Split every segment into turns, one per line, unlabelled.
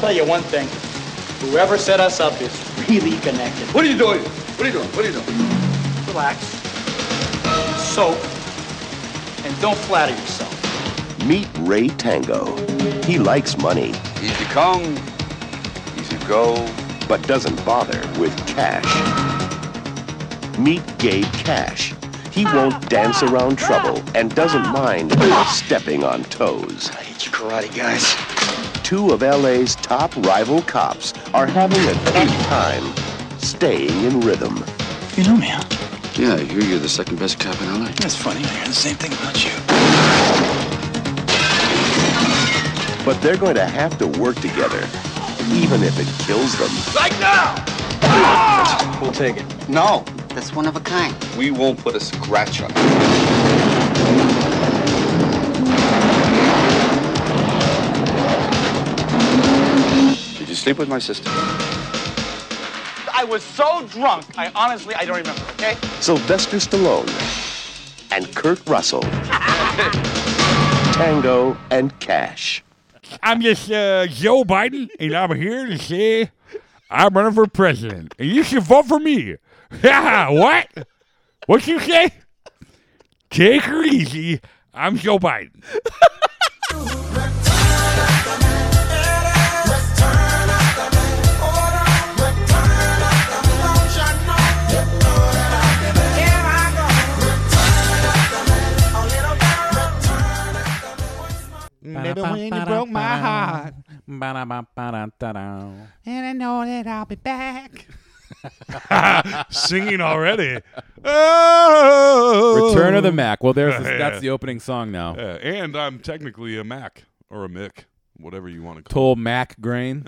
tell you one thing. Whoever set us up is really connected.
What are you doing? What are you doing? What are you doing?
Relax. Soak. And don't flatter yourself.
Meet Ray Tango. He likes money,
Easy come, easy go.
but doesn't bother with cash. Meet Gabe Cash. He won't dance around trouble and doesn't mind stepping on toes.
I hate you karate guys.
Two of LA's top rival cops are having a good time staying in rhythm.
You know me, huh?
Yeah, I hear you're the second best cop in LA.
That's funny. I hear the same thing about you.
But they're going to have to work together, even if it kills them.
We'll take it.
No,
That's one of a kind.
We won't put a scratch on it. Did you sleep with my sister?
I was so drunk, I honestly, I don't remember, okay?
Sylvester Stallone and Kurt Russell. Tango and Cash.
I'm just uh, Joe Biden, and I'm here to say I'm running for president, and you should vote for me. Yeah, what? What you say? Take her easy. I'm Joe Biden.
Mm,
Maybe when you broke my heart,
Ba-da-ba-ba-da-da-da.
and I know that I'll be back.
Singing already. Oh.
Return of the Mac. Well, there's that's the opening song now.
Yeah, and I'm technically a Mac or a Mick, whatever you want to call.
Toll Mac Grain.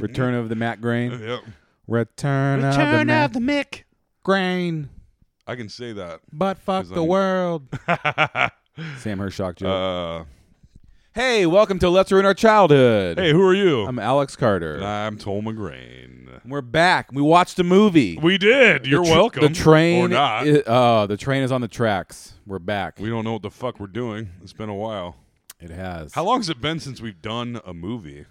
Return of the Mac
it.
Grain.
Yeah,
Return, of the
Turn
Mac
up the mic.
Grain.
I can say that.
But
'Cause
fuck the
I'm-
world. Sam Hershock joke.
Uh,
hey, welcome to Let's Ruin Our Childhood.
hey, who are you?
I'm Alex Carter.
I'm Tom McGrain.
We're back. We watched a movie.
We did. You're
The tr-
welcome.
The train.
or not?
i- oh, the train is on the tracks. We're back.
we don't know what the fuck we're doing. It's been a while.
it has.
How long's it been since we've done a movie?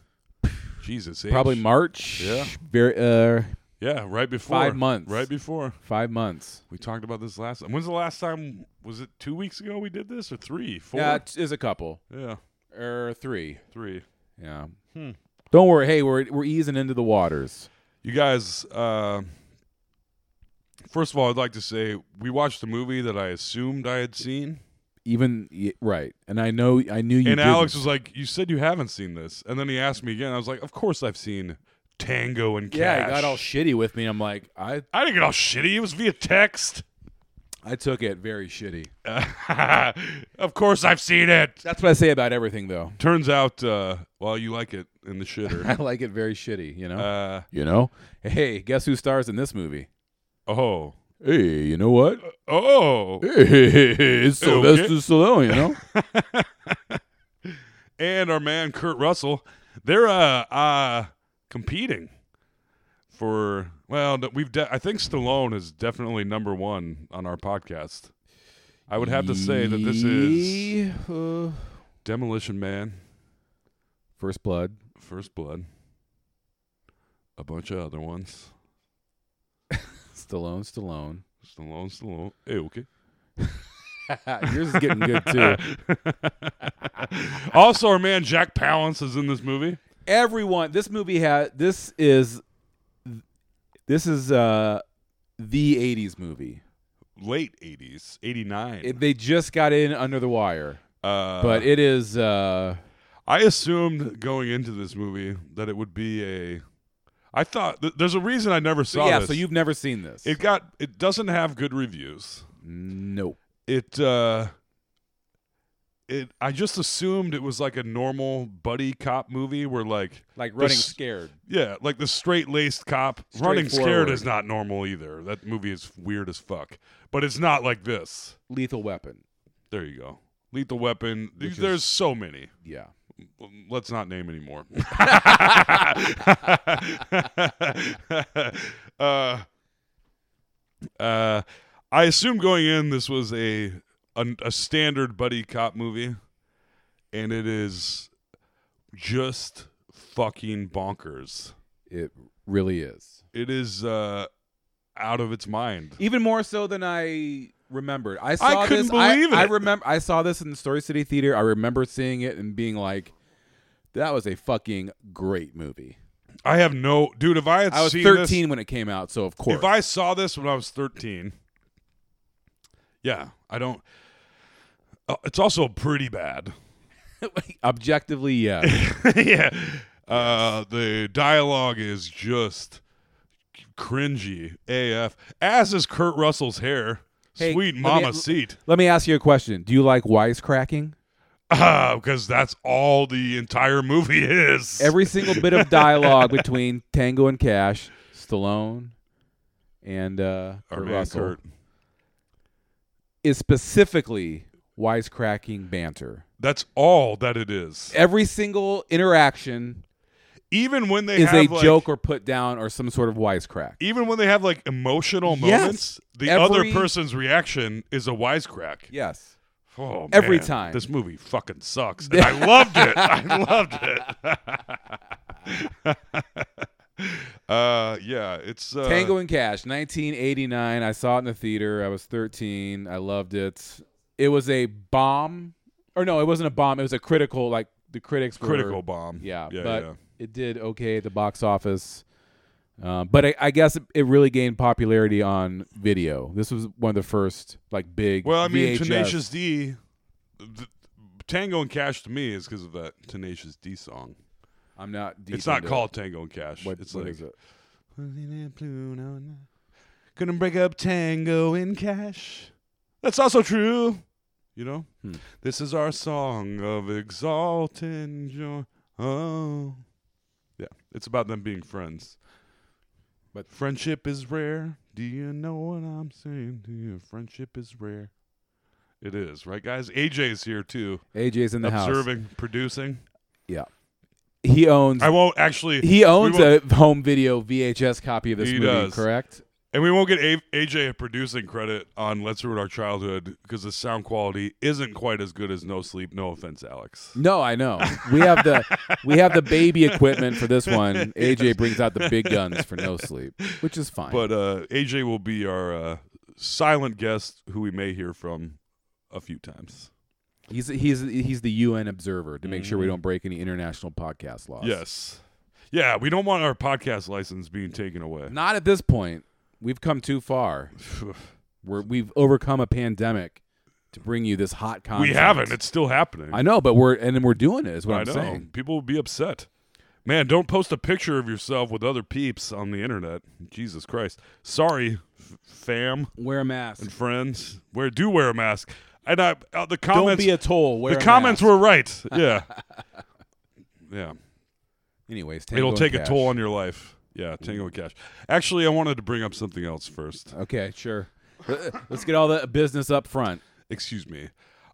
Jesus, H.
Probably March.
Yeah.
Very. Uh,
Yeah, right before
Five months.
Right before
five months.
we talked about this last time. When's the last time? Was it two weeks ago we did this or three? Four?
Yeah, it is a couple
Yeah,
or three.
three.
Yeah.
Hmm.
Don't worry. Hey, we're we're easing into the waters.
You guys, uh, first of all, I'd like to say we watched a movie that I assumed I had seen,
Even y- right, and I know I knew you.
and Alex
didn't.
was like, "You said you haven't seen this," and then he asked me again. I was like, "Of course I've seen Tango and Cash."
yeah, he got all shitty with me. I'm like, I
I didn't get all shitty. It was via text.
I took it very shitty.
of course I've seen it.
That's what I say about everything, though.
Turns out, uh, well, you like it in the shitter.
I like it very shitty. You know.
uh,
you know. Hey, guess who stars in this movie?
oh,
Hey, you know what?
oh,
it's Sylvester
Okay.
Stallone. You know.
and our man Kurt Russell, they're uh, uh competing for well, th- we've de- I think Stallone is definitely number one on our podcast. I would have to say that this is
Ye- uh,
Demolition Man,
First Blood.
First Blood, a bunch of other ones.
Stallone. Stallone.
Stallone, Stallone. Hey, okay.
Yours is getting good too.
Also, our man Jack Palance is in this movie.
everyone this movie had this is this is uh the 80s movie
Late '80s, '89.
It- they just got in under the wire
uh,
but it is uh
I assumed going into this movie that it would be a. I thought th- there's a reason I never saw
yeah
this.
so you've never seen this
it got it doesn't have good reviews.
nope
It uh, it I just assumed it was like a normal buddy cop movie where like
like
the
running
s-
scared
yeah like the straight laced cop running scared
Straightforward.
is not normal either. That movie is weird as fuck, but it's not like this.
lethal weapon
There you go. Lethal Weapon. Th-
Which
There's
is-
so many.
yeah
let's not name anymore. uh, uh, I assume going in, this was a, a a standard buddy cop movie, and it is just fucking bonkers.
It really is.
It is uh, out of its mind.
even more so than I remembered. I saw
couldn't
this. I,
believe
I
it.
remember. I saw this in the Story City Theater. I remember seeing it and being like, "That was a fucking great movie."
I have no dude. If I had
I was
seen
13
this-
when it came out, so of course.
If I saw this when I was 13, yeah, I don't. Uh, it's also pretty bad.
Objectively, yeah.
yeah. Uh, the dialogue is just cringy AF, as is Kurt Russell's hair.
Hey,
Sweet
let me-
mama seat.
Let me ask you a question. Do you like wisecracking?
Because that's all the entire movie is.
uh, Every single bit of dialogue between Tango and Cash, Stallone, and uh,
Our
Kurt
man
Russell
Kurt.
is specifically wisecracking banter.
That's all that it is.
Every single interaction
Even when they
E is a
have like, E
joke or put down or some sort of wisecrack.
even when they have like emotional
Yes.
moments, the
Every-
other person's reaction is a wisecrack.
Yes.
Oh,
Every
man,
time.
This movie fucking sucks. And I loved it. I loved it. uh, yeah, it's uh,
Tango and Cash, 1989. I saw it in the theater. I was 13. I loved it. It was a bomb, or no, it wasn't a bomb. It was a critical, like the critics were
critical bomb.
Yeah,
yeah,
but
yeah.
it did okay at the box office. Um, but I, I guess it, it really gained popularity on video. This was one of the first like big.
Well, I mean,
VHS.
Tenacious D, th- Tango and Cash to me is because of that Tenacious D song.
I'm not. deep
it's not
into it.
called Tango and Cash.
What,
it's
what
like
is it?
Gonna break up Tango and Cash. That's also true. You know?
Hmm.
This is our song of exalting joy. Oh. Yeah. It's about them being friends.
But-
friendship is rare. Do you know what I'm saying to you? Friendship is rare. It is, right, guys? AJ's here too.
AJ's in the house.
observing, producing.
He owns.
I won't actually
He owns
won't-
a home video VHS copy of this
He
movie,
does.
correct?
And we won't get a- AJ a producing credit on Let's Ruin Our Childhood because the sound quality isn't quite as good as No Sleep. No offense, Alex.
No, I know. We have the we have the baby equipment for this one. AJ brings out the big guns for no sleep, which is fine.
But uh, AJ will be our uh, silent guest who we may hear from a few times.
he's he's he's the UN observer to make sure we don't break any international podcast laws.
Mm-hmm. Yes. Yeah, we don't want our podcast license being taken away.
Not at this point. We've come too far. We're, we've overcome a pandemic to bring you this hot content.
we haven't. It's still happening.
I know, but we're and then we're doing it. Is what
I
am
know.
saying.
People will be upset. Man, don't post a picture of yourself with other peeps on the internet. Jesus Christ. Sorry, f- fam.
Wear a mask.
and friends where do wear a mask and I, uh, the
Don't
comments
be a toll. Wear
the
a
comments
mask.
were right yeah yeah
anyways.
it'll
Tango
take
and
a
Cash.
toll on your life yeah tango and cash actually i wanted to bring up something else first
Okay, sure. Let's get all the business up front.
excuse me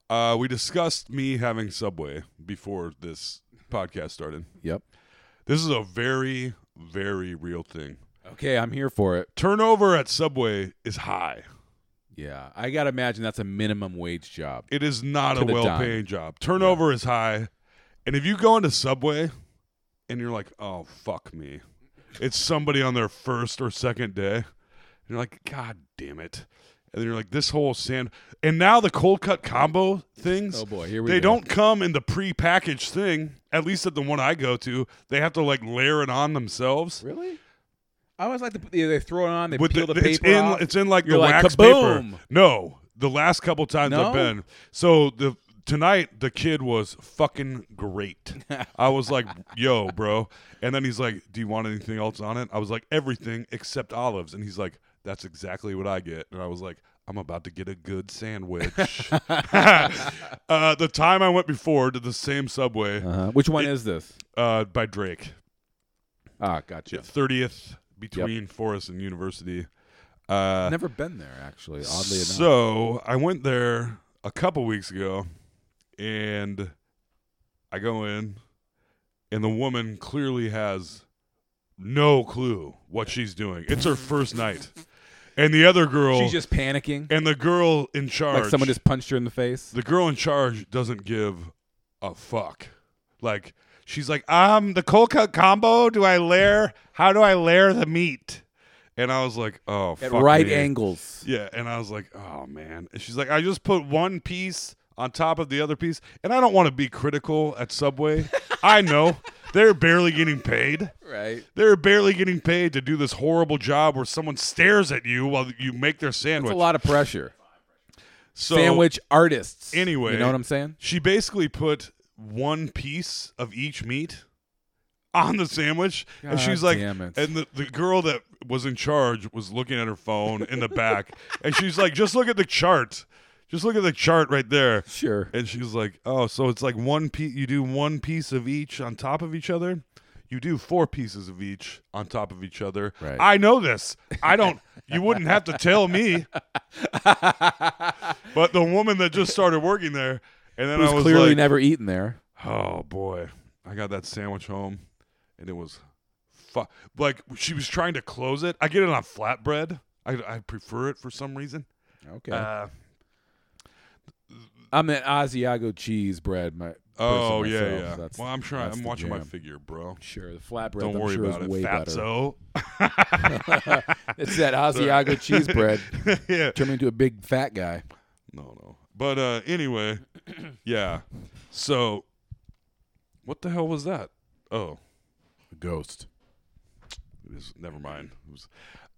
uh, we discussed me having subway before this podcast started
Yep.
this is a very very real thing
Okay, I'm here for it.
turnover at subway is high
Yeah, I gotta imagine that's a minimum wage job.
It is not
To
a
the dime.
well paying job. Turnover is high. And if you go into Subway and you're like, oh, fuck me, it's somebody on their first or second day. And you're like, God damn it. And then you're like, this whole sand. And now the cold cut combo things.
Oh, boy, here we
They
go.
don't come in the pre packaged thing, at least at the one I go to. They have to like layer it on themselves.
Really? I always like to put- they throw it on, they
With
peel the, paper
it's in
off.
it's in like
You're
the
like,
wax
"Kaboom!"
paper. No, the last couple times
No?
I've been. So the tonight the kid was fucking great. I was like, "Yo, bro," and then he's like, "Do you want anything else on it?" I was like, "Everything except olives," and he's like, "That's exactly what I get," and I was like. I'm about to get a good sandwich. uh, the time I went before to the same subway
Uh-huh. Which one is this?
uh, by Drake,
Ah, gotcha.
thirtieth between Forest and University. Uh,
Never been there actually. Oddly enough.
So I went there a couple weeks ago, and I go in, and the woman clearly has no clue what she's doing. It's her first night, and the other girl,
She's just panicking,
and the girl in charge,
like someone just punched her in the face.
the girl in charge doesn't give a fuck. Like She's like, um, the cold cut combo. Do I layer? How do I layer the meat? And I was like, oh,
At
fuck
right
me.
angles.
Yeah, and I was like, oh man. And she's like, I just put one piece on top of the other piece, and I don't want to be critical at Subway. I know they're barely getting paid.
Right.
They're barely getting paid to do this horrible job where someone stares at you while you make their
It's
sandwich.
a lot of pressure.
so
Sandwich artists.
Anyway.
You know what I'm saying?
She basically put one piece of each meat on the sandwich, and
God
she's like,
damn it.
and the, the girl that was in charge was looking at her phone in the back, and she's like, just look at the chart, just look at the chart right there.
Sure.
And she's like, "Oh, so it's like one piece. You do one piece of each on top of each other. You do four pieces of each on top of each other.
Right.
I know this. I don't. you wouldn't have to tell me. but the woman that just started working there, and then
Who's
I was
clearly
like,
never eaten there.
"Oh boy, I got that sandwich home, and it was, fu- like she was trying to close it. I get it on flatbread. I, I prefer it for some reason.
Okay.
Uh,
I'm an Asiago cheese bread. My
oh
person
yeah,
myself,
yeah.
so that's-
well, I'm sure
that's
I'm
the
watching my
jam.
figure, bro.
Sure, the flatbread.
Don't
I'm
worry
sure is
about it,
way better.
fatso.
it's that Asiago cheese bread
yeah.
turned me into a big fat guy.
No, no. But uh anyway, yeah. So what the hell was that? Oh,
Ghost.
it was, never mind. It was,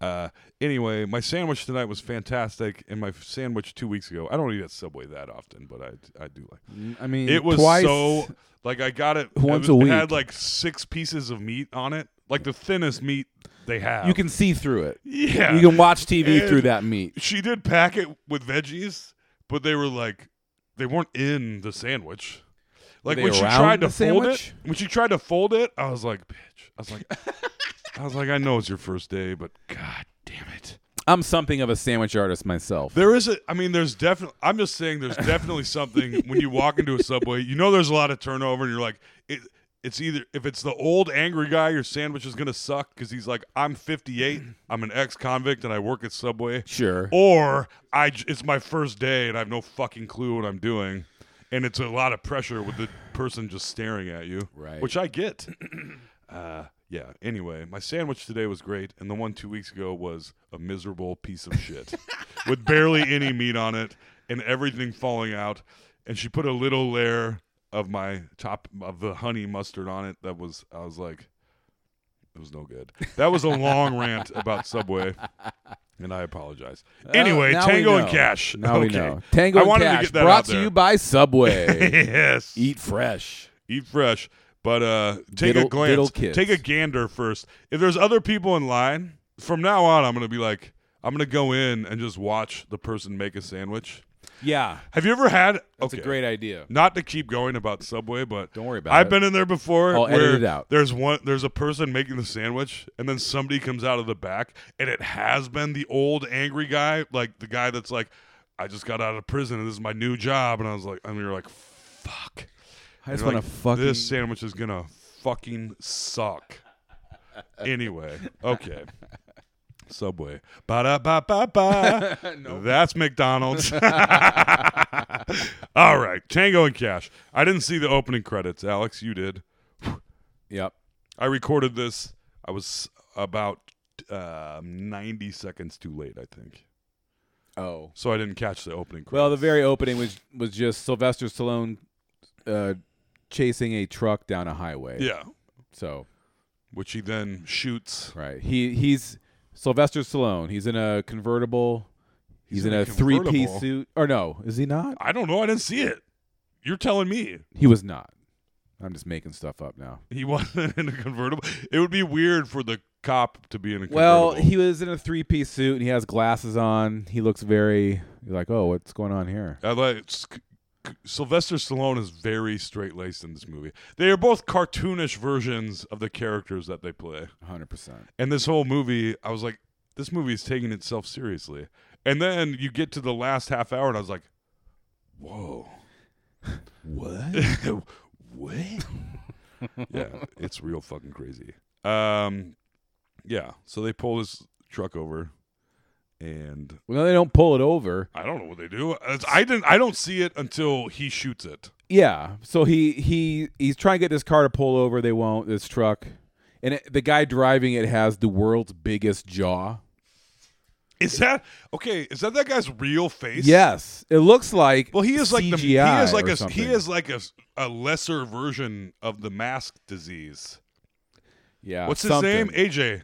uh anyway, my sandwich tonight was fantastic and my sandwich 2 weeks ago. I don't eat at Subway that often, but I I do like.
I mean,
It was
Mm, twice.
so like I got it
Once
it was-
a
It had
week.
like 6 pieces of meat on it. Like the thinnest meat they have.
You can see through it.
Yeah.
You can watch TV
And-
through that meat.
she did pack it with veggies, but they were like they weren't in the sandwich. Like
they
when she
around
tried
the
to fold
sandwich?
it, when she tried to fold it, I was like, "Bitch!" I was like, "I was like, I know it's your first day, but god damn it!"
I'm something of a sandwich artist myself.
There is a, I mean, there's definitely. I'm just saying, there's definitely something when you walk into a subway. You know, there's a lot of turnover, and you're like, it, it's either if it's the old angry guy, your sandwich is gonna suck because he's like, I'm 58, I'm an ex-convict, and I work at Subway
sure.
or I j- it's my first day and I have no fucking clue what I'm doing, and it's a lot of pressure with the person just staring at you,
Right.
Which I get. uh, yeah. Anyway, my sandwich today was great, and the one two weeks ago was a miserable piece of shit with barely any meat on it and everything falling out. And she put a little layer of my top of the honey mustard on it. That was I was like. It was no good. That was a long rant about Subway, and I apologize. Anyway,
Uh, now we
Tango and
know.
Cash.
Now
okay.
we know. Tango
I
and
wanted
Cash
to get that
brought
out
to
there.
you by Subway.
yes. Eat,
Eat fresh.
fresh, but uh, take a
Diddle-
glance.
diddle kids.
Take a gander first. If there's other people in line, from now on, I'm gonna be like, I'm gonna go in and just watch the person make a sandwich.
Yeah.
Have you ever had?
That's
okay.
a great idea.
Not to keep going about Subway, but
Don't worry about
I've
it.
been in there before.
I'll edit
where
it out.
There's one. There's a person making the sandwich, and then somebody comes out of the back, and it has been the old angry guy, like the guy that's like, "I just got out of prison, and this is my new job," and I was like, and you're like, "Fuck."
I just
You're
want
like,
to fucking.
This sandwich is gonna fucking suck. anyway, okay. Subway. Ba da ba ba ba. That's McDonald's. All right, Tango and Cash. I didn't see the opening credits. Alex, you did.
Yep.
I recorded this. I was about uh, 90 seconds too late, I think.
Oh.
So I didn't catch the opening credits.
Well, the very opening was was just Sylvester Stallone uh, chasing a truck down a highway.
yeah,
So
which he then shoots.
right, he he's Sylvester Stallone. He's in a convertible. He's, in,
in a
a, three piece
convertible. Uh,
suit. Or no, is he not?
I don't know. I didn't see it. You're telling me.
He was not. I'm just making stuff up now.
He wasn't in a convertible. It would be weird for the cop to be in a convertible.
Well, he was in a three piece suit and he has glasses on. He looks very you're like, oh, what's going on here?
I like S- C- Sylvester Stallone is very straight laced in this movie. They are both cartoonish versions of the characters that they play.
100. percent
And this whole movie, I was like, this movie is taking itself seriously. And then you get to the last half hour, and I was like, whoa,
What?
what? yeah, it's real fucking crazy. Um, yeah. So they pull this truck over, and
Well, no, they don't pull it over.
I don't know what they do. It's- I didn't. I don't see it until he shoots it.
Yeah. So he he he's trying to get this car to pull over. They won't. This truck, and it, the guy driving it has the world's biggest jaw.
Is that okay? Is that that guy's real face?
Yes, it looks like.
Well, he is like the he
CGI
is like
or
a
something.
he is like a, a lesser version of the mask disease.
Yeah.
What's
something.
his name? AJ.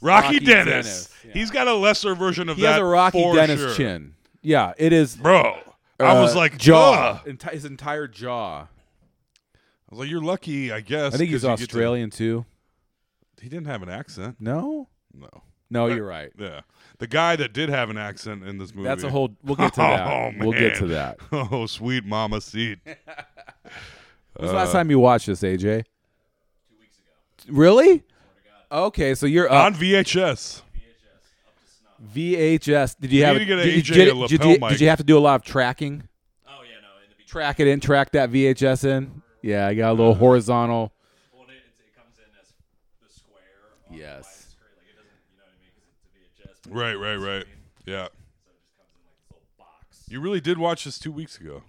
Rocky,
Rocky
Dennis.
Dennis, yeah.
He's got a lesser version of
He
that.
has a Rocky
for
Dennis
sure.
chin. Yeah, it is.
bro. I
uh,
was like,
jaw.
"Ugh."
Enti- his entire jaw.
I was like, you're lucky, I guess.
I think
'cause
he's
you get to-
Australian too.
he didn't have an accent.
No.
No.
No, you're right.
Yeah. The guy that did have an accent in this movie.
That's a whole. We'll get to that.
Oh,
We'll get to
man.
that.
Oh, sweet mama seat.
When's the
Uh.
last time you watched this, AJ? Two weeks ago. Really? Okay, so you're up.
On VHS.
VHS. Did you have
need to get a
did,
AJ
you- did-
a
did
lapel
you, did
mic.
you have to do a lot of tracking? Oh yeah, no. Track it in, track that VHS in. Yeah, I got a
Uh-huh.
little horizontal. Yes.
Right, right, right. Yeah. You really did watch this two weeks ago.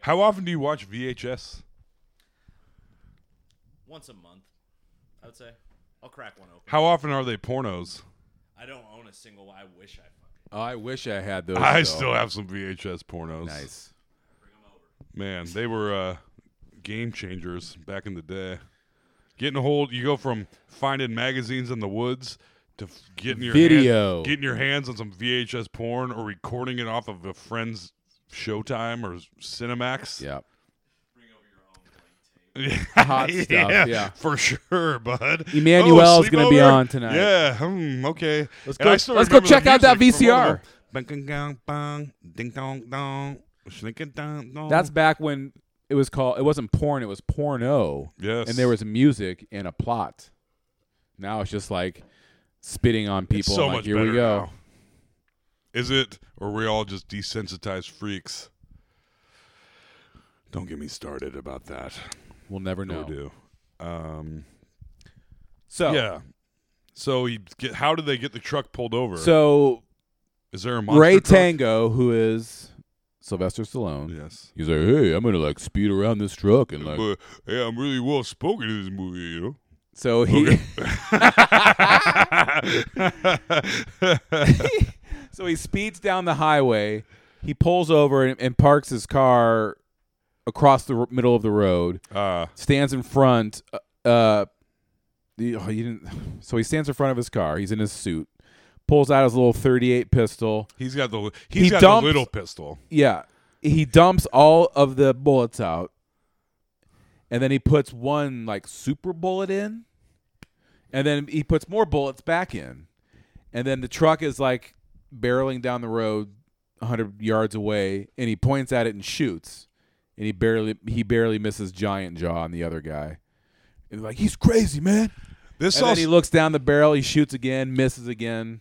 How often do you watch VHS?
Once a month, I would say. I'll crack one open.
How often are they pornos?
I don't own a single one. I wish I fucking.
Oh, I wish I had those.
I
though.
still have some VHS pornos.
nice.
Man, they were uh, game changers back in the day. Getting a hold, you go from finding magazines in the woods to f- getting your hand-
Video.
getting your hands on some VHS porn or recording it off of a friend's Showtime or Cinemax.
Yeah.
Hot
stuff, yeah.
for sure, bud.
Emmanuel's
Oh, a
gonna be
sleepover?
on tonight.
Yeah, hmm, okay.
Let's
And
go-
I still
let's go
remember the
check out that
music from
VCR.
Bang, gang, gang, bang, ding, dong, dong, shlinking, dong, dong.
That's back when it was called. It wasn't porn. It was porno.
Yes.
And there was music and a plot. Now it's just like spitting on people.
so
I'm like,
much
here we
better
go.
now." Is it, or are we all just desensitized freaks? Don't get me started about that.
We'll never know.
No. do. Um,
So
Yeah. So he get. How did they get the truck pulled over?
So
is there a monster
Ray
truck?
Tango, who is Sylvester Stallone,
Yes.
he's like, hey, I'm gonna like speed around this truck and like.
But hey, I'm really well spoken in this movie, you know.
So he, so he speeds down the highway. He pulls over and, and parks his car across the r- middle of the road.
uh,
stands in front. uh, Uh, the, oh, you didn't. So he stands in front of his car. He's in his suit. Pulls out his little thirty-eight pistol.
he's got the li- he's
He
got
dumped-
the little pistol.
Yeah, he dumps all of the bullets out, and then he puts one like super bullet in, and then he puts more bullets back in, and then the truck is like barreling down the road, hundred yards away, and he points at it and shoots, and he barely he barely misses Giant Jaw on the other guy, and like he's crazy man.
This
And
all
then he looks down the barrel, he shoots again, misses again.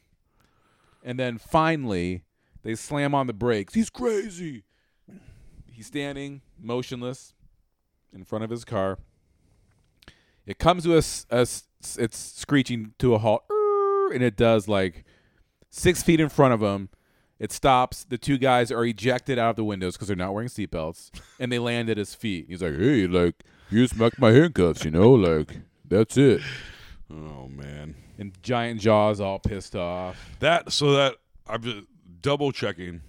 And then finally, they slam on the brakes. He's crazy. He's standing motionless in front of his car. It comes to us, us it's screeching to a halt, "Err," and it does like six feet in front of him. It stops. The two guys are ejected out of the windows because they're not wearing seatbelts, and they land at his feet. He's like, "Hey, like you smacked my handcuffs, you know, like that's it."
oh man,
and giant jaws all pissed off.
That so that I'm just double checking,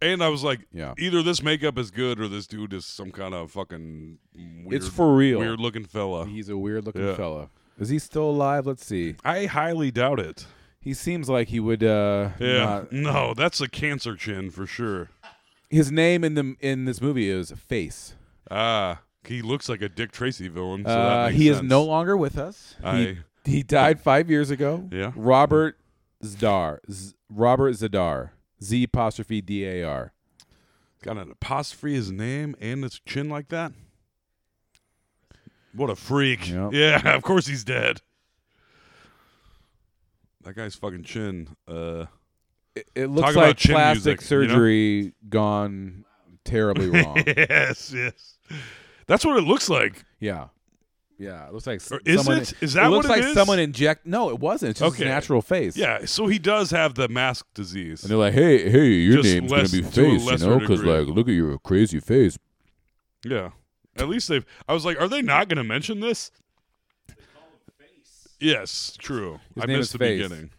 and I was like,
Yeah.
either this makeup is good or this dude is some kind of fucking. Weird,
It's for real.
Weird looking fella.
He's a weird looking
Yeah.
fella. Is he still alive? Let's see.
I highly doubt it.
He seems like he would uh
Yeah,
not-
no, that's a cancer chin for sure.
his name in the in this movie is Face.
Ah, he looks like a Dick Tracy villain. So that
uh,
makes
he is
sense.
no longer with us.
I-
He, he died 5 years ago.
Yeah.
Robert Zdar. Z- Robert Zadar. Z apostrophe D A R.
got an apostrophe his name and his chin like that. What a freak!
Yep.
Yeah, of course he's dead. That guy's fucking chin. Uh,
It, it looks
Talk about
like
chin
plastic
music, you know?
surgery gone terribly wrong.
yes, yes. That's what it looks like.
Yeah. Yeah, it looks like s-
Or is
someone,
it? Is that
looks
what it
like
is?
someone inject? No, it wasn't. It's just his
Okay.
natural face.
Yeah, so he does have the mask disease.
and they're like, hey, hey, your
Just
name's gonna
less-
be
to a
face, you
lesser
know? Because
degree.
like, look at your crazy face.
Yeah. At least they've. I was like, are they not going to mention this? Yes, true.
His
I
name
missed
is
the
Face.
beginning.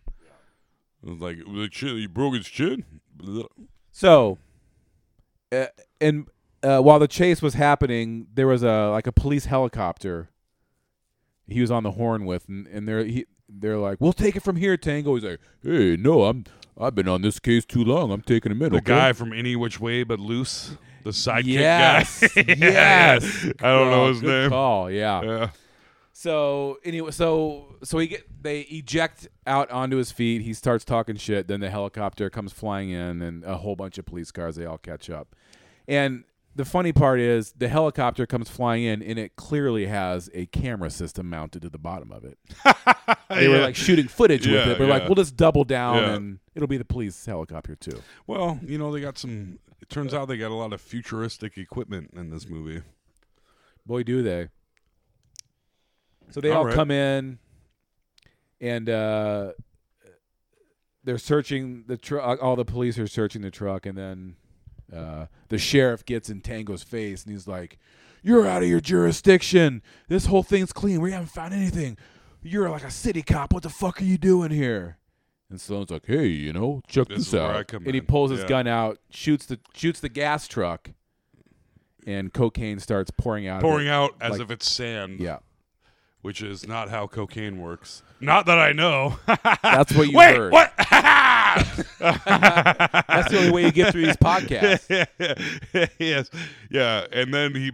I was like, the chin, he broke his chin. Blah.
So, uh, and uh, while the chase was happening, there was a like a police helicopter. He was on the horn with, and, and they're he, they're like, "We'll take it from here, Tango." He's like, "Hey, no, I'm I've been on this case too long. I'm taking a minute."
The
okay?"
guy from Any Which Way But Loose, the sidekick
yes,
guy. Yeah, yeah.
yes.
I don't know
Girl,
his
good
name.
Call, yeah.
Yeah.
So anyway, so so he get they eject out onto his feet. He starts talking shit. Then the helicopter comes flying in, and a whole bunch of police cars. They all catch up. And the funny part is, the helicopter comes flying in, and it clearly has a camera system mounted to the bottom of it. They were
Yeah.
like shooting footage with
Yeah,
it. We're like,
yeah.
we'll just double down,
Yeah.
and it'll be the police helicopter too.
Well, you know, they got some. It turns out they got a lot of futuristic equipment in this movie.
Boy, do they. So they all,
All right.
come in, and uh, they're searching the truck. uh, All the police are searching the truck, and then uh, the sheriff gets in Tango's face, and he's like, "You're out of your jurisdiction. This whole thing's clean. We haven't found anything. You're like a city cop. What the fuck are you doing here?" And Stallone's like, "Hey, you know, check
This
this,
is where
out."
I come
and he
in.
pulls his
Yeah.
gun out, shoots the shoots the gas truck, and cocaine starts pouring out. of
Pouring
it.
out as
Like-
if it's sand,
Yeah.
which is not how cocaine works. Not that I know.
That's what you
Wait,
heard.
what?
That's the only way you get through these podcasts.
yes. Yeah. And then he,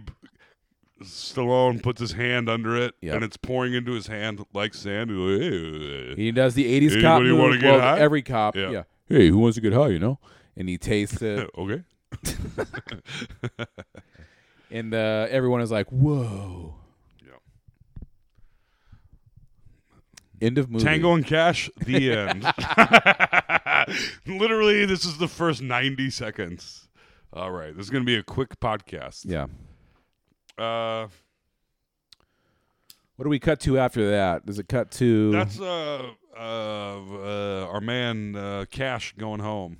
Stallone puts his hand under it,
Yep.
and it's pouring into his hand like sand. He
He does the '80s cop
Anybody
move.
wanna get
well,
high?
every cop.
Yeah.
Yeah. Hey, who wants to get high? You know. And he tastes it,
okay.
and uh, everyone is like, "Whoa!"
Yeah.
End of movie.
Tango and Cash, the end. Literally, this is the first 90 seconds. All right. This is going to be a quick podcast.
Yeah.
Uh,
What do we cut to after that? Does it cut to?
that's uh, uh, uh, our man uh, Cash going home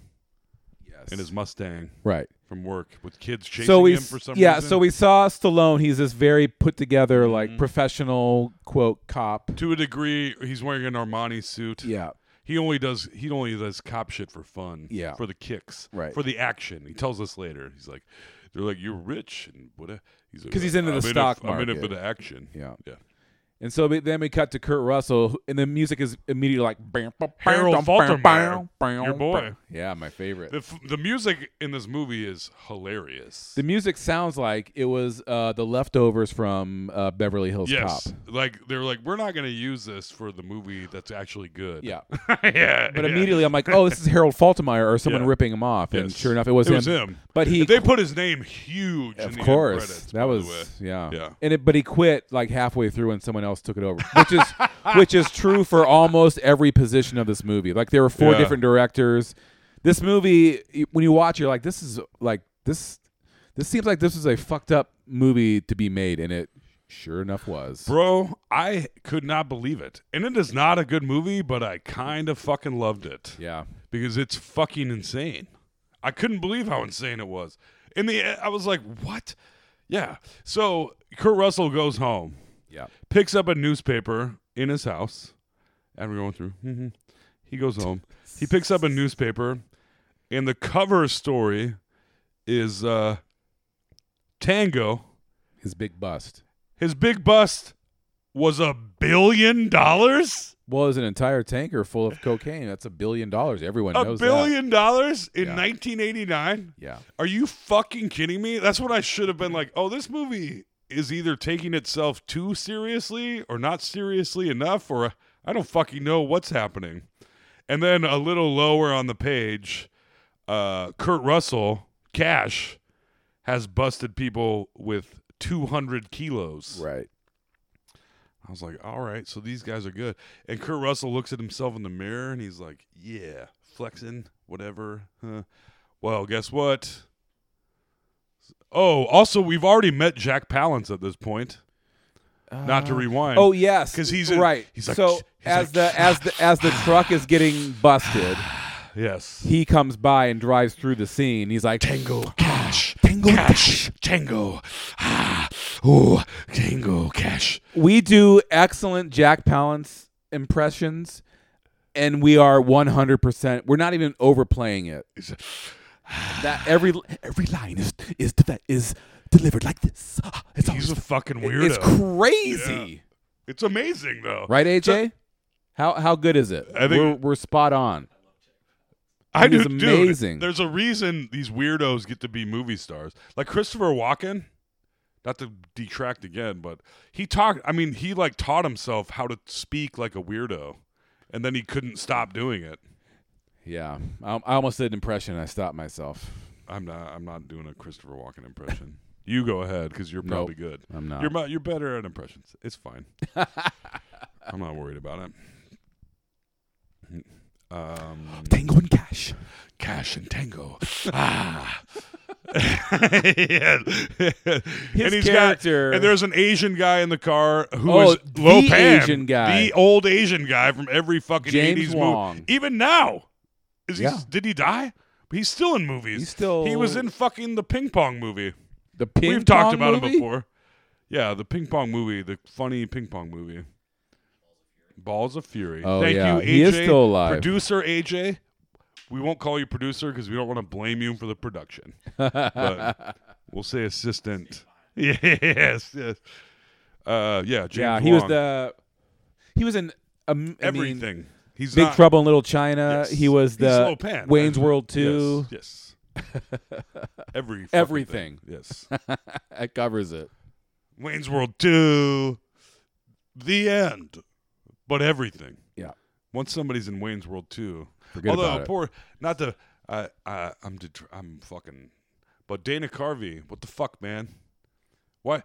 yes.
in his Mustang
right.
from work with kids chasing
So we,
him
s-
for some
yeah.
reason. Mm-hmm.
So we saw Stallone. He's this very put together, like professional quote cop.
To a degree, he's wearing an Armani suit.
Yeah.
He only does he only does cop shit for fun.
Yeah.
For the kicks.
Right.
For the action. He tells us later. He's like, they're like, you're rich and what? a-" He's
'Cause he's into the
"I'm it
stock
f- I'm in it for
market."
the action.
Yeah.
Yeah.
And so we- then we cut to Kurt Russell, who- and the music is immediately like bam, bam, bam,
Harold
bam, bam,
Faltermeyer,
bam,
your
bam.
boy.
Yeah, my favorite.
The, f- the music in this movie is hilarious.
The music sounds like it was uh, the leftovers from uh, Beverly Hills
yes.
Cop.
Like they're like, we're not gonna use this for the movie that's actually good.
Yeah,
yeah.
but
yeah.
immediately I'm like, oh, this is Harold Faltermeyer or someone
Yeah.
ripping him off, and
Yes.
sure enough, it was,
it was
him.
him.
But he,
they put his name huge. in
of
the end
course,
credits, by
that
the
was
way.
yeah,
Yeah.
And it, but he quit like halfway through, and someone else took it over, which is which is true for almost every position of this movie. Like there were four
Yeah.
different directors. This movie, y- when you watch, it, you're like, this is like this. This seems like this was a fucked up movie to be made, and it sure enough was.
Bro, I could not believe it. And it is not a good movie, but I kind of fucking loved it.
Yeah.
Because it's fucking insane. I couldn't believe how insane it was. In the I was like, "What?" Yeah. So, Kurt Russell goes home,
Yeah.
picks up a newspaper in his house. And we're going through. hmm He goes home. He picks up a newspaper, and the cover story is uh Tango
His big bust.
his big bust was a billion dollars?
Well, it was an entire tanker full of cocaine. That's a billion dollars. Everyone
A
knows
billion dollars in
Yeah.
1989?
that. Yeah.
Are you fucking kidding me? That's what I should have been like. Oh, this movie is either taking itself too seriously or not seriously enough, or I don't fucking know what's happening. And then a little lower on the page, uh, Kurt Russell, Cash, has busted people with 200 kilos.
Right.
I was like, all right, so these guys are good. And Kurt Russell looks at himself in the mirror and he's like, yeah, flexing, whatever. Huh. Well, guess what? Oh, also, we've already met Jack Palance at this point. Not to rewind.
Oh yes,
'Cause he's in-
right.
he's like,
so
"Shh," he's
as
like,
the as the as the truck is getting busted,
yes.
he comes by and drives through the scene. He's like,
Tango, cash, tango, cash, tango. Ah, oh, Tango Cash.
We do excellent Jack Palance impressions, and we are 100%. We're not even overplaying it. That every every line is is deve- is delivered like this. It's
He's
always-
a fucking
it-
weirdo.
It's crazy,
It's amazing though.
right, AJ? How how good is it?
I think-
we're, we're spot on.
I
He's
do, dude,
amazing.
there's a reason these weirdos get to be movie stars. Like Christopher Walken, not to detract again, but he talked. I mean, he like taught himself how to speak like a weirdo, and then he couldn't stop doing it.
Yeah, I, I almost did an impression. and I stopped myself.
I'm not. I'm not doing a Christopher Walken impression. You go ahead because you're probably good.
I'm not.
You're mu- you're better at impressions. It's fine. I'm not worried about it. Um,
Tango and Cash.
cash and tango. ah. yeah. and he's
character-
Got, and there's an Asian guy in the car who
Oh,
is
the
Lopan,
Asian guy.
the old Asian guy from every fucking
James
80s
Wong.
movie. Even now, is he?
Yeah.
Did he die? He's still in movies.
He's still-
He was in fucking the ping pong movie.
The ping
We've talked
pong
about
movie?
him before. Yeah, the ping pong movie, the funny ping pong movie. Balls of Fury.
Oh,
Thank
yeah.
you, AJ.
He is still alive.
Producer AJ. We won't call you producer because we don't want to blame you for the production. but we'll say assistant. yes, yes. Uh, yeah, James
yeah, he was
Wong.
the. He was in um, I mean,
everything. He's
Big
not-
Trouble in Little China.
Yes.
He was
He's
the
Lopan.
Wayne's
Yes,
World Two.
Yes. Every fucking
Everything.
thing. Yes.
That covers it.
Wayne's World 2, the end. But everything.
Yeah.
Once somebody's in Wayne's World 2.
Forget
although,
about it.
poor, not the, I, I, I'm, det- I'm fucking, but Dana Carvey, what the fuck, man? Why?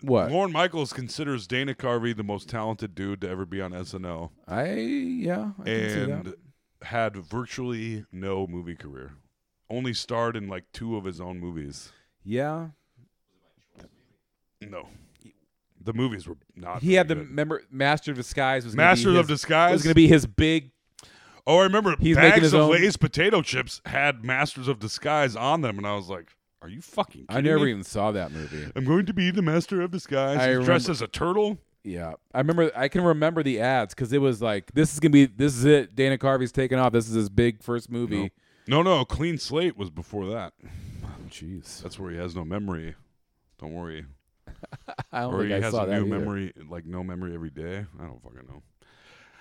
What?
Lauren Michaels considers Dana Carvey the most talented dude to ever be on SNL
I yeah. I can see that.
and had virtually no movie career. Only starred in like two of his own movies.
yeah.
No. The movies were not.
He had the
very good.
member Master of Disguise was gonna be
Master of
his-
Disguise?
was going to be his big.
Oh, I remember
He's making
bags
his
of
own-
Lay's potato chips had Masters of Disguise on them, and I was like, "Are you fucking?" Kidding
I never
me?
even saw that movie.
I'm going to be the Master of Disguise.
I
He's dressed
remember-
as a turtle.
Yeah, I remember. I can remember the ads because it was like, "This is gonna be, this is it. Dana Carvey's taking off. This is his big first movie."
No, no, Clean Slate was before that.
Jeez,
That's where he has no memory. Don't worry.
I don't
Or he
think I
has
saw
a
that.
new
either.
memory, like no memory every day. I don't fucking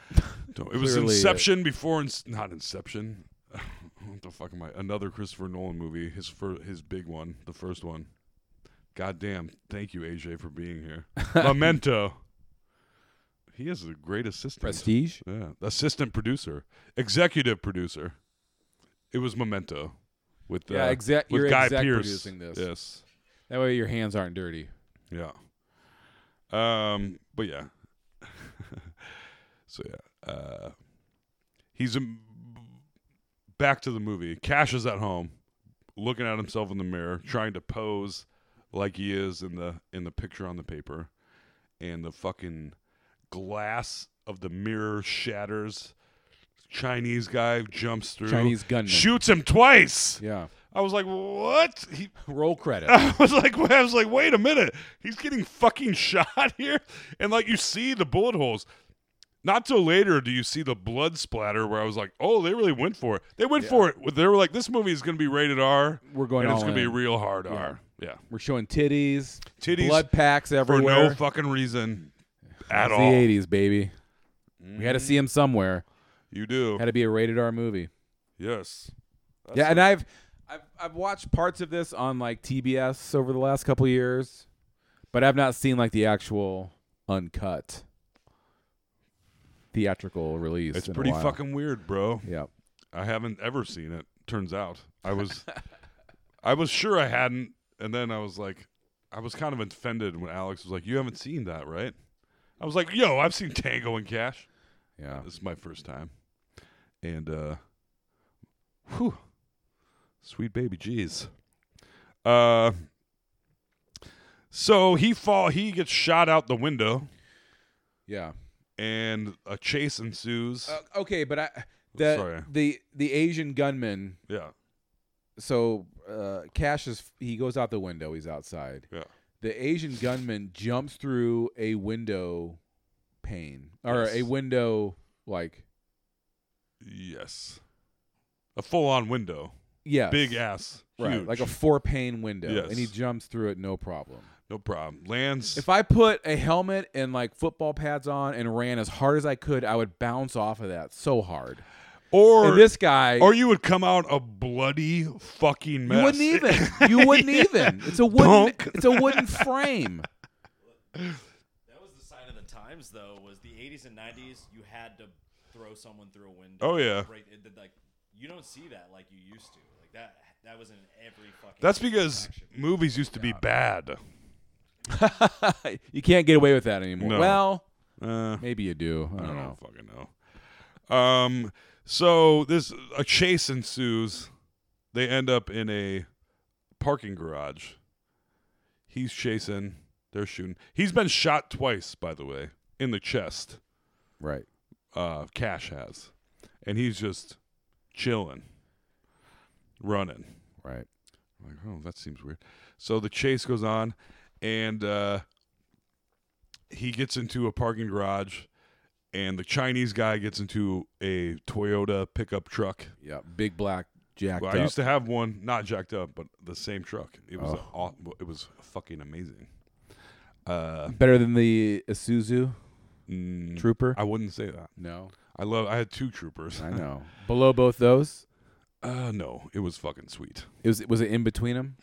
know. Don't- it was
Clearly, uh,
Inception before, in, not Inception. what the fuck am I? Another Christopher Nolan movie. His fir- his big one, the first one. God damn! Thank you, AJ, for being here. Memento. He is the great assistant.
Prestige.
Yeah, assistant producer, executive producer. It was Memento, with uh,
Yeah, exec-
with
you're
Guy
exec
Pearce.
producing this.
Yes.
That way your hands aren't dirty.
Yeah. Um, but yeah. so yeah. Uh he's in, back to the movie. Cash is at home looking at himself in the mirror, trying to pose like he is in the in the picture on the paper. And the fucking glass of the mirror shatters. Chinese guy jumps through.
Chinese gunman.
Shoots him twice.
Yeah.
I was like, "What?" He
Roll credit.
I was like, I was like, wait a minute, he's getting fucking shot here, and like you see the bullet holes. Not till later do you see the blood splatter where I was like, oh, they really went for it. They went for it. They were like, this movie is going to be rated R.
We're going
and it's
all
gonna be
in.
real hard R. Yeah,
We're showing titties,
Titties
blood packs
for
everywhere.
no fucking reason at
it's
all. Mm.
the '80s, baby. We had to see him somewhere.
You do.
Had to be a rated R movie.
Yes.
yeah, and I've, I've I've watched parts of this on like TBS over the last couple of years, but I've not seen like the actual uncut theatrical release.
It's
in a
pretty
while.
fucking weird, bro.
Yeah.
I haven't ever seen it. Turns out, I was, I was sure I hadn't, and then I was like, I was kind of offended when Alex was like, "You haven't seen that, right?" I was like, "Yo, I've seen Tango and Cash.
Yeah.
This is my first time." And uh, whew, sweet baby, jeez. Uh, so he fall, he gets shot out the window,
Yeah.
and a chase ensues.
Uh, okay, but I the
Sorry.
the the Asian gunman.
yeah,
So uh, Cash is he goes out the window. He's outside.
yeah.
the Asian gunman jumps through a window pane or a
Yes.
window like
Yes. A full on window.
yeah
Big ass.
right
Huge.
like a four pane window and he
Yes.
jumps through it no problem.
no problem. Lands.
If I put a helmet and like football pads on and ran as hard as I could, I would bounce off of that so hard.
or
and this guy
or you would come out a bloody fucking
You
mess.
wouldn't even. You wouldn't even. It's a wooden.
Dunk.
It's a wooden frame.
That was the sign of the times, though. Was the '80s and '90s? You had to throw someone through a window.
Oh, yeah.
Break, it, did, like you don't see that like you used to. Like that. That was in every fucking.
That's because
action movie.
movies used to be bad.
you can't get away with that anymore.
No.
Well,
Uh,
maybe you do. I
I
don't
don't
know.
fucking know. Um, so this a chase ensues. They end up in a parking garage. He's chasing. They're shooting. He's been shot twice, by the way, in the chest.
Right.
Uh, Cash has, and he's just chilling, running.
Right.
I'm like, oh, that seems weird. So the chase goes on, and uh, he gets into a parking garage, and the Chinese guy gets into a Toyota pickup truck.
Yeah. Big black jacked
Well,
up.
I used to have one, not jacked up, but the same truck. It was
Oh.
aw- it was fucking amazing. Uh,
Better than the Isuzu
mm,
Trooper.
I wouldn't say that.
no.
I love. I had two troopers.
I know. Below both those.
Uh, no, it was fucking sweet.
It was. Was it in between them?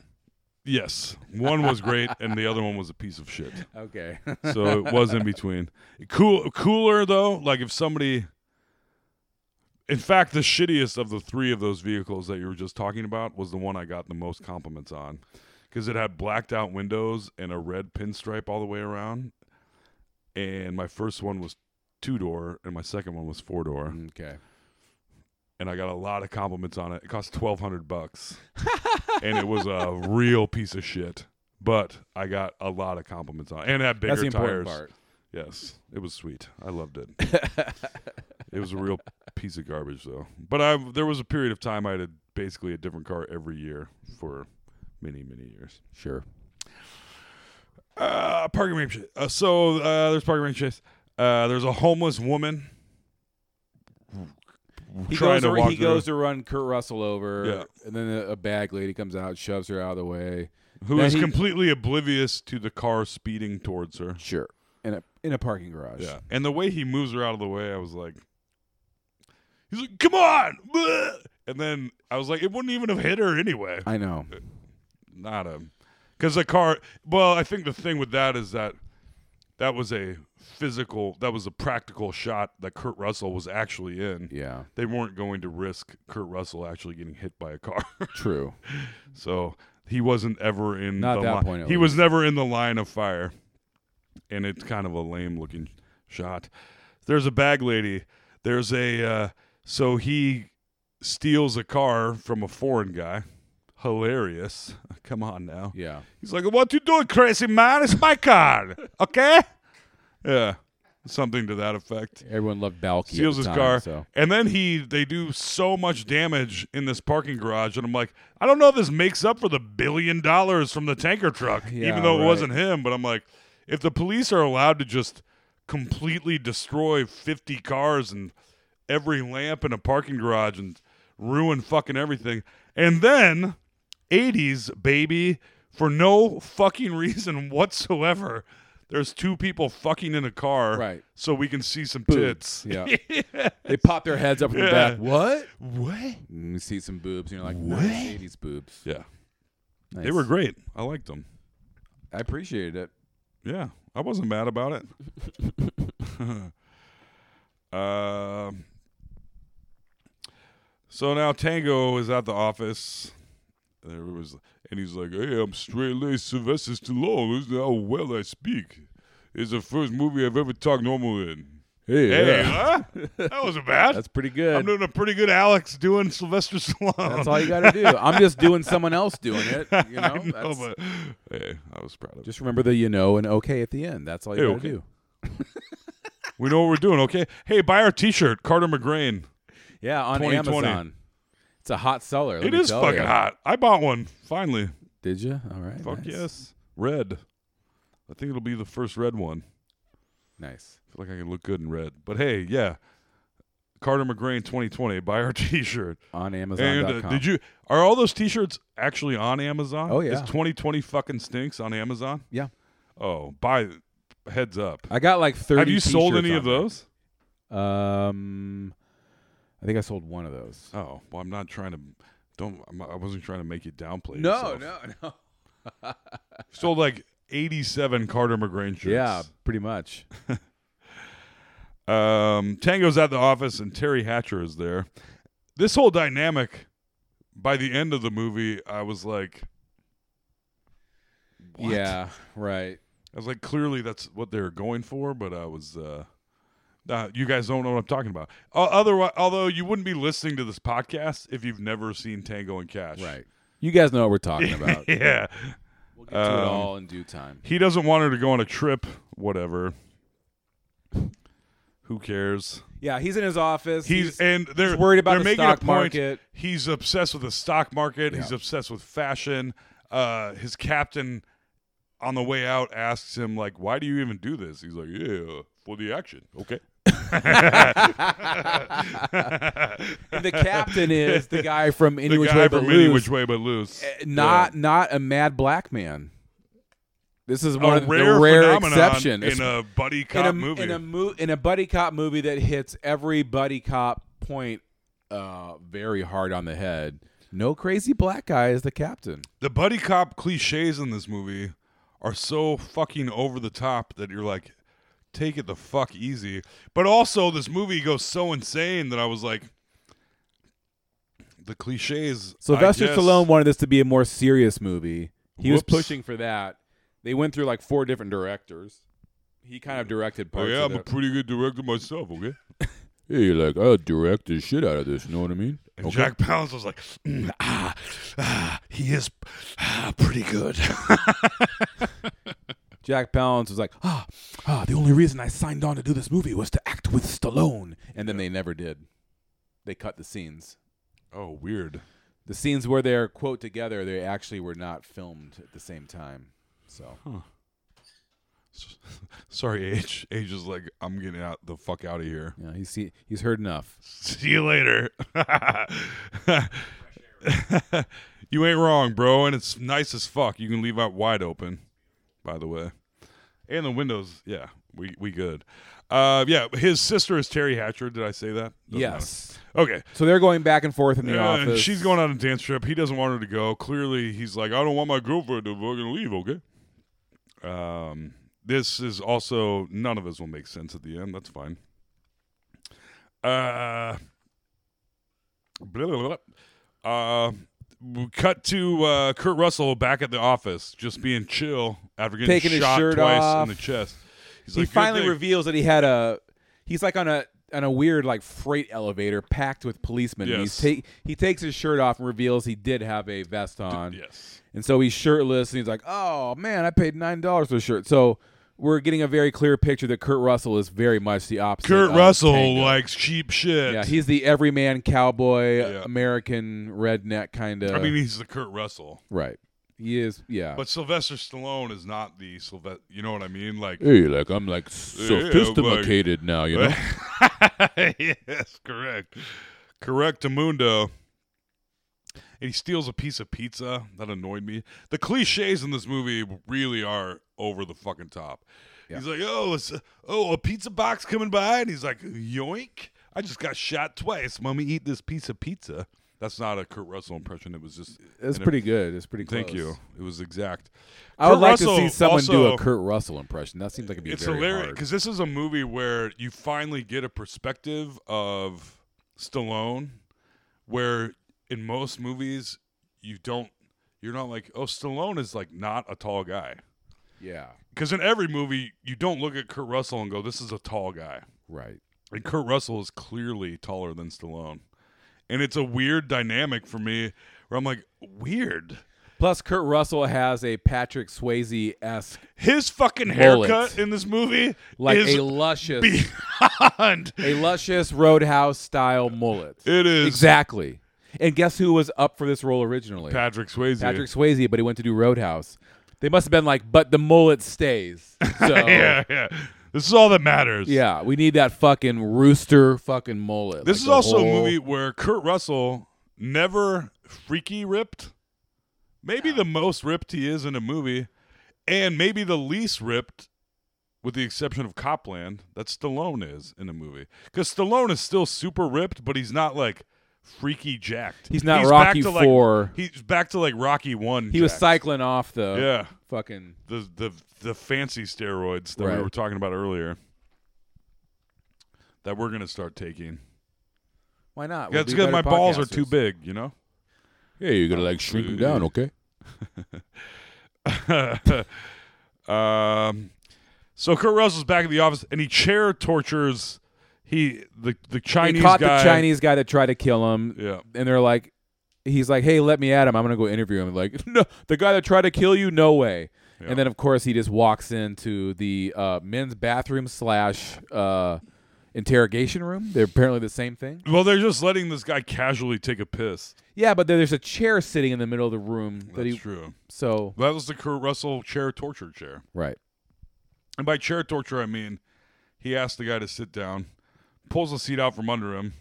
Yes, one was great, and the other one was a piece of shit.
Okay.
so it was in between. Cool, cooler though. Like if somebody, in fact, the shittiest of the three of those vehicles that you were just talking about was the one I got the most compliments on, because it had blacked out windows and a red pinstripe all the way around. And my first one was two door, and my second one was four door,
okay.
and I got a lot of compliments on it. It cost twelve hundred bucks, and it was a real piece of shit. But I got a lot of compliments on, it. and it had bigger
That's the important
tires. Yes, it was sweet. I loved it.
part.
It was a real piece of garbage, though. But I there was a period of time I had a, basically a different car every year for many, many years.
sure.
Uh, parking ramp chase. Uh, so uh, there's parking ramp chase. Uh, there's a homeless woman
He
trying
goes.
to
to,
walk
he
through.
goes to run Kurt Russell over.
Yeah.
And then a, a bag lady comes out, shoves her out of the way.
who
Now
is
he-
completely oblivious to the car speeding towards her.
Sure. In a in a parking garage.
Yeah, and the way he moves her out of the way, I was like, he's like, "Come on!" Bleh!" And then I was like, it wouldn't even have hit her anyway.
I know.
not a because the car well i think the thing with that is that that was a physical that was a practical shot that kurt russell was actually in
Yeah.
they weren't going to risk kurt russell actually getting hit by a car
True.
so he wasn't ever in the
Not at that
li-
point, at
he was never in the line of fire and it's kind of a lame looking shot there's a bag lady there's a uh, so he steals a car from a foreign guy hilarious come on now
Yeah.
He's like, "What you doing, crazy man? It's my car, okay?" Yeah, something to that effect.
Everyone loved Balky. at
Steals
the
his
time,
car,
So
and then he they do so much damage in this parking garage, and I'm like, I don't know if this makes up for the billion dollars from the tanker truck,
Yeah,
even though
right.
it wasn't him. But I'm like, if the police are allowed to just completely destroy 50 cars and every lamp in a parking garage and ruin fucking everything, and then 80s baby for no fucking reason whatsoever. There's two people fucking in a car,
Right.
So we can see some tits.
yeah, they pop their heads up in the back.
Yeah.
What?
What?
And Mm, you see some boobs, and you're like, nice eighties boobs.
Yeah. They
Nice.
were great. I liked them.
I appreciated it.
Yeah. I wasn't mad about it. Um so now Tango is at the office. There was, and he's like, "Hey, I'm straight laced Sylvester Stallone. Listen to how well I speak. It's the first movie I've ever talked normal in.
Hey,
Hey,
yeah.
huh? that wasn't bad.
that's pretty good.
I'm doing a pretty good Alex doing Sylvester Stallone.
that's all you got to do. I'm just doing someone else doing it. You know,
I know,
That's-
but hey, I was proud of it.
just remember the you know and okay at the end. That's all you
Hey,
got to
okay.
do.
We know what we're doing, okay? Hey, buy our T-shirt, Carter McGrain.
Yeah, on
2020.
Amazon, it's a hot seller. let
it
me
is
tell
fucking
ya.
hot. I bought one finally.
Did you? All right.
Fuck
nice.
yes, red. I think it'll be the first red one.
Nice.
I feel like I can look good in red. But hey, yeah. Carter McGrain 2020. Buy our T-shirt.
On
And
Amazon.com.
uh, did you? Are all those T-shirts actually on Amazon?
Oh, yeah.
Is 2020 fucking stinks on Amazon?
Yeah.
Oh, buy. Heads up.
I got like thirty.
Have you sold
t-shirts
any of
on there.
those?
Um, I think I sold one of those.
Oh, well, I'm not trying to. Don't. I'm, I wasn't trying to make you downplay.
No,
yourself.
no, no.
Sold like 87 Carter McGrain shirts.
Yeah, pretty much.
Um, Tango's at the office and Terry Hatcher is there. This whole dynamic, by the end of the movie, I was like, What?
Yeah, right.
I was like, clearly that's what they're going for, but I was, uh, uh, you guys don't know what I'm talking about. Uh, otherwise, although you wouldn't be listening to this podcast if you've never seen Tango and Cash,
Right. You guys know what we're talking about.
yeah,
We'll get to it
Um,
all in due time.
he doesn't want her to go on a trip. Whatever. Who cares?
Yeah, he's in his office.
He's, and they're
he's worried about
they're
the
making
stock
a point.
market.
He's obsessed with the stock market. He's
Yeah.
obsessed with fashion. Uh, his captain on the way out asks him like, "Why do you even do this?" He's like, "Yeah, for the action." Okay.
And the captain is the guy from Any
the
Which
guy
Way
from
But
Any
Loose,
Which Way But Loose.
eh, Not not a mad black man. This is
Yeah.
one
a
of the-
rare,
the rare
phenomenon
exception
in a buddy cop
in a,
movie.
in a mo- in a buddy cop movie that hits every buddy cop point uh, very hard on the head. No crazy black guy is the captain.
the buddy cop cliches in this movie are so fucking over the top that you're like, take it the fuck easy. But also, this movie goes so insane that I was like, the cliches.
Sylvester
I guess,
Stallone wanted this to be a more serious movie. He
Whoops.
was pushing for that. They went through like four different directors. He kind of directed
Oh
parts.
yeah,
of
I'm a
it.
pretty good director myself. Okay.
Yeah, you're like, I'll direct the shit out of this. You know what I mean?
And Jack Palance was like, "Mm, ah, ah, he is ah, pretty good.
Jack Palance was like, ah, ah, the only reason I signed on to do this movie was to act with Stallone. And then they never did. They cut the scenes.
oh, weird.
The scenes where they're, quote, together, they actually were not filmed at the same time. So,
Sorry, H. H is like, I'm getting out the fuck out of here.
yeah, he's, he, he's heard enough.
See you later. you ain't wrong, bro, and it's nice as fuck. You can leave out wide open, by the way. And the windows, yeah, we we good. Uh, yeah, his sister is Terry Hatcher. Did I say that? Doesn't
yes.
matter. Okay.
So they're going back and forth in the
Uh, and
office.
she's going on a dance trip. He doesn't want her to go. Clearly, he's like, I don't want my girlfriend to fucking leave. Okay. Um, this is also none of us will make sense at the end. That's fine. Uh, blah, blah, blah. uh, we cut to uh, Kurt Russell back at the office, just being chill after getting
Taking his
shot
shirt
twice
off.
in the chest. He's
he
like, "Good
finally
thing."
reveals that he had a he's like on a on a weird like freight elevator packed with policemen. And he's
Yes.
take he takes his shirt off and reveals he did have a vest on.
Yes.
And so he's shirtless and he's like, "Oh man, I paid nine dollars for the shirt." So we're getting a very clear picture that Kurt Russell is very much the opposite.
Kurt
of
Russell
uh, Tango.
likes cheap shit.
yeah, he's the everyman cowboy,
Yeah.
American redneck kind of.
I mean, he's the Kurt Russell.
right? He is, yeah.
But Sylvester Stallone is not the Sylvester. You know what I mean? Like,
hey, like I'm like
sophisticated
now, you
yes, correct, correct, Mundo. And he steals a piece of pizza that annoyed me. The cliches in this movie really are over the fucking top. He's like, oh, it's, oh, a pizza box coming by, and he's like, yoink! I just got shot twice. Mommy, eat this piece of pizza. That's not a Kurt Russell impression. It was just.
It's
an-
pretty good. It's pretty. Close.
Thank you. It was exact.
I would
Kurt
like to
Russell
see someone do a
also-
Kurt Russell impression. That seems like it'd be
it's
very
hilarious
hard.
because this is a movie where you finally get a perspective of Stallone, where in most movies you don't, you're not like, oh, Stallone is like not a tall guy.
Yeah,
Because in every movie you don't look at Kurt Russell and go, this is a tall guy,
right.
and Kurt Russell is clearly taller than Stallone, and it's a weird dynamic for me where I'm like, weird.
Plus, Kurt Russell has a Patrick Swayze esque,
His fucking
Mullet.
haircut in this movie
like
is
a luscious,
beyond.
a luscious Roadhouse style mullet.
It is
exactly. And guess who was up for this role originally?
Patrick Swayze.
Patrick Swayze, but he went to do Roadhouse. They must have been like, but the mullet stays. So
yeah, yeah. This is all that matters.
Oh. yeah, we need that fucking rooster fucking mullet.
This
Like
is
the
also a
whole-
movie where Kurt Russell never freaky ripped. Maybe the most ripped he is in a movie, and maybe the least ripped, with the exception of Copland, that Stallone is in a movie. Because Stallone is still super ripped, but he's not like freaky jacked.
He's not
back
Rocky
to, like-
IV.
he's back to like Rocky One.
He was
jacked.
cycling off the
Yeah.
fucking
the the the fancy steroids that we
Right.
were talking about earlier. That we're gonna start taking.
Why not?
Yeah,
We'll
it's
be
because my
better
balls are
podcasters.
too big, you know?
Yeah, you're gonna like shrink them down, okay?
um, so Kurt Russell's back at the office and he chair tortures he the the Chinese
he caught
guy.
the Chinese guy that tried to kill him.
Yeah.
and they're like, he's like, hey, let me at him. I'm gonna go interview him. Like, no, the guy that tried to kill you, no way.
Yeah.
And then of course he just walks into the uh, men's bathroom slash uh, interrogation room. They're apparently the same thing.
Well, they're just letting this guy casually take a piss.
Yeah, but there's a chair sitting in the middle of the room that
That's
he.
true.
So
That was the Kurt Russell chair torture chair.
right,
And by chair torture, I mean he asks the guy to sit down, pulls the seat out from under him,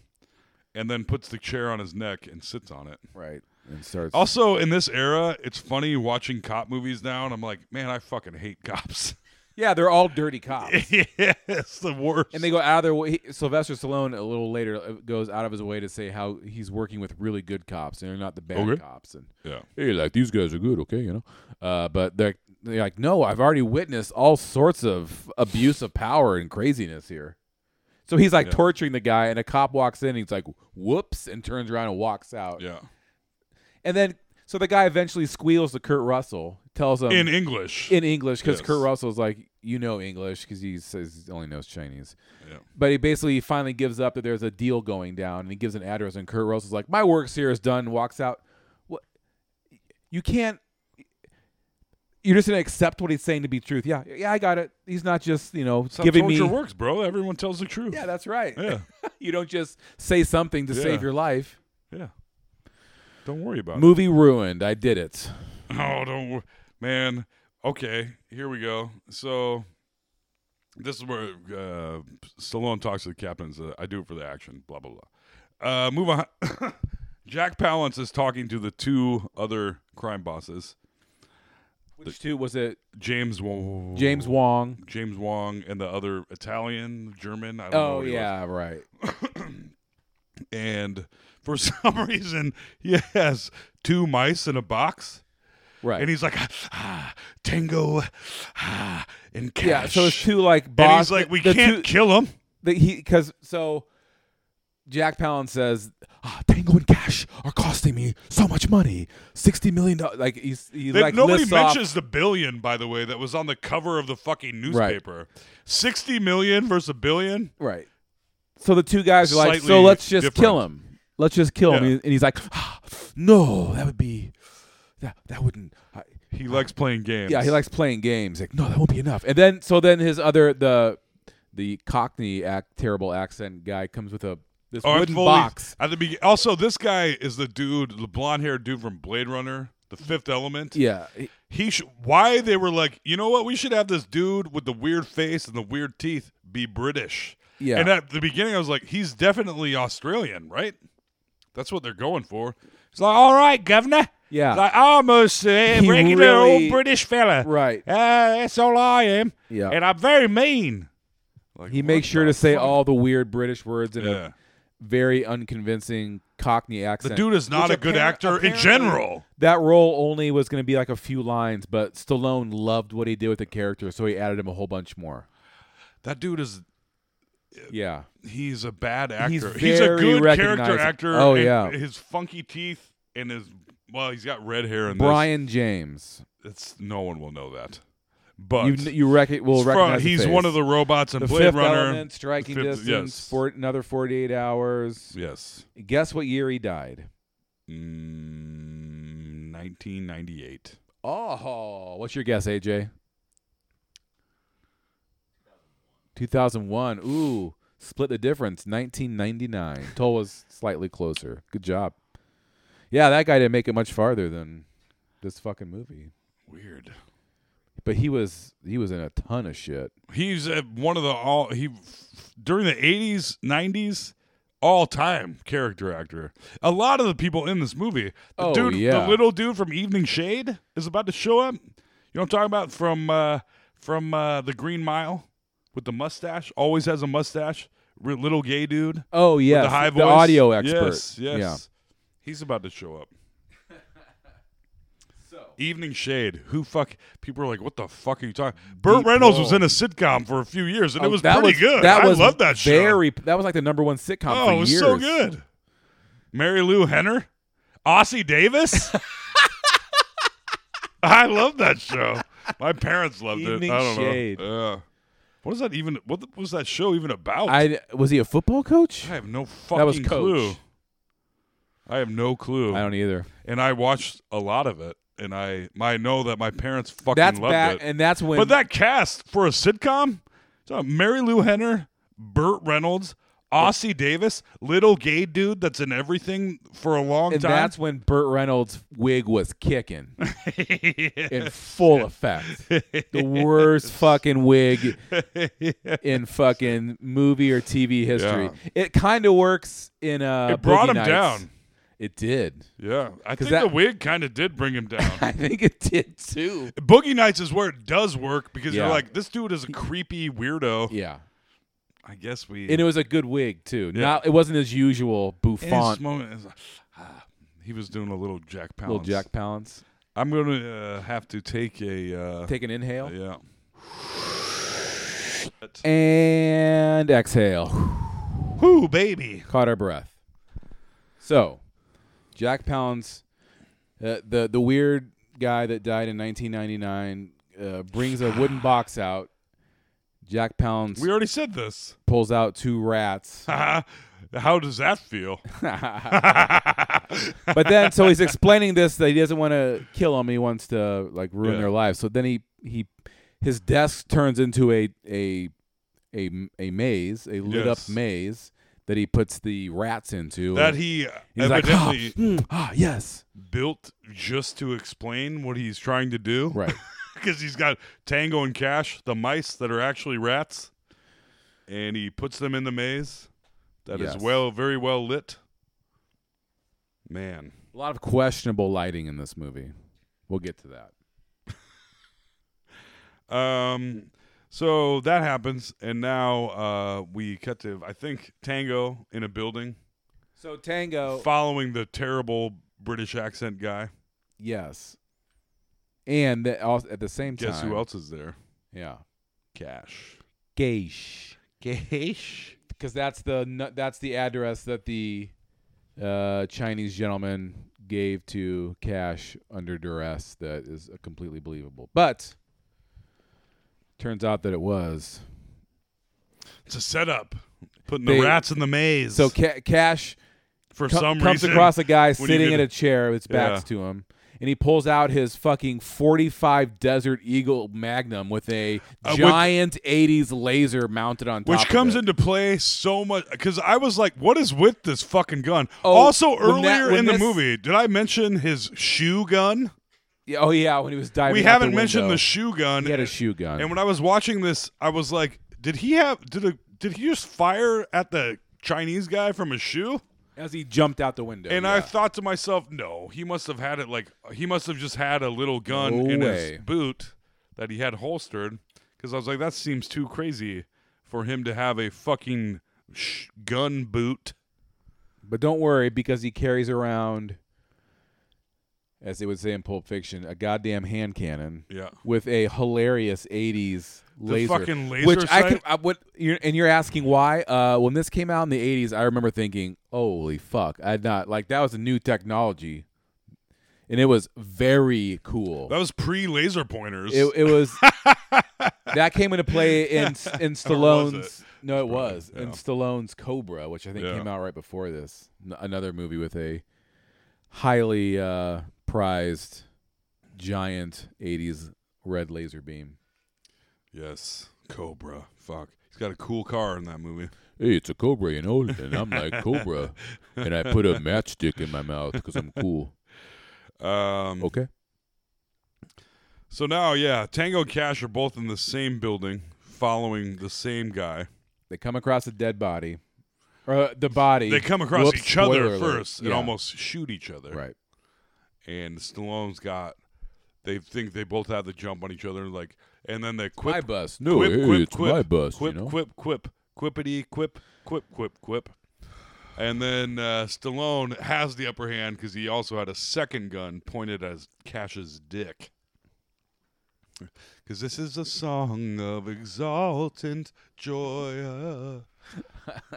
and then puts the chair on his neck and sits on it.
right, and starts.
Also, in this era, it's funny watching cop movies now, and I'm like, man, I fucking hate cops.
yeah, they're all dirty cops.
yeah, it's the worst.
And they go out of their way. He, Sylvester Stallone, a little later, uh, goes out of his way to say how he's working with really good cops and they're not the bad
Okay.
cops. And
yeah.
hey, like these guys are good, okay, you know. Uh, but they're they're like, no, I've already witnessed all sorts of abuse of power and craziness here. So he's like
Yeah.
torturing the guy, and a cop walks in, and he's like, "Whoops!" and turns around and walks out.
Yeah.
And then, so the guy eventually squeals to Kurt Russell, tells him
in English.
in English because
Yes.
Kurt Russell's like, you know English because he says he only knows Chinese.
Yeah.
But he basically finally gives up that there's a deal going down and he gives an address and Kurt Russell's like, my work's here is done, and walks out. What? You can't. You're just gonna accept what he's saying to be truth. Yeah, yeah, I got it. He's not just you know
That's how
giving me.
torture works, bro. Everyone tells the truth.
Yeah, that's right.
Yeah.
you don't just say something to
Yeah.
save your life.
yeah. Don't worry about
Movie ruined. I did it.
it. Oh, don't wor- Man. Okay, here we go. So this is where uh, Stallone talks to the captain and says, I do it for the action, blah, blah, blah. Uh, move on. Jack Palance is talking to the two other crime bosses,
Which two was it?
James Wong,
James Wong.
James Wong, and the other Italian, German. I don't know
Oh
what he was.
yeah, right.
and for some reason he has two mice in a box
Right.
and he's like ah, tango ah, and cash
Yeah, so it's two like
and
boss.
he's like we
the
can't
two-
kill him
the, he because so Jack Palance says ah, Tango and Cash are costing me so much money, sixty million dollars. Like he's he
They-
like
nobody
lists off-
mentions the billion by the way that was on the cover of the fucking
Right.
newspaper 60 million versus a billion
right. So the two guys are like, so
Slightly
let's just kill
different.
him. Let's just kill
Yeah.
him. And he's like, ah, no, that would be that that wouldn't. I,
he likes playing games
yeah, he likes playing games. Like no, that won't be enough. And then so then his other the the Cockney act terrible accent guy comes with a this
Oh, I'm
wooden
fully-
box.
at the be- also this guy is the dude the blonde haired dude from blade runner the fifth element
Yeah, he-
he should why they were like you know what we should have this dude with the weird face and the weird teeth be british
Yeah.
and at the beginning i was like he's definitely australian right that's what they're going for he's like all right governor
Yeah.
He's like i'm a s- uh,
He
regular
really-
old british fella
right.
uh, that's all i am
Yeah.
and i'm very mean Like,
He
what
makes sure
the
to say
fuck?
all the weird British words in
yeah
a very unconvincing Cockney accent.
the dude is not
Which
a good
appar-
actor in
apparently
general
That role only was going to be like a few lines, but Stallone loved what he did with the character, so he added him a whole bunch more.
that dude is
Yeah,
he's a bad actor. He's,
He's
a
very
good character
recognizable.
actor.
Oh,
and
yeah.
his funky teeth and his well, he's got red hair. And
Brian James.
this. It's, no one will know that. But
You kn- you rec- will
he's, from-
recognize. the
he's
face.
one of the robots in
the
Blade
Fifth
Runner.
Element, Striking
Fifth-
Distance,
yes.
for another forty-eight hours.
yes,
Guess what year he died?
mm, nineteen ninety eight.
Oh, what's your guess, AJ? 2001. Ooh, split the difference. 1999. Toll was slightly closer. Good job. Yeah, that guy didn't make it much farther than this fucking movie.
Weird.
But he was he was in a ton of shit.
He's uh, one of the all he during the eighties, nineties, all time character actor. A lot of the people in this movie, the
Oh,
dude,
yeah.
the little dude from Evening Shade, is about to show up. You know what I'm talking about from uh, from uh, the Green Mile with the mustache. Always has a mustache. Re- little gay dude.
Oh yeah,
with the high voice.
audio expert.
Yes, yes.
Yeah.
He's about to show up. Evening Shade. Who fuck? People are like, what the fuck are you talking? Burt
Deep
Reynolds was
Roll.
in a sitcom for a few years, and
Oh,
it was
that
pretty good.
That was
I love that show.
Very. That was like the number one sitcom.
oh,
for
it was
years.
so good. Mary Lou Henner, Ossie Davis. I love that show. My parents loved
Evening
it. I don't
Shade.
know. Yeah. What is that even? What was that show even about?
I was he a football coach?
I have no fucking
That was Coach.
clue. I have no clue.
I don't either.
and I watched a lot of it, and I my I know that my parents fucking
That's
loved
back,
it.
and that's when.
but that cast for a sitcom, it's, uh, Mary Lou Henner, Burt Reynolds, Ossie Davis, little gay dude that's in everything for a long
and
time.
that's when Burt Reynolds' wig was kicking in full effect. The worst fucking wig in fucking movie or TV history. It kind of works in uh
It brought
Boogie
him
Nights.
down.
It did.
yeah, I think
that-
the wig kind of did bring him down.
I think it did too.
Boogie Nights is where it does work because
Yeah.
you're like, this dude is a creepy weirdo.
Yeah.
I guess we.
And it was a good wig too.
Yeah.
Not it wasn't his usual
In
bouffant
this moment, it's like, ah, he was doing a little Jack Palance.
little Jack Palance.
I'm gonna uh, have to take a uh,
Take an inhale
yeah.
and exhale.
Whoo, baby.
Caught our breath. So, Jack Palance, uh, the the weird guy that died in 1999, uh, brings a wooden box out. Jack Palance
We already said this.
pulls out two rats.
How does that feel?
but then so he's explaining this that he doesn't want to kill them he wants to like ruin
Yeah.
their lives so then he he his desk turns into a a a, a maze a lit
Yes.
up maze that he puts the rats into
that he
he's like ah,
evidently
mm, ah yes
built just to explain what he's trying to do.
right
Because he's got Tango and Cash, the mice that are actually rats, and he puts them in the maze. That is
Yes.
well, very well lit. Man,
a lot of questionable lighting in this movie we'll get to that
Um, so that happens, and now uh, we cut to I think Tango in a building,
so tango
following the terrible British accent guy.
yes and that also, at the same time
Guess who else is there?
yeah
Cash.
Geish. Geish. Because that's the nu- that's the address that the uh, Chinese gentleman gave to Cash under duress. That is uh, completely believable. But turns out that it was
It's a setup, putting
They-
the rats in the maze.
so. Ca- Cash
for
co-
some
comes
reason,
across a guy
when you
sitting
get
in
a-
a chair. Its back's
Yeah.
to him. And he pulls out his fucking forty-five Desert Eagle Magnum with a
Uh, with-
giant '80s laser mounted on top.
which
of
comes
it.
into play so much because I was like, "What is with this fucking gun?"
Oh,
also,
when
earlier
that- when
in the
this-
movie, did I mention his shoe gun?
Yeah, Oh yeah, when he was diving.
we
out
haven't
the
mentioned
window.
the shoe gun.
He had a shoe gun.
And when I was watching this, I was like, did he have did a did he just fire at the Chinese guy from his shoe?
as he jumped out the window.
And
yeah.
I thought to myself, no, he must have had it like he must have just had a little gun
No
in
way.
his boot that he had holstered cuz I was like that seems too crazy for him to have a fucking sh- gun boot.
but don't worry because he carries around, as they would say in Pulp Fiction, a goddamn hand cannon.
Yeah.
With a hilarious '80s laser,
fucking laser
which I
sight?
can. I would, you're, and you're asking why? Uh, when this came out in the '80s, I remember thinking, "Holy fuck!" I would not like that was a new technology, and it was very cool.
That was pre laser pointers.
It, it was that came into play in in Stallone's. No, it was in Stallone's Cobra, which I think
Yeah.
came out right before this. N- another movie with a highly uh, prized giant '80s red laser beam.
yes. Cobra. Fuck. He's got a cool car in that movie.
Hey, it's a cobra, you know, and I'm like cobra, and I put a matchstick in my mouth because I'm cool.
Um
Okay,
So now, yeah, Tango and Cash are both in the same building, following the same guy.
They come across a dead body, or uh, the body.
They come across
Whoops,
each other
spoiler alert.
first and
Yeah,
almost shoot each other.
right.
And Stallone's got. They think they both have the jump on each other, like, and then they quip,
my bus. No,
quip,
hey,
quip,
it's
quip,
my bus.
Quip,
you know?
quip, quip, quippity, quip, quip, quip, quip. And then uh, Stallone has the upper hand because he also had a second gun pointed at Cash's dick. Because this is a song of exultant joy.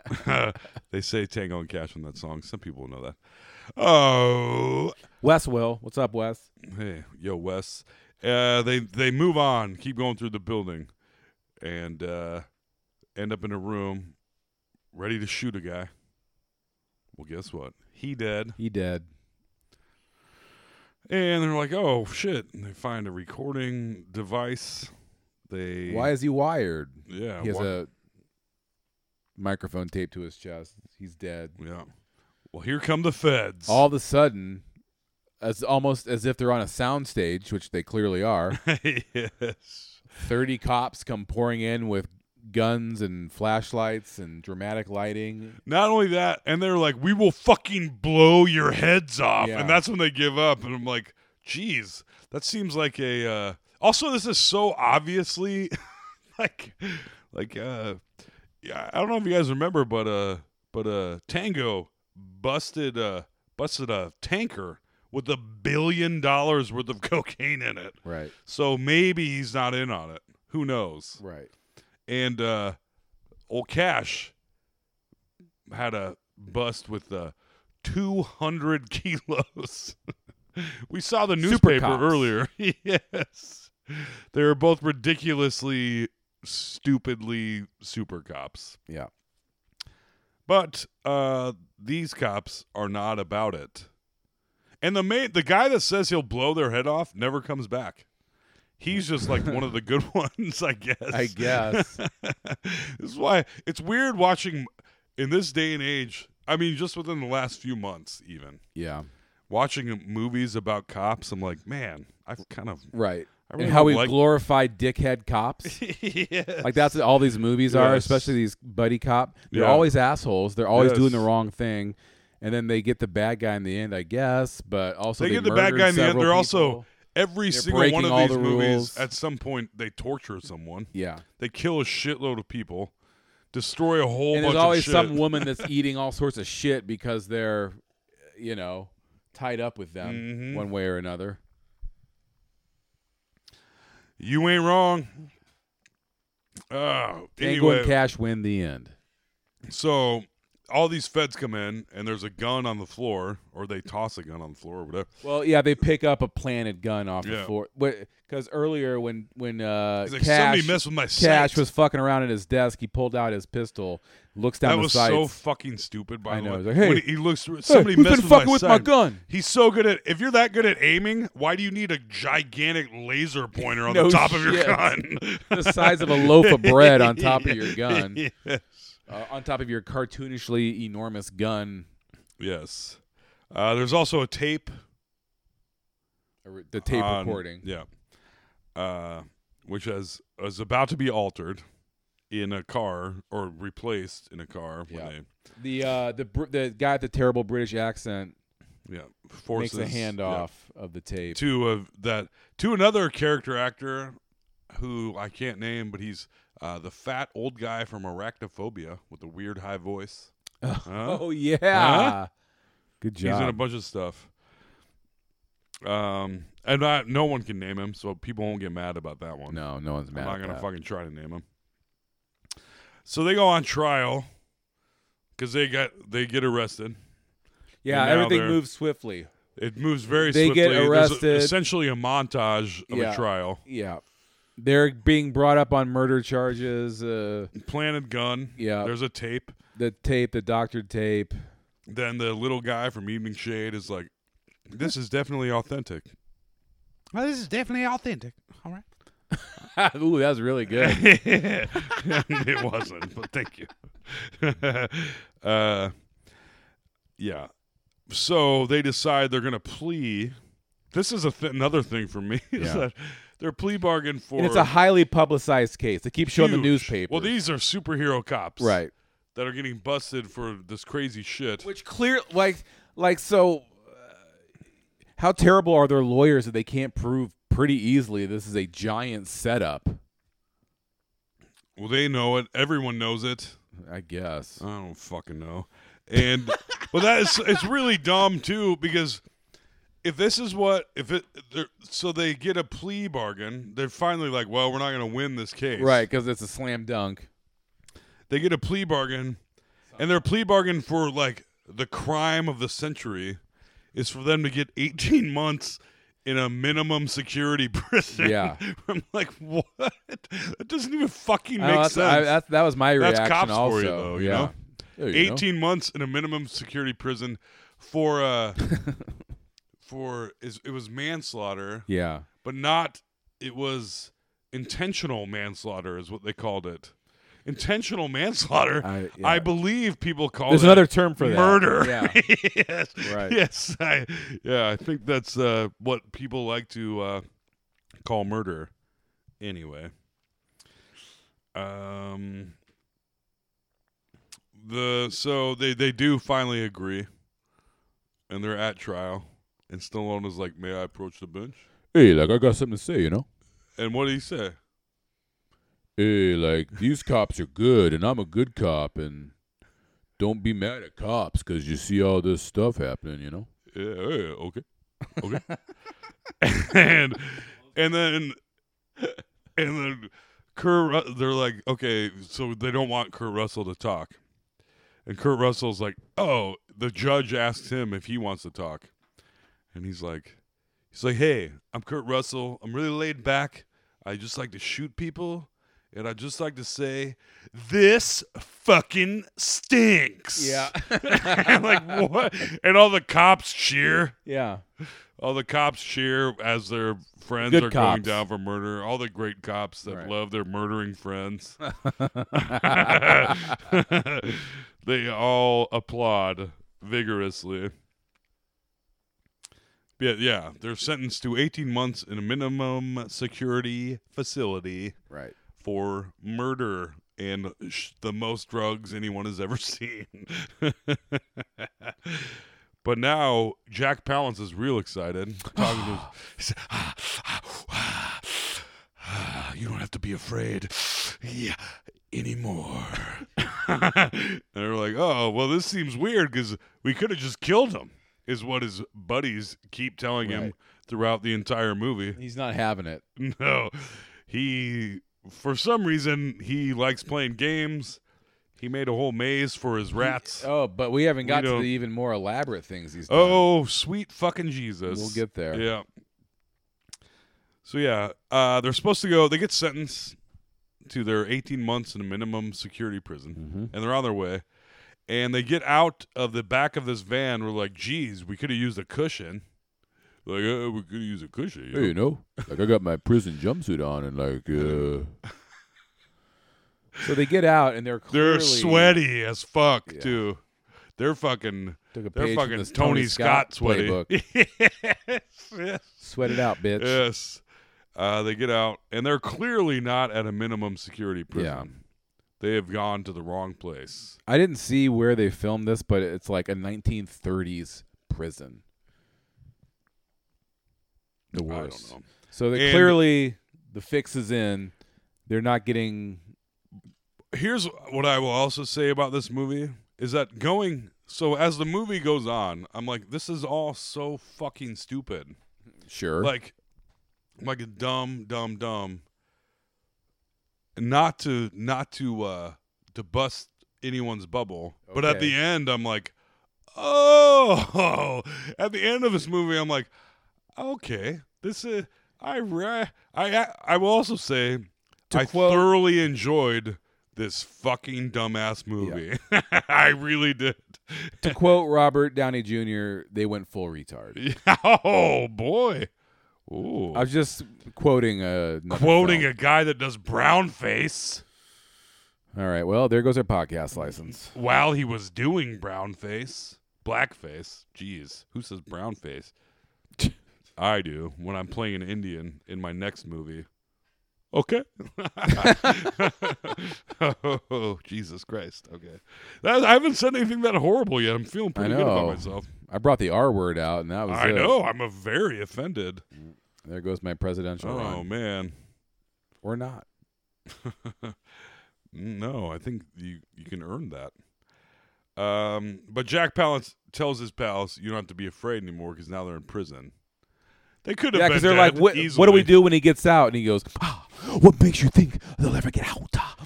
they say Tango and Cash in that song. Some people know that. Oh,
Wes will. What's up, Wes?
Hey, yo, Wes. Uh, they they move on, keep going through the building, and uh, end up in a room, ready to shoot a guy. Well, guess what? He dead.
He dead.
And they're like, oh shit! And they find a recording device. They
Why is he wired?
yeah
he has
why-
a microphone taped to his chest. He's dead.
yeah. Well, here come the feds.
All of a sudden, as almost as if they're on a soundstage, which they clearly are.
yes.
Thirty cops come pouring in with guns and flashlights and dramatic lighting.
Not only that, and they're like, "We will fucking blow your heads off,"
Yeah.
and that's when they give up. And I'm like, "Geez, that seems like a." Uh... Also, this is so obviously, like, like, uh, yeah, I don't know if you guys remember, but uh, but uh, Tango busted uh busted a tanker with a billion dollars worth of cocaine in it.
Right.
So maybe he's not in on it. Who knows?
Right.
and uh old cash had a bust with uh 200 kilos we saw the
Super
newspaper
cops.
earlier yes they were both ridiculously stupidly super cops
Yeah.
but uh these cops are not about it and the main the guy that says he'll blow their head off never comes back he's just like one of the good ones i guess
I guess.
this is why it's weird watching in this day and age. I mean, just within the last few months, even
yeah.
watching movies about cops, I'm like, man, I've kind of
Right.
I really
and how
don't
we
like-
glorify dickhead cops.
yes.
Like that's what all these movies are,
Yes.
especially these buddy cop. They're
Yeah.
always assholes. They're always doing the
Yes.
wrong thing, and then they get the bad guy in the end, I guess. But also
they, get the
murdered
bad guy in the end.
several
They're also
people.
every
They're
single one
breaking
of
all
these
the
movies
rules.
at some point they torture someone.
yeah.
They kill a shitload of people, destroy a whole
And
bunch
there's always
of shit.
some woman that's eating all sorts of shit because they're, you know, tied up with them
Mhm.
one way or another.
you ain't wrong. Oh,
Tango
anyway,
and Cash win the end.
So all these feds come in, and there's a gun on the floor, or they toss a gun on the floor, or whatever.
Well, yeah, they pick up a planted gun off the
Yeah.
floor because earlier when when uh,
He's like,
Cash
somebody messed with my
Cash
sight."
was fucking around at his desk. He pulled out his pistol, looks down
That
the
was
sights.
so fucking stupid. By
I
the
know.
way,
He's like, "Hey,
When he, he looks through, somebody
who's
messed with
been fucking
my,
with my
sight.
gun?
He's so good at. If you're that good at aiming, why do you need a gigantic laser pointer on
No
the top of your
shit.
gun?
the size of a loaf of bread on top of your gun,
yes.
uh, on top of your cartoonishly enormous gun.
Yes. Uh, there's also a tape.
or uh, The tape
on-
recording.
Yeah. Uh, which is is about to be altered in a car or replaced in a car. When
Yeah.
They,
The uh, the Br- the guy with the terrible British accent
yeah forces
makes a
yeah,
handoff of the tape.
to of that to another character actor who I can't name, but he's uh, the fat old guy from Arachnophobia with the weird high voice. Huh?
Oh yeah,
Huh?
good job.
He's in a bunch of stuff. Um, and I, no one can name him, so people won't get mad about that one.
no, no one's mad.
I'm not
at
gonna
that.
fucking try to name him. So they go on trial because they got they get arrested.
Yeah,
And now
everything
they're-
moves swiftly.
It moves very
They
swiftly.
get
There's a-
arrested.
essentially a montage of
Yeah.
a trial.
Yeah. They're being brought up on murder charges. Uh,
Planted gun.
Yeah.
There's a tape.
the tape, the doctored tape.
Then the little guy from Evening Shade is like, "This is definitely authentic."
Well, this is definitely authentic. All right.
Ooh, that was really good.
it wasn't, but thank you. uh, yeah. So they decide they're going to plea. This is a th- another thing for me. Is
Yeah.
that Their plea bargain for
And it's a highly publicized case. They keep showing the
huge.
newspaper.
Well, these are superhero cops,
right.
That are getting busted for this crazy shit.
Which clear like like so uh, how terrible are their lawyers that they can't prove pretty easily this is a giant setup,
Well, they know it. Everyone knows it.
I guess.
I don't fucking know. And well, that is it's really dumb too because if this is what if it they're, so they get a plea bargain, they're finally like, well, we're not going to win this case,
Right, cuz it's a slam dunk.
They get a plea bargain, and their plea bargain for like the crime of the century is for them to get 18 months in a minimum security prison.
Yeah.
I'm like, what? That doesn't even fucking
Oh,
make
that's-
sense.
I- that's- that was my
That's
reaction
cops
also.
for you, though. You
yeah.
know?
There you go.
18 months in a minimum security prison for uh for is it was manslaughter
Yeah.
but not it was intentional manslaughter is what they called it intentional manslaughter
I-
i,
yeah.
believe people call
There's
Oh, that
another term for that.
murder
Yeah.
yes
Right.
yes I, yeah i think that's uh what people like to uh call murder anyway um the so they they do finally agree and they're at trial and stallone is like may i approach the bench
Hey, like I got something to say, you know.
and what did he say
Hey, like these cops are good and I'm a good cop and don't be mad at cops cuz you see all this stuff happening, you know.
yeah, yeah, okay okay and and then and then Kurt Ru- they're like okay so they don't want Kurt Russell to talk and Kurt Russell's like oh the judge asks him if he wants to talk and he's like he's like hey I'm Kurt Russell I'm really laid back I just like to shoot people and I just like to say this fucking stinks
Yeah.
and like what and all the cops cheer
Yeah.
all the cops cheer as their friends
Good
are
cops.
going down for murder. All the great cops that
Right.
love their murdering friends. they all applaud vigorously. Yeah, yeah, they're sentenced to 18 months in a minimum security facility
Right.
for murder and sh- the most drugs anyone has ever seen. but now Jack Palance is real excited. Talking to he said, "Ah, ah, ah, ah, you don't have to be afraid yeah, anymore. and they're like, oh, well, this seems weird because we could have just killed him, is what his buddies keep telling him
Right.
throughout the entire movie.
He's not having it.
No, he for some reason he likes playing games. He made a whole maze for his rats.
Oh, but we haven't got to
don't-
the even more elaborate things he's done.
Oh, sweet fucking Jesus!
We'll get there.
Yeah. So yeah, uh, they're supposed to go. They get sentenced to their 18 months in a minimum security prison,
Mm-hmm.
and they're on their way. And they get out of the back of this van. We're like, geez, we could have used a cushion. Like, uh, we could have used a cushion. you
Hey, you know, like I got my prison jumpsuit on and like. uh So they get out and they're clearly
They're sweaty as fuck
Yeah.
too. They're fucking.
Took a
They're
page from
fucking
this
Tony, Scott, sweaty.
playbook.
yes, yes,
Sweat it out, bitch.
yes. Uh, they get out, and they're clearly not at a minimum security prison. They have gone to the wrong place.
I didn't see where they filmed this, but it's like a 1930s prison. The
I don't
worst.
know.
So they
And-
clearly the fix is in. They're not getting
Here's what I will also say about this movie is that going so as the movie goes on, I'm like, this is all so fucking stupid.
sure.
like like a dumb dumb dumb not to not to uh to bust anyone's bubble but at
Okay.
the end i'm like oh at the end of this movie i'm like okay this is i re- i i, I will also say i
quote-
thoroughly enjoyed this fucking dumbass movie i really did
to quote Robert Downey Jr., they went full retard.
oh boy Ooh.
I was just quoting a
quoting a guy that does brown face
All right, well, there goes our podcast license.
while he was doing brown face, black face. Jeez, who says brown face? I do when I'm playing an Indian in my next movie. Okay. oh, Jesus Christ. Okay. That, I haven't said anything that horrible yet. I'm feeling
I
pretty good
know.
about myself.
I brought the R word out, and that was
I
it.
know. I'm a very offended.
There goes my presidential
Oh,
run.
man.
Or not.
No, I think you you can earn that. Um, but Jack Palance tells his pals, "You don't have to be afraid anymore because now they're in prison." They could have
Yeah,
been
because they're like,
dead
what, what do
easily.
we do when he gets out? And he goes, ah, what makes you think they'll ever get out?
Ah,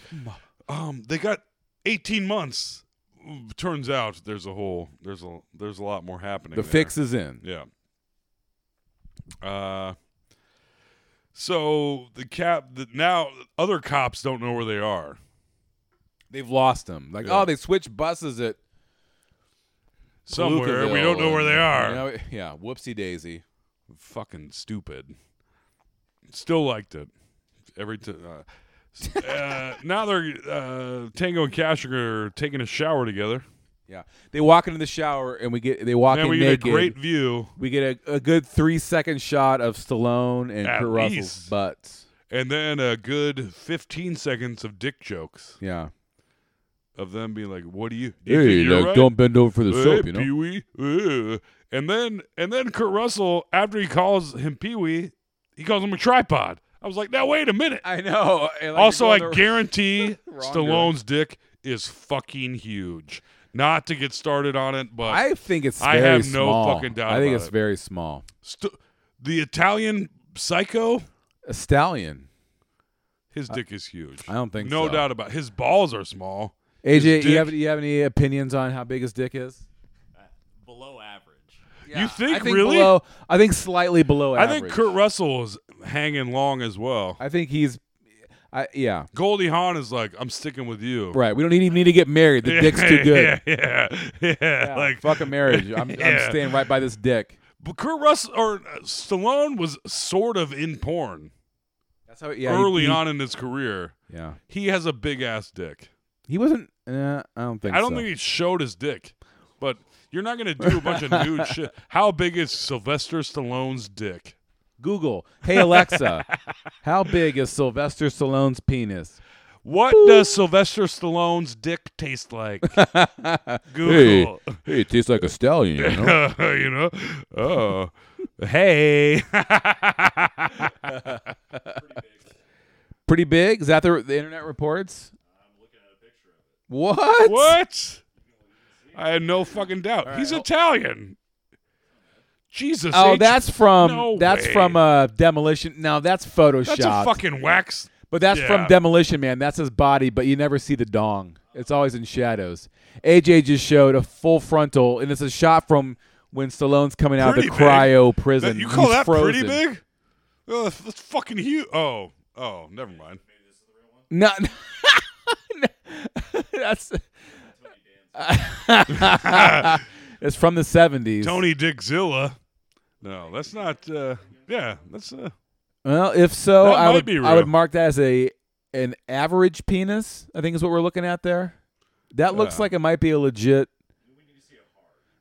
Um, they got eighteen months. Turns out there's a whole there's a there's a lot more happening.
The
there.
fix is in.
Yeah. Uh so the cap the, now other cops don't know where they are.
They've lost him. Like,
Yeah.
oh, they switched buses at
Somewhere we don't know
Palookaville
where they are.
and- you know, yeah, whoopsie daisy.
Fucking stupid. Still liked it. Every time uh, s- uh, now they're uh, Tango and Cash are taking a shower together.
Yeah, they walk into the shower and we get they walk
And
in
we get
naked.
a great view,
we get a, a good three second shot of Stallone and
At
Kurt Russell's
least.
butts.
and then a good fifteen seconds of dick jokes
Yeah.
of them being like, "What do you? you
Hey,
think you're
like,
right?
don't bend over for the
Hey,
soap, you know.
Pee Wee. Ugh. And then and then Kurt Russell, after he calls him Pee Wee, he calls him a tripod. I was like, now wait a minute.
I know. and, like,
also, I
you're going the-
guarantee
wrong
Stallone's dick is fucking huge. Not to get started on it, but
I think it's.
I
very
have no
small.
fucking doubt
I think
about
it's
it.
very small.
St- the Italian psycho,
A stallion.
his dick is huge.
I don't think
no
so.
doubt about. His balls are small.
AJ,
His dick-
you have you have any opinions on how big his dick is?
Below average.
You think,
I think
really?
Below, I think slightly below
I
average.
think Kurt Russell is hanging long as well.
I think he's. I, yeah,
Goldie Hawn is like, I'm sticking with you.
right. We don't even need to get married. The dick's too good.
Yeah, yeah, yeah.
Yeah,
Like
fuck a marriage. I'm,
Yeah.
I'm staying right by this dick.
But Kurt Russell or uh, Stallone was sort of in porn
That's how. Yeah, he-
early
he-
on in his career.
Yeah,
He has a big ass dick.
he wasn't. Uh, I don't think.
I don't
so.
think he showed his dick, but you're not gonna do a bunch of nude shit. How big is Sylvester Stallone's dick?
Google. Hey Alexa, how big is Sylvester Stallone's penis?
What does Sylvester Stallone's dick taste like? Google.
hey, it tastes like a stallion. You know?
you know? Oh. hey.
Pretty big. Is that the, the internet reports? I'm looking at a picture of it. What?
What? I had no fucking doubt. He's Italian. Jesus.
Oh,
H-
that's from
No
that's
way.
from uh, demolition. Now that's photoshopped.
that's a fucking wax.
But that's
Yeah.
from Demolition Man. That's his body, but you never see the dong. It's always in shadows. AJ just showed a full frontal, and it's a shot from when Stallone's coming out
Pretty
of
big.
the cryo
That-
prison.
you call
He's
that pretty
frozen.
big? Oh, that's, that's fucking huge. Oh, oh, never mind.
No, that's. it's from the seventies.
Tony Dickzilla. No, that's not. Uh, yeah, that's. Uh,
Well, if so,
That
I
might
would
be
I would
real.
mark that as a an average penis. I think is what we're looking at there. That looks
Yeah.
like it might be a legit.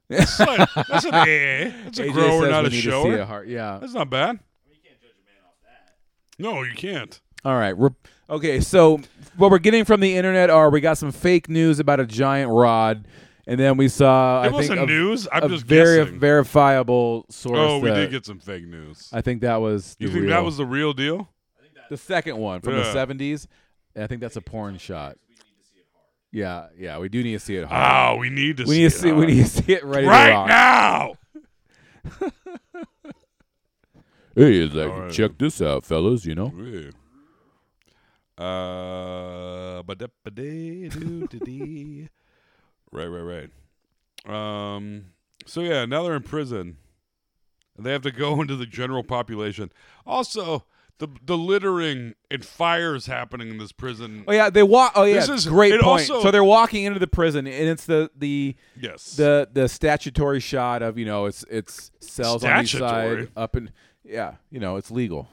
that's, not- that's an AA. That's a
AJ
grower,
says
not
we
a
need to see
shower.
a heart. Yeah.
That's not bad. No, you can't.
All right. We're, okay. So what we're getting from the internet are we got some fake news about a giant rod, and then we saw
It
I think
wasn't
a,
news. I'm
a
just
very
guessing.
verifiable source.
oh, we
that-
did get some fake news.
I think that was.
You
the
think
real-
that was the real deal?
the second one from
Yeah.
the seventies? I think that's a porn shot. Yeah, yeah, we do need to see it hard.
Oh, we need to.
Uh, we
see
need to
it
see.
on.
We need to see it ready to
right
rock.
now.
Hey, it's like,
right.
check this out, fellas. You know,
Yeah. Uh, ba-da-ba-dee-doo-da-dee. right, right, right. Um. So yeah, now they're in prison. They have to go into the general population. Also, the the littering and fires happening in this prison.
oh yeah, they walk. Oh yeah,
This is-
great
it
point.
also-
so they're walking into the prison, and it's the the
Yes.
the the statutory shot of you know it's it's cells on each
Statutory?
side up and yeah you know it's legal.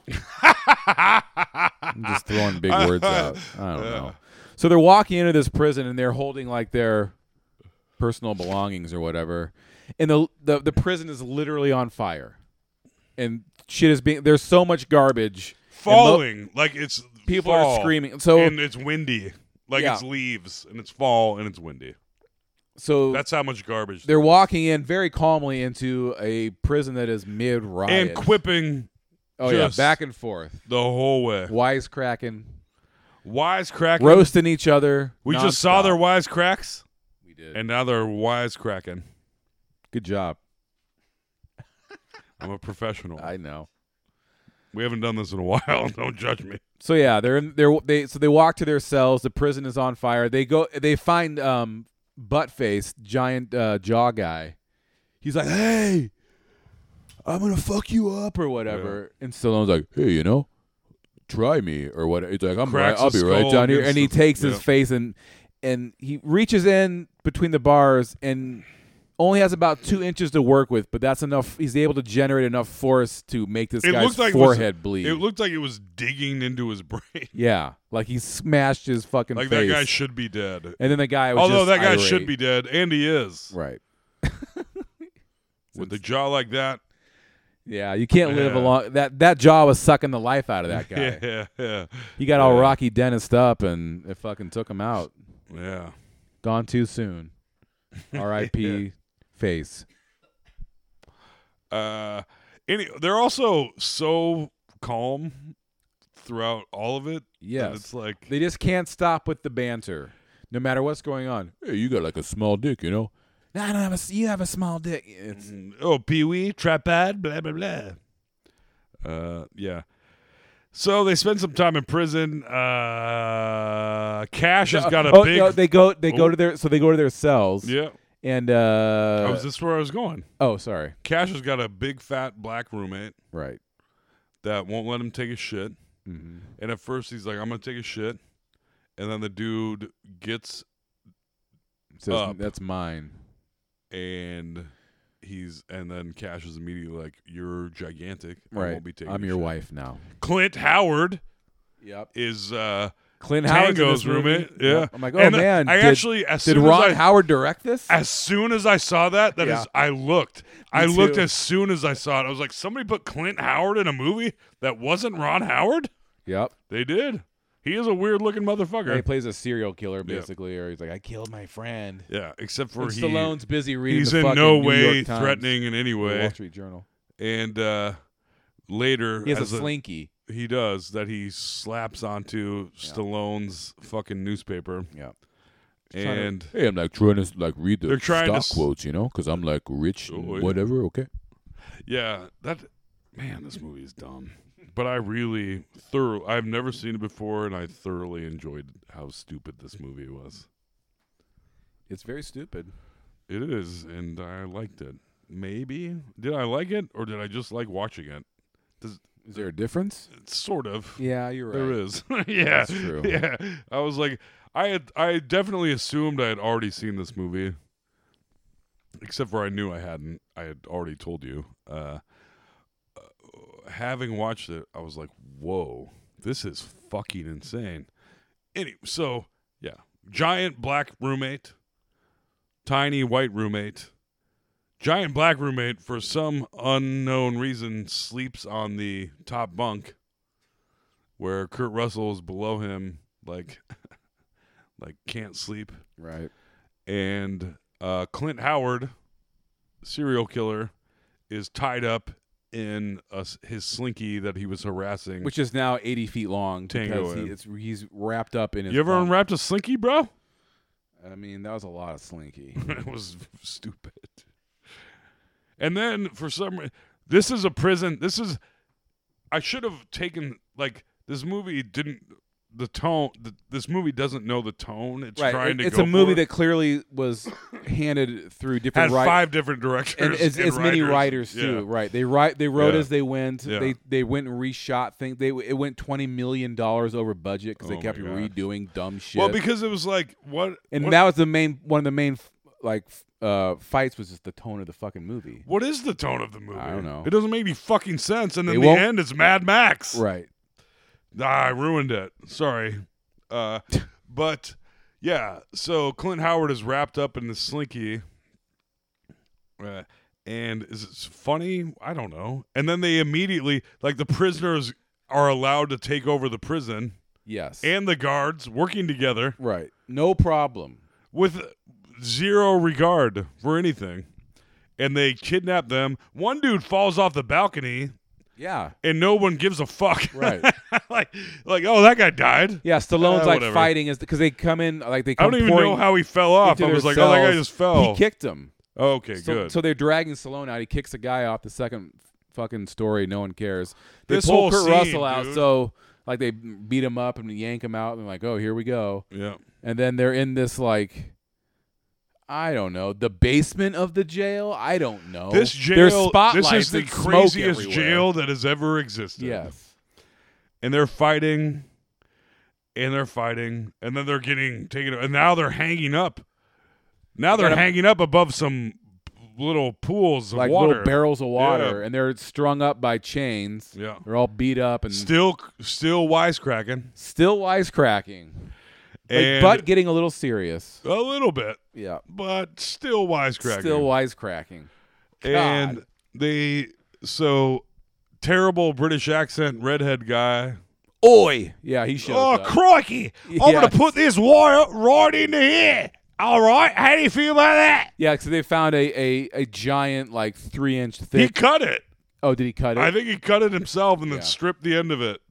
I'm just throwing big words out. I don't know. So they're walking into this prison and they're holding like their personal belongings or whatever, and the the, the prison is literally on fire. and shit is being there's so much garbage. and mo-
Falling like it's
People are
fall,
screaming. So-
and it's windy, like
Yeah.
it's leaves, and it's fall, and it's windy.
so
That's how much garbage.
they're walking in very calmly into a prison that is mid riot
and quipping
Oh yeah,
just-
back and forth,
the whole way.
wisecracking,
Wisecracking.
roasting each other.
We just saw
nonstop.
their wisecracks,
We did.
and now they're wisecracking.
Good job.
I'm a professional.
I know.
we haven't done this in a while. Don't judge me.
So yeah, they're in they're they so they walk to their cells. The prison is on fire. They go they find um Buttface, giant uh, jaw guy. He's like, "Hey, I'm gonna fuck you up or whatever." And Stallone's like, "Hey, you know, try me or whatever." He's like, "I'm
Cracks
right. I'll
his
be right
skull
down here."
against
And he
the-
takes his
yeah.
face and and he reaches in between the bars and only has about two inches to work with, but that's enough. He's able to generate enough force to make this
it
guy's
looked like
forehead
it was,
bleed.
It looked like it was digging into his brain.
Yeah, like he smashed his fucking
like
face.
that guy should be dead.
and then the guy was
Although
just
that guy
irate.
should be dead, and he is.
right.
With a jaw like that.
Yeah, you can't live
Yeah.
along that. That jaw was sucking the life out of that guy.
Yeah, yeah,
He got all
Yeah.
Rocky Dennis up, and it fucking took him out.
yeah.
Gone too soon. R.I.P. Face.
Uh, any, they're also so calm throughout all of it. that
Yes.
it's like
They just can't stop with the banter, no matter what's going on. Hey, you got like a small dick, you know? No, I don't have a. s- You have a small dick. It's
oh Pee Wee trapad blah blah blah. Uh, yeah. So they spend some time in prison. Uh, Cash has got a
oh,
big.
no, they go. They go
Oh.
to their. So they go to their cells.
yeah,
And uh.
I was this is where I was going.
oh, sorry.
Cash has got a big fat black roommate
Right.
that won't let him take a shit.
Mm-hmm.
And at first he's like, "I'm gonna take a shit," and then the dude gets
Says,
up.
That's mine.
and he's and then Cash is immediately like, "You're gigantic. I
Right.
won't be taking
I'm
a
your
shit."
wife now.
Clint Howard
Yep.
is uh
Clint Howard's in
Tango's
this movie.
roommate. Yeah.
Yep. I'm like, oh
And
man.
I
did,
actually as
did
soon
Ron
as I,
Howard direct this?
as soon as I saw that, that is,
Yeah.
I looked. I looked
too.
as soon as I saw it. I was like, somebody put Clint Howard in a movie that wasn't Ron Howard?
yep.
They did. He is a weird looking motherfucker.
He plays a serial killer basically, or he's like, I killed my friend.
yeah, except for
And
he
Stallone's busy reading.
he's
the
in
fucking
no
New
way
York Times
threatening in any
or Wall
way.
Street Journal.
And uh later
He has a
as a-
slinky.
he does that he slaps onto Stallone's fucking newspaper.
Yeah.
And
Hey, I'm like trying to like read the
They're trying to
stock
s-
quotes, you know, because I'm like rich, and
Oh, yeah.
whatever. Okay.
Yeah, that man, this movie is dumb. But I really thorough I've never seen it before and I thoroughly enjoyed how stupid this movie was.
It's very stupid.
It is, and I liked it. Maybe. Did I like it or did I just like watching it?
Is there a difference?
It's sort of.
Yeah, you're right.
There is. yeah.
That's true.
Yeah. I was like I had I definitely assumed I had already seen this movie. Except for I knew I hadn't. I had already told you. Uh, uh having watched it, I was like, "Whoa. This is fucking insane." Any so, yeah. Giant black roommate, tiny white roommate. Giant black roommate for some unknown reason sleeps on the top bunk where Kurt Russell is below him, like, like can't sleep,
Right.
and uh, Clint Howard, serial killer, is tied up in a s his slinky that he was harassing.
Which is now 80 feet long
Tango
because he,
in.
it's, he's wrapped up in his.
you ever
bunk.
unwrapped a slinky, bro?
I mean, that was a lot of slinky.
it was stupid. And then for some reason, this is a prison. This is I should have taken like this movie didn't the tone. th this movie doesn't know the tone. It's
right.
trying
it-
to.
it's
go
a movie
for it.
that clearly was handed through
had
different writers
five different directors
and as,
and
as many writers
Yeah.
too. Right. They write. They wrote
Yeah.
as they went.
Yeah.
They they went and reshot things. They it went twenty million dollars over budget because
Oh
they kept
my God.
redoing dumb shit.
Well, because it was like what
and
what-
that was the main one of the main like f- uh, fights was just the tone of the fucking movie.
What is the tone of the movie?
I don't know.
It doesn't make any fucking sense. And
They
in the
won't-
end, it's Mad Max.
Right.
Nah, I ruined it. Sorry. Uh, but yeah, so Clint Howard is wrapped up in the slinky, uh, and is it funny? I don't know. And then they immediately like the prisoners are allowed to take over the prison
Yes.
and the guards working together
right. No problem.
with zero regard for anything. And they kidnap them. One dude falls off the balcony
Yeah.
and no one gives a fuck.
Right.
like like oh that guy died.
Yeah, Stallone's
Uh,
like
whatever.
fighting is because they come in like they
I
come
don't even
pouring
know how he fell off.
into
I
their
was like, oh, that guy
cells.
just fell.
He kicked him.
okay,
So,
good.
so they're dragging Stallone out. He kicks the guy off the second fucking story. No one cares. They
This
pull
whole
Kurt
scene,
Russell out.
dude.
So like they beat him up and yank him out and like, oh, here we go.
yeah.
And then they're in this like, I don't know, the basement of the jail. I don't know.
This
Oh. There's
jail,
spotlights
this is the
and smoke
craziest
everywhere.
jail that has ever existed.
Yes.
and they're fighting, and they're fighting, and then they're getting taken, and now they're hanging up. Now they're
Got 'em-
hanging up above some little pools of
Like
water,
little barrels of water, and they're strung up by chains.
Yeah.
They're all beat up and
Still, still wisecracking,
still wisecracking, like,
and
but getting a little serious.
a little bit,
Yeah.
but still wisecracking.
Still wisecracking.
and they so terrible British accent redhead guy.
Oi! Yeah, he shows
Oh,
up.
crikey. I'm going
Yes.
to put this wire right into here. All right. How do you feel about that?
yeah, because they found a, a, a giant, like, three inch
He
thick.
cut it.
oh, did he cut it?
I think he cut it himself and then
Yeah.
stripped the end of it.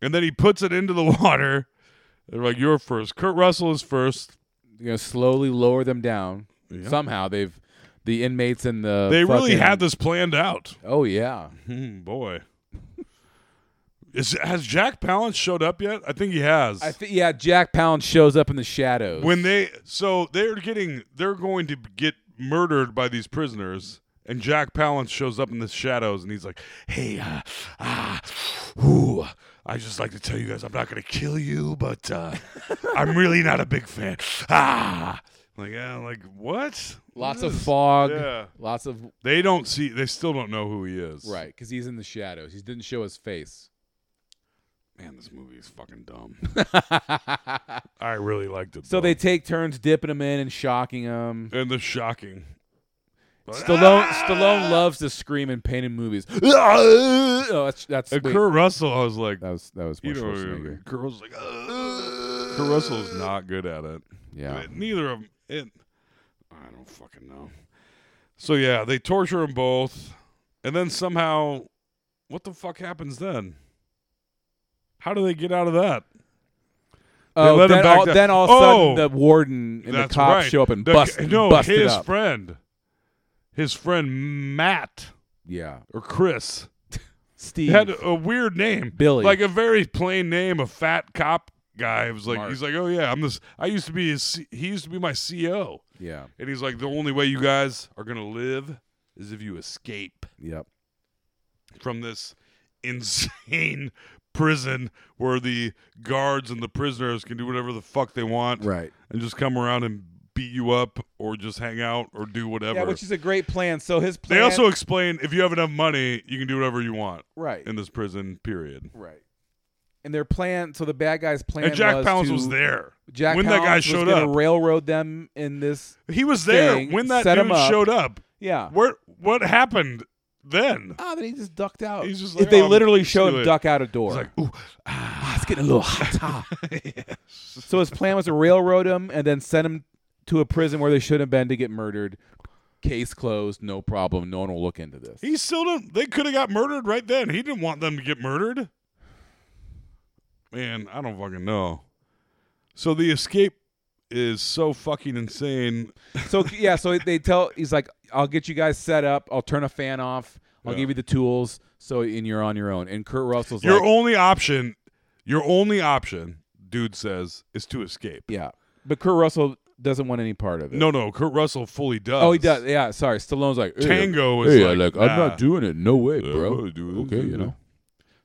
And then he puts it into the water. They're like, "You're first. Kurt Russell is first.
you know, slowly lower them down.
Yeah.
Somehow they've, the inmates and the.
They really
fucking-
had this planned out.
Oh, yeah.
Hmm, boy, is has Jack Palance showed up yet? I think he has.
I think, yeah, Jack Pound shows up in the shadows.
when they so they're getting they're going to get murdered by these prisoners and jack palance shows up in the shadows and he's like hey uh, ah ooh, i just like to tell you guys i'm not gonna kill you but uh i'm really not a big fan ah like yeah like what
Lots
What
of
is-
fog.
yeah
Lots of.
they don't see they still don't know who he is
Right, because he's in the shadows. He didn't show his face.
man this movie is fucking dumb i really liked it
So
though.
they take turns dipping him in and shocking him.
and the shocking
Stallone Stallone loves to scream in pain in movies. oh, that's that's
and
wait,
kurt russell i was like
that was that was
you
Mark
know,
Schwarzenegger.
Kurt Russell's like, "Ugh." Kurt Russell's not good at it.
Yeah.
It- neither of them. It, I don't fucking know. So yeah, they torture them both, and then somehow, what the fuck happens then? How do they get out of that?
Oh,
let him
then,
back
all,
down.
then all of a sudden
Oh!
the warden and the
That's
cops
right.
show up and
The-
bust
No,
bust it
his
up.
friend, his friend Matt
yeah,
or Chris
Steve.
He had a weird name,
Billy.
like a very plain name. A fat cop guy was like,
Mark.
he's like, oh yeah, I'm this. I used to be his. C- he used to be my CEO.
yeah,
And he's like, the only way you guys are gonna live is if you escape
yep.
from this insane prison where the guards and the prisoners can do whatever the fuck they want
Right.
and just come around and beat you up or just hang out or do whatever.
Yeah, which is a great plan. So his
they
plan.
also explain if you have enough money, you can do whatever you want
right,
in this prison. Period.
right. And their plan. So the bad guys' plan.
and Jack
was
Palance
to,
was there
Jack
when that guy
Palance was
showed
gonna
up.
railroad them in this.
he was there
thing,
when that
set him
dude
up.
showed up.
Yeah.
Where what happened then?
Ah, then he just ducked out.
He's just
If
like,
they
"Oh,
literally
see
showed
you
him
later."
duck out a door.
He's like, ooh,
Ah, it's getting a little hot. huh?" So his plan was to railroad him and then send him to a prison where they should have been to get murdered. Case closed, no problem. No one will look into this.
He still didn't. They could have got murdered right then. He didn't want them to get murdered. Man, I don't fucking know. So the escape is so fucking insane.
So yeah, so they tell he's like, "I'll get you guys set up. I'll turn a fan off. I'll
Yeah.
give you the tools." So and you're on your own. And Kurt Russell's
Your
like,
only option, your only option, dude says, is to escape.
"Yeah," but Kurt Russell doesn't want any part of it.
No, no, Kurt Russell fully does.
Oh, he does. Yeah, sorry. Stallone's like, "Ew."
Tango is
Hey,
like,
I'm
"Nah."
not doing it. No way,
Yeah,
bro.
I'm not doing
okay,
this.
you know.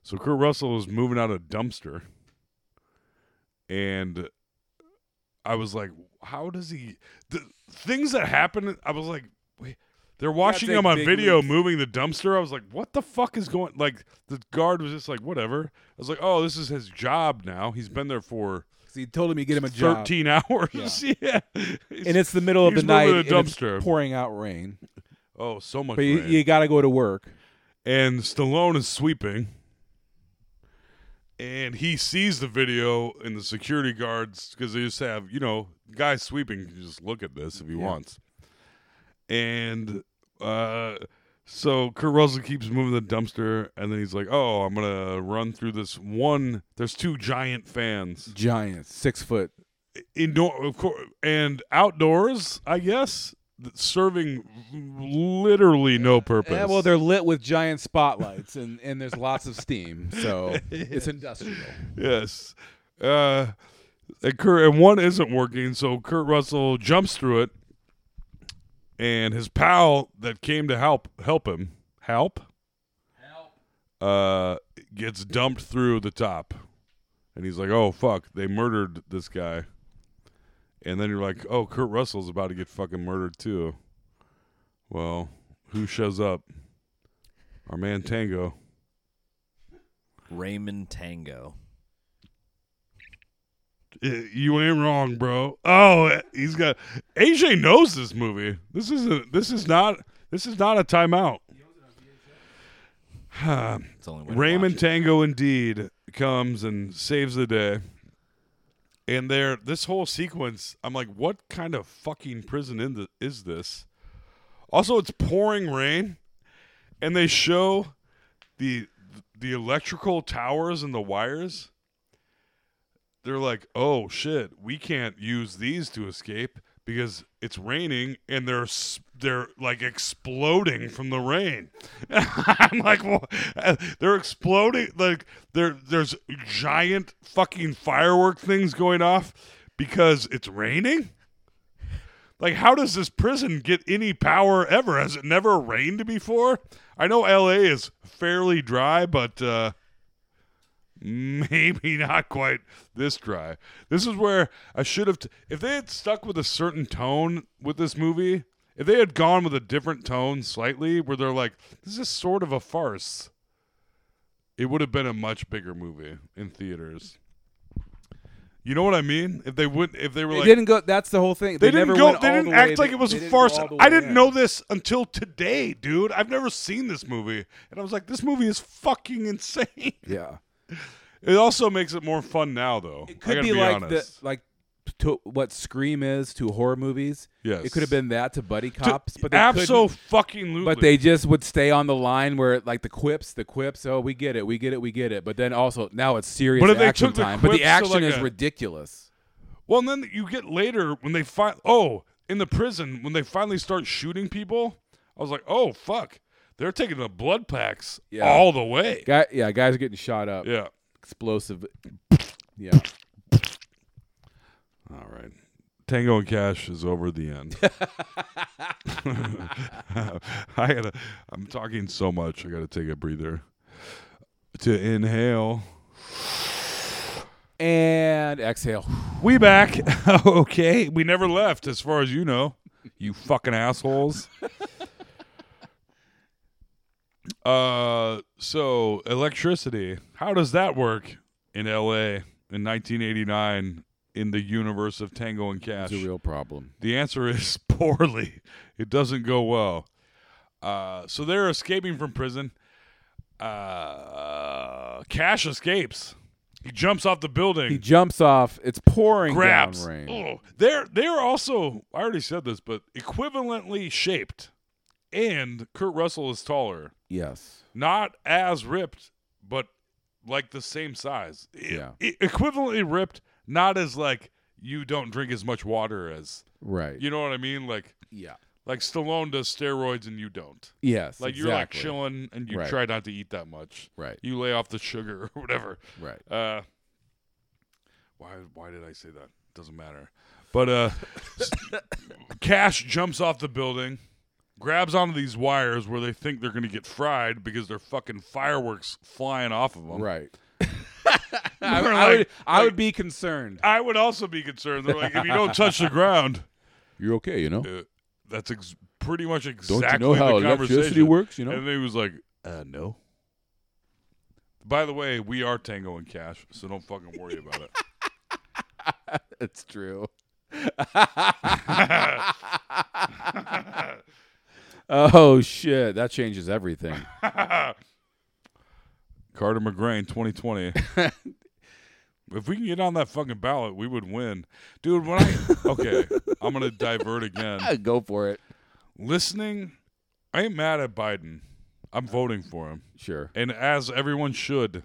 So Kurt Russell is moving out a dumpster, and I was like, "How does he?" The things that happen, I was like, "Wait." They're watching
take
him on
big
video
leaps.
moving the dumpster. I was like, "What the fuck is going?" Like the guard was just like, "Whatever." I was like, "Oh, this is his job now. He's been there for
'Cause He told him you get him a job.
thirteen hours. Yeah,
and it's the middle of
he's
the night.
moving a
and it's
dumpster.
pouring out rain.
Oh, so much
But you,
rain.
you got to go to work.
and Stallone is sweeping. And he sees the video, and the security guards, because they just have, you know, guys sweeping can just look at this if he wants. And uh, so Kurt Russell keeps moving the dumpster, and then he's like, "Oh, I'm gonna run through this one. There's two giant fans,
Giant, six foot.
indoor, of course, and outdoors, I guess, th- serving literally no purpose.
Yeah, Eh, well, they're lit with giant spotlights, and, and there's lots of steam, so it's industrial.
Yes. Uh, and, Kurt, and one isn't working, so Kurt Russell jumps through it, and his pal that came to help help him help uh gets dumped through the top, and he's like, "Oh fuck, they murdered this guy." And then you're like, "Oh, Kurt Russell's about to get fucking murdered too." Well, who shows up? Our man Tango.
Raymond Tango.
Uh, You ain't wrong, bro. Oh, he's got AJ knows this movie. This isn't. This is not. This is not a timeout.
It's the only way to
Raymond
watch
Tango indeed comes and saves the day. And there, this whole sequence, I'm like, what kind of fucking prison in the, is this? Also, it's pouring rain, and they show the the electrical towers and the wires. They're like, oh shit, we can't use these to escape because it's raining and they're s- they're like exploding from the rain. I'm like, "Wha- uh, they're exploding like there there's giant fucking firework things going off because it's raining. Like, how does this prison get any power ever? Has it never rained before? I know L.A. is fairly dry, but uh, maybe not quite this dry. This is where I should have. T- if they had stuck with a certain tone with this movie, if they had gone with a different tone slightly, where they're like, this is sort of a farce, it would have been a much bigger movie in theaters. You know what I mean? If they would, if they were
They
like,
didn't go. That's the whole thing.
they,
They,
didn't
never
go.
went
They
all
didn't
the
act
way.
like
They-
it was
they
a
didn't go
farce.
all the
I
way
didn't
in.
know this until today, dude. I've never seen this movie, and I was like, this movie is fucking insane.
Yeah,
It also makes it more fun now, though.
it
I
could
gotta
be, like the,
honest.
like to what Scream is to horror movies.
Yes.
it could have been that to buddy
To-
cops, but they
abso
couldn't.
fucking lootly.
But they just would stay on the line where like the quips, the quips. Oh, we get it, we get it, we get it. But then also now it's serious
But if they
action
took the
time. but
quips
the
to,
action
like,
is
a-
ridiculous.
well, and then you get later when they find. Oh, in the prison when they finally start shooting people, I was like, oh fuck, they're taking the blood packs
Yeah.
all the way.
Guy, yeah, guys are getting shot up.
Yeah.
Explosive. Yeah,
All right. Tango and Cash is over the end. I gotta, I'm talking so much. I gotta take a breather to inhale.
and exhale.
We back. okay. We never left, as far as you know. You fucking assholes. uh so electricity. How does that work in LA in nineteen eighty nine in the universe of Tango and Cash?
It's a real problem.
The answer is poorly. It doesn't go well. Uh, so they're escaping from prison. Uh, Cash escapes. He jumps off the building
He jumps off. It's pouring
grabs.
down
Oh.
rain.
Ugh. They're they're also I already said this, but equivalently shaped, and Kurt Russell is taller,
Yes.
not as ripped, but like the same size. E-
Yeah.
e- equivalently ripped, not as like you don't drink as much water as
Right.
you know what I mean. Like
yeah.
like Stallone does steroids and you don't.
Yes.
Like
exactly.
you're like chilling and you
Right.
try not to eat that much.
Right.
You lay off the sugar or whatever.
Right.
Uh, why why did I say that? Doesn't matter. But uh, s- Cash jumps off the building, grabs onto these wires where they think they're going to get fried because they're fucking fireworks flying off of them.
Right. I,
We're
I would,
like-
I would be concerned.
I would also be concerned. They're like, if you don't touch the ground,
You're okay, you know.
uh, that's ex- pretty much exactly
Don't you know how
the
electricity
conversation.
works? You know.
And he was like, uh, no. By the way, we are Tango and Cash, so don't fucking worry about it.
It's true.
Oh shit, that changes everything.
Carter McGrain, 2020. if we can get on that fucking ballot, we would win, dude. When I okay, I'm gonna divert again.
Go for it.
Listening, I ain't mad at Biden. I'm voting for him,
Sure.
and as everyone should,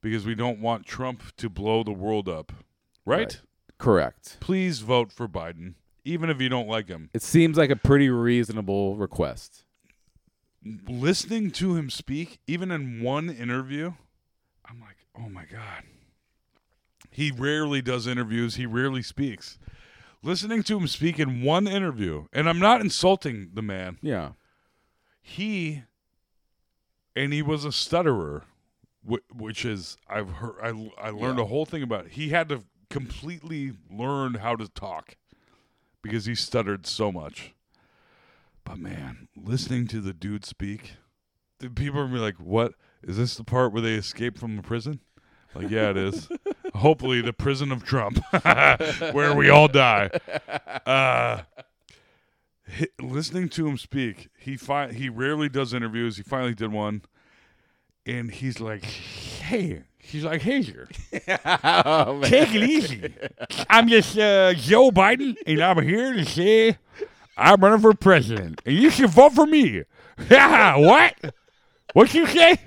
because we don't want Trump to blow the world up, right.
Right. Correct.
Please vote for Biden, even if you don't like him.
It seems like a pretty reasonable request.
listening to him speak, even in one interview, I'm like, oh my God. He rarely does interviews, he rarely speaks. Listening to him speak in one interview, and I'm not insulting the man,
Yeah.
he, and he was a stutterer, wh- which is, I've heard, I, I learned a whole thing about it. He had to completely learn how to talk because he stuttered so much. But man, listening to the dude speak, the people are gonna be like, "What is this? The part where they escape from the prison?" Like, yeah, it is. Hopefully, the prison of Trump, where we all die. Uh, hi- listening to him speak, he fi- he rarely does interviews. He finally did one, and he's like, "Hey." He's like, hey, here.
Take it easy. I'm just uh, Joe Biden, and I'm here to say I'm running for president, and you should vote for me. Yeah, what? What you say?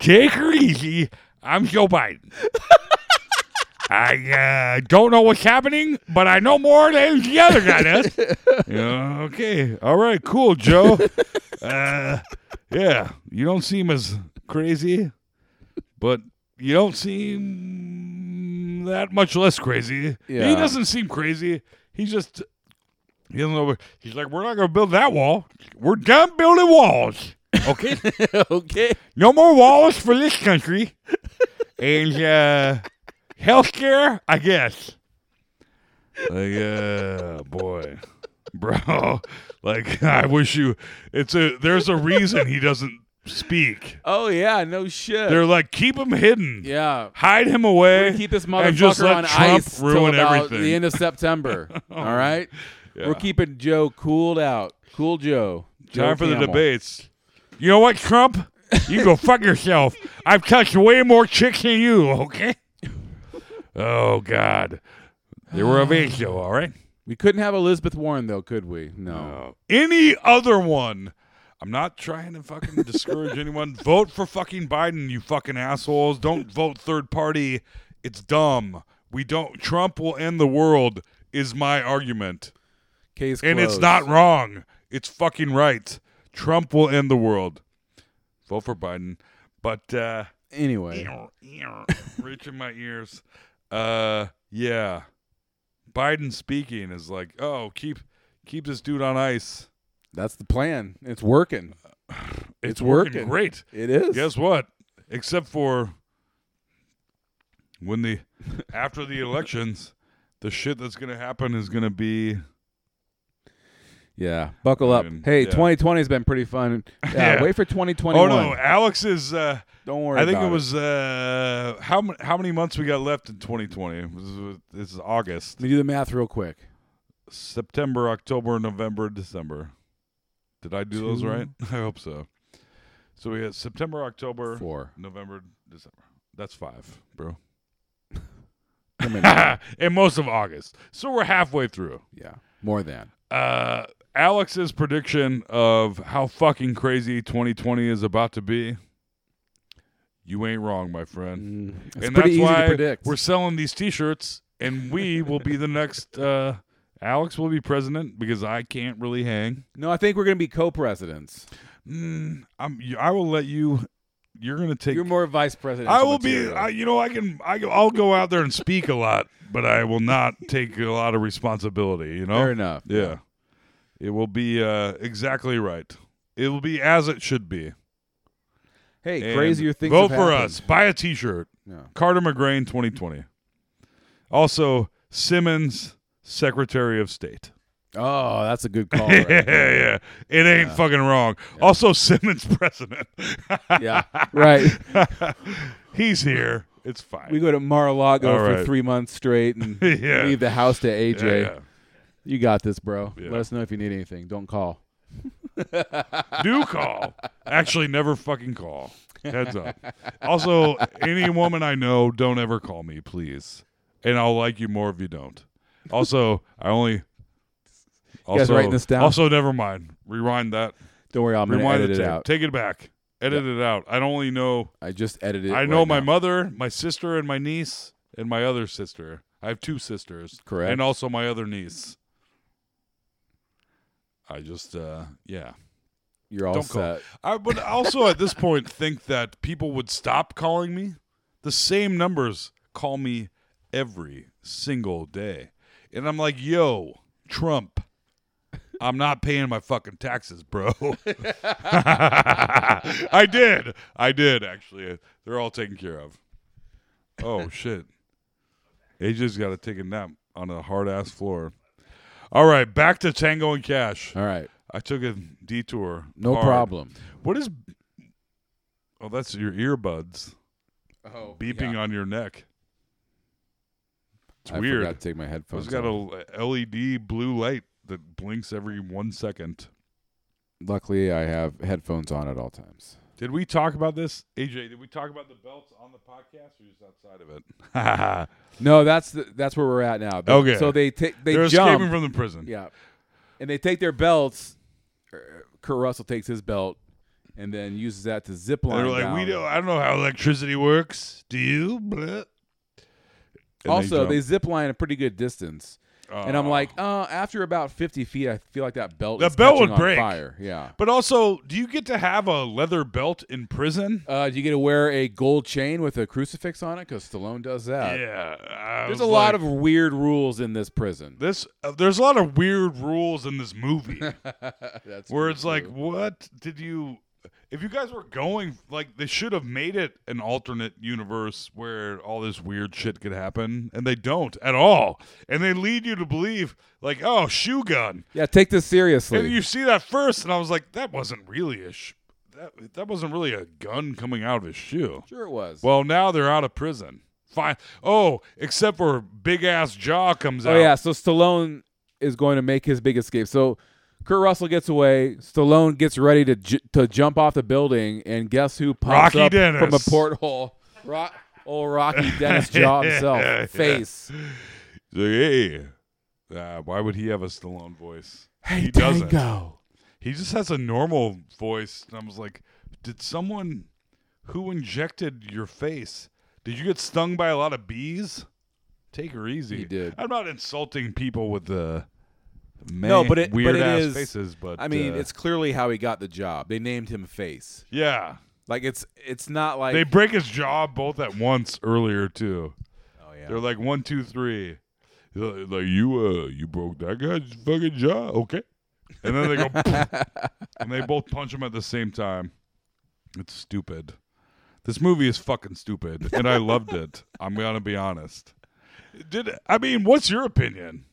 Take her easy. I'm Joe Biden. I uh, don't know what's happening, but I know more than the other guy does.
Yeah, okay. All right. Cool, Joe. uh, yeah. You don't seem as crazy, but you don't seem that much less crazy. He
Yeah.
doesn't seem crazy. He just, he doesn't know. He's like, we're not going to build that wall.
We're done building walls.
Okay.
okay.
No more walls for this country. And uh, healthcare, I guess.
like, Uh, yeah, boy. Bro, like, I wish you, it's a, there's a reason he doesn't speak.
Oh yeah, no shit.
They're like, keep him hidden.
yeah.
Hide him away.
Keep this
and just
motherfucker
let
on
Trump
ice till
ruin
about
everything.
the end of September. All right.
Yeah.
We're keeping Joe cooled out. Cool Joe. Joe
Time for the
Camel.
debates.
You know what, Trump? You go fuck yourself. I've touched way more chicks than you, okay?
Oh God,
They were of age, though, all right?
We couldn't have Elizabeth Warren though, could we? No.
Uh, any other one? I'm not trying to fucking discourage anyone. Vote for fucking Biden, you fucking assholes. Don't vote third party. It's dumb. We don't. Trump will end the world. Is my argument,
Case
and it's
closed.
not wrong. It's fucking right. Trump will end the world. Vote for Biden, but. uh
anyway.
rich in my ears. Uh, yeah. Biden speaking is like, oh, keep keep this dude on ice.
That's the plan. It's working.
It's,
It's
working.
working.
great.
It is.
Guess what? Except for when the after the elections, the shit that's gonna happen is gonna be
Yeah. Buckle up.
Fucking-
Hey,
yeah.
2020 has been pretty fun. Yeah,
Yeah.
Wait for
Oh
2021.
no, Alex is. Uh,
Don't worry.
I think
about
it was uh, how ma- how many months we got left in 2020? This is- This is August.
Let me do the math real quick.
September, October, November, December. Did I do those
Two.
right? I hope so. So we had September, October,
Four.
November, December. That's five, bro. Ah,
I mean,
and most of August. So we're halfway through.
yeah. More than.
Uh, Alex's prediction of how fucking crazy 2020 is about to be. You ain't wrong, my friend.
Mm, It's
and that's
pretty easy
why
to predict.
we're selling these T-shirts, and we will be the next. Uh, Alex will be president because I can't really hang.
no, I think we're going to be co-presidents.
Mm, I'm. you- I will let you. You're gonna take.
You're more vice president.
I will be. I, you know, I can. I, I'll go out there and speak a lot, but I will not take a lot of responsibility. You know.
Fair enough.
Yeah. It will be uh, exactly right. It will be as it should be.
Hey,
And
crazier things.
Vote
have
for
happened.
us. Buy a T-shirt.
Yeah.
Carter McGrain, 2020. Also, Simmons, Secretary of State.
Oh, that's a good call.
Yeah,
Right there.
yeah, it ain't fucking wrong. Also, Simmons, President.
yeah. Right.
He's here. It's fine.
We go to Mar-a-Lago
All
for
right.
three months straight and
Yeah.
leave the house to AJ.
Yeah, yeah.
You got this, bro.
Yeah.
Let us know if you need anything. Don't call.
Do call. Actually, never fucking call. Heads up. Also, any woman I know, don't ever call me, please. And I'll like you more if you don't. Also, I only. Also,
guys writing this down?
Also, never mind. Rewind that.
Don't worry, I'm going to
Rewind
edit
the
it
tape.
out.
Take it back. Edit it out. I don't only know.
I just edited it.
I know
right
my
now.
mother, my sister, and my niece, and my other sister. I have two sisters.
Correct.
And also my other niece. I just, uh, yeah.
You're all
Don't call.
set.
I would also at this point think that people would stop calling me. The same numbers call me every single day. And I'm like, yo, Trump, I'm not paying my fucking taxes, bro. I did. I did, actually. They're all taken care of. Oh, shit. AJ's got to take a nap on a hard ass floor. All right, back to Tango and Cash.
All right.
I took a detour.
No
Hard.
problem.
What is? Oh, that's your earbuds
Oh,
beeping on your neck. It's
I
weird.
forgot to take my
It's
headphones.
got
off.
a LED blue light that blinks every one second.
Luckily, I have headphones on at all times.
Did we talk about this, AJ? Did we talk about the belts on the podcast or just outside of it?
No, that's the, that's where we're at now. They-
Okay.
So they take they
They're
jump.
escaping from the prison.
yeah, and they take their belts. er, Kurt Russell takes his belt and then uses that to zip line.
They're like, we
down.
don't. I don't know how electricity works. Do you? Blah. And they
Also,
jump.
they, zip line a pretty good distance, and I'm
Oh.
like, uh, after about 50 feet, I feel like that belt.
The
is
belt
catching
would
on
break.
Fire. Yeah.
But also, do you get to have a leather belt in prison?
Uh, do you get to wear a gold chain with a crucifix on it? Because Stallone does that.
yeah, I
There's
was
a lot
like,
of weird rules in this prison.
this. Uh, there's a lot of weird rules in this movie
That's
where
pretty
it's like,
true.
what did you? If you guys were going, like, they should have made it an alternate universe where all this weird shit could happen, and they don't at all, and they lead you to believe, like, oh, shoe gun,
yeah, take this seriously.
And you see that first, and I was like, that wasn't really a sh- that that wasn't really a gun coming out of his shoe.
sure it was.
Well, now they're out of prison. Fine. Oh, except for big ass jaw comes
oh
out.
yeah, so Stallone is going to make his big escape. So Kurt Russell gets away. Stallone gets ready to ju- to jump off the building, and guess who pops
Rocky
up
Dennis.
from a porthole? Ro- old Rocky Dennis jaw himself,
Yeah.
face.
He's like, hey. Uh, why would he have a Stallone voice? he doesn't.
Tango.
He just has a normal voice. And I was like, did someone who injected your face? Did you get stung by a lot of bees? Take her easy.
He did.
I'm not insulting people with the man,
No, but it
weird
but it
ass
is-
faces, but
I mean,
uh,
it's clearly how he got the job. They named him Face.
yeah.
Like it's it's not like
They break his jaw both at once earlier too.
oh yeah.
They're like one, two, three. They're Like you, uh, you broke that guy's fucking jaw, okay? And then they go, "Poof," and they both punch him at the same time. It's stupid. This movie is fucking stupid, and I loved it. I'm gonna be honest. Did I mean? What's your opinion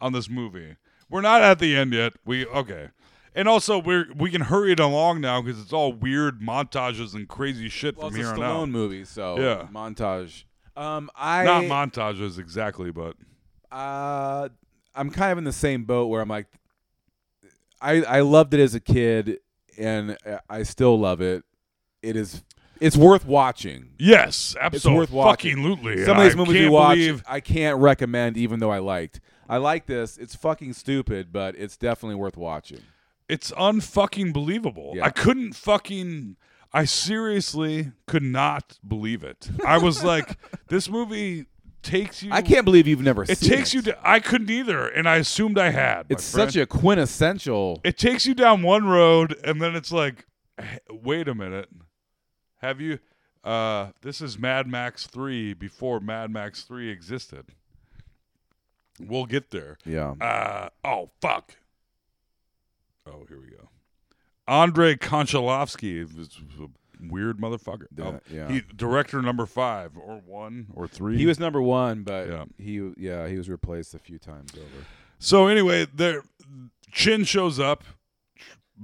on this movie? We're not at the end yet. We okay, and also we are we can hurry it along now because it's all weird montages and crazy shit
well,
from
it's a
here on
Stallone
out.
movie, so
Yeah.
montage. Um, I
Not montages exactly, but
uh, I'm kind of in the same boat where I'm like, I I loved it as a kid, and I still love it. It is it's worth watching.
Yes, absolutely.
worth watching.
Fucking lootly.
Some of these movies
I
we
can't
watch,
believe-
I can't recommend, even though I liked. I like this. It's fucking stupid, but it's definitely worth watching.
it's unfucking believable.
Yeah.
I couldn't fucking. I seriously could not believe it. I was like, this movie takes you.
I can't believe you've never
It
seen
takes you. To, I couldn't either, and I assumed I had.
It's such a quintessential.
It takes you down one road, and then it's like, "H- wait a minute, have you? Uh, this is Mad Max Three before Mad Max Three existed. We'll get there.
yeah.
Uh, oh fuck. Oh, here we go. Andre Konchalovsky is a weird motherfucker.
Yeah,
Oh,
yeah.
He director number five or one or three.
He was number one, but
Yeah.
he yeah he was replaced a few times over.
so anyway. There, Chin shows up,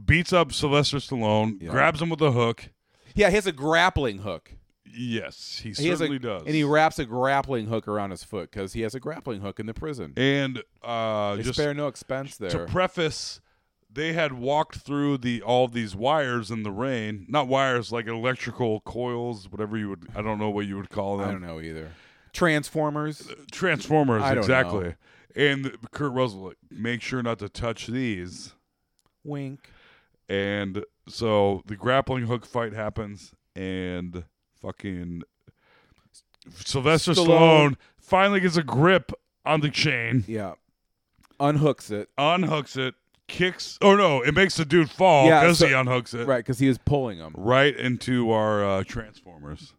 beats up Sylvester Stallone,
Yeah.
grabs him with a hook.
Yeah, he has a grappling hook.
Yes, he,
he has a-
certainly does.
and he wraps a grappling hook around his foot because he has a grappling hook in the prison.
and uh,
they
just
spare no expense
to
there.
preface they had walked through the all these wires in the rain, not wires like electrical coils, whatever you would I don't know what you would call them.
I don't know either. Transformers.
Uh, Transformers,
I don't
exactly. And Kurt Russell, like, make sure not to touch these.
Wink.
And so the grappling hook fight happens, and fucking Sylvester Stallone,
Stallone.
finally gets a grip on the chain,
Yeah. Unhooks it.
unhooks it, kicks. Oh no, it makes the dude fall
Yeah,
because
so-
he unhooks it
Right, because he was pulling them.
right into our uh, Transformers,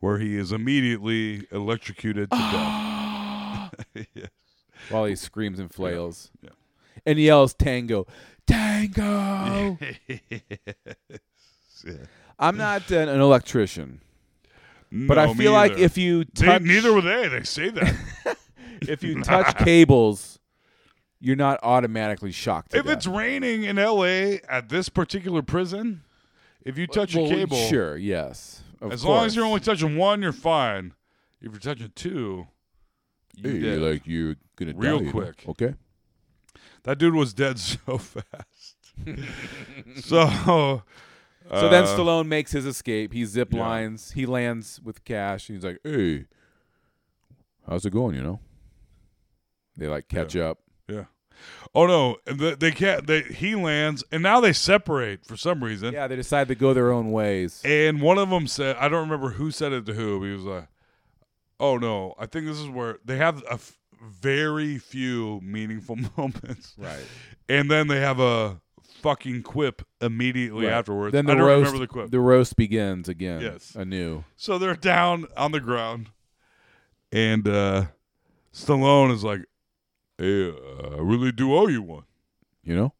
where he is immediately electrocuted to
Ah,
death. Yeah.
while he screams and flails
Yeah.
and yells tango tango i'm not an, an electrician but
No,
i
me
feel like
either.
if you
They-
touch
neither were they. They say that.
if you touch cables you're not automatically shocked to
if
death.
it's raining in LA at this particular prison, if you touch
Well,
a cable,
sure yes of
as long as
course.
you're only touching one, you're fine. If you're touching two, you
Hey,
dead.
like you're gonna die,
Real
you know?
quick.
okay
that dude was dead so fast. so,
so then
uh,
stallone makes his escape he zip
yeah.
lines he lands with cash and he's like hey how's it going you know they like catch up
yeah. Oh no, and the- they can't. They, he lands, and now they separate for some reason.
Yeah, they decide to go their own ways.
And one of them said, I don't remember who said it to who, but he was like, oh no, I think this is where they have a f- very few meaningful moments.
Right.
And then they have a fucking quip immediately
Right.
afterwards.
Then the
I don't
roast,
remember the quip.
roast begins again.
Yes.
anew.
so they're down on the ground. And uh, Stallone is like, hey, uh, I really do owe you one.
You know,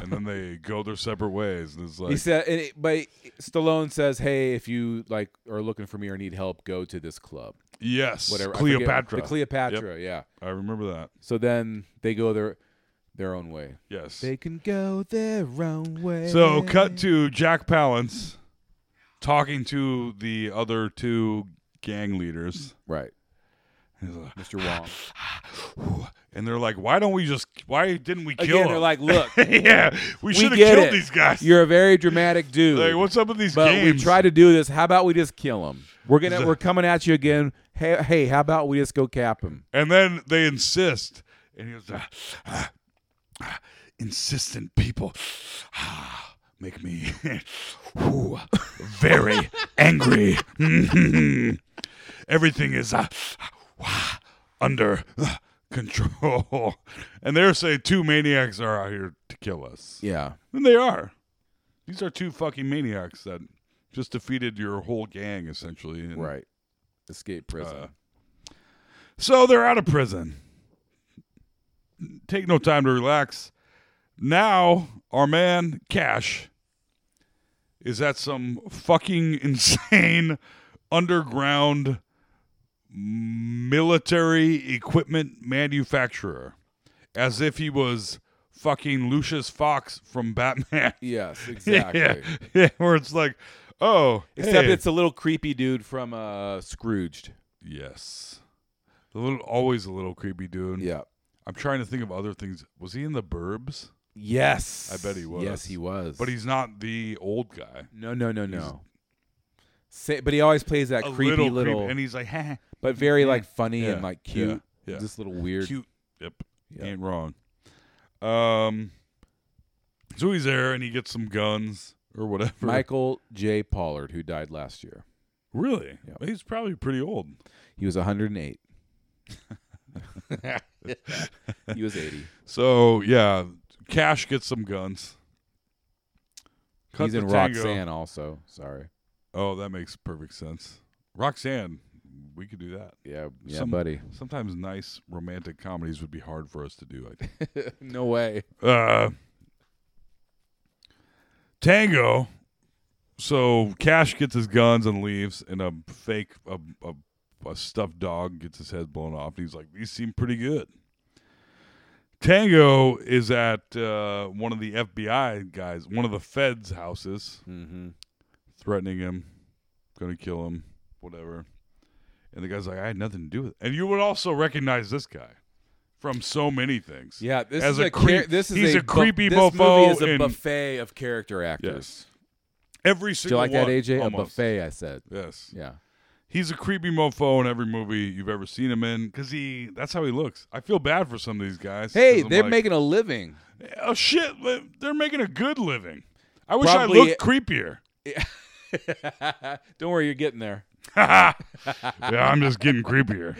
And then they go their separate ways. And it's like,
he said, and it, but Stallone says, "Hey, if you like are looking for me or need help, go to this club.
yes,
Whatever, I forget-
Cleopatra.
the Cleopatra, yeah."
I remember that.
So then they go their their own way.
Yes.
They can go their own way.
So, cut to Jack Palance talking to the other two gang leaders.
right,
He's like,
Mr. Wong.
And they're like, why don't we just, why didn't we kill
Again,
them?
they're like, "Look,
yeah, we
we
should have
get
killed
it.
these guys.
You're a very dramatic dude.
like, what's up with these
But
games?
we tried to do this. How about we just kill him? We're gonna we're coming at you again. Hey, hey, how about we just go cap him?
and then they insist. And he goes, ah, ah, ah, insistent people ah, make me whew, very angry. Mhm. Everything is uh, wah, under uh, control. And they're saying two maniacs are out here to kill us.
Yeah,
And they are. These are two fucking maniacs that just defeated your whole gang, essentially. And
right. Escape prison.
Uh, So they're out of prison. Take no time to relax. Now our man Cash is at some fucking insane underground military equipment manufacturer. As if he was fucking Lucius Fox from Batman.
yes, exactly.
yeah, where it's like, oh,
Except
hey.
it's a little creepy dude from uh, Scrooged.
yes, a little, always a little creepy dude.
Yeah.
I'm trying to think of other things. Was he in the Burbs?
Yes.
I bet he was.
Yes, he was.
But he's not the old guy.
no, no, no, no. Say, but he always plays that
A
creepy little,
creep- and he's like, ha,
but very like funny
Yeah,
and like
yeah,
cute.
yeah.
This little weird.
cute. Yep,
Yeah.
ain't wrong. Um, so he's there and he gets some guns or whatever.
Michael J. Pollard, who died last year.
really?
Yep.
He's probably pretty old.
He was 108. he was 80.
So yeah, Cash gets some guns. Cut
He's
the
in
tango.
Roxanne also. Sorry.
Oh, that makes perfect sense. Roxanne, we could do that.
Yeah, yeah,
Some-
buddy.
Sometimes nice romantic comedies would be hard for us to do. I think.
no way.
Uh, Tango. So Cash gets his guns and leaves, and a fake, a, a, a stuffed dog gets his head blown off. And he's like, "These seem pretty good." Tango is at uh, one of the FBI guys, one of the feds' houses,
Mm-hmm.
threatening him, gonna kill him, whatever. And the guy's like, "I had nothing to do with it." And you would also recognize this guy from so many things.
Yeah, this
As
is
a
a,
creep-
char- this is
he's a
bu-
creepy
this
mofo
Movie is a
and-
buffet of character actors.
Yes. Every
Do you
single
like that,
one,
AJ? A
almost.
buffet, I said.
Yes.
Yeah.
He's a creepy mofo in every movie you've ever seen him in because he that's how he looks. I feel bad for some of these guys. 'cause
Hey,
I'm
they're
like,
making a living.
oh shit, li- they're making a good living. I wish
Probably-
I looked creepier.
Don't worry, you're getting there.
Yeah, I'm just getting creepier.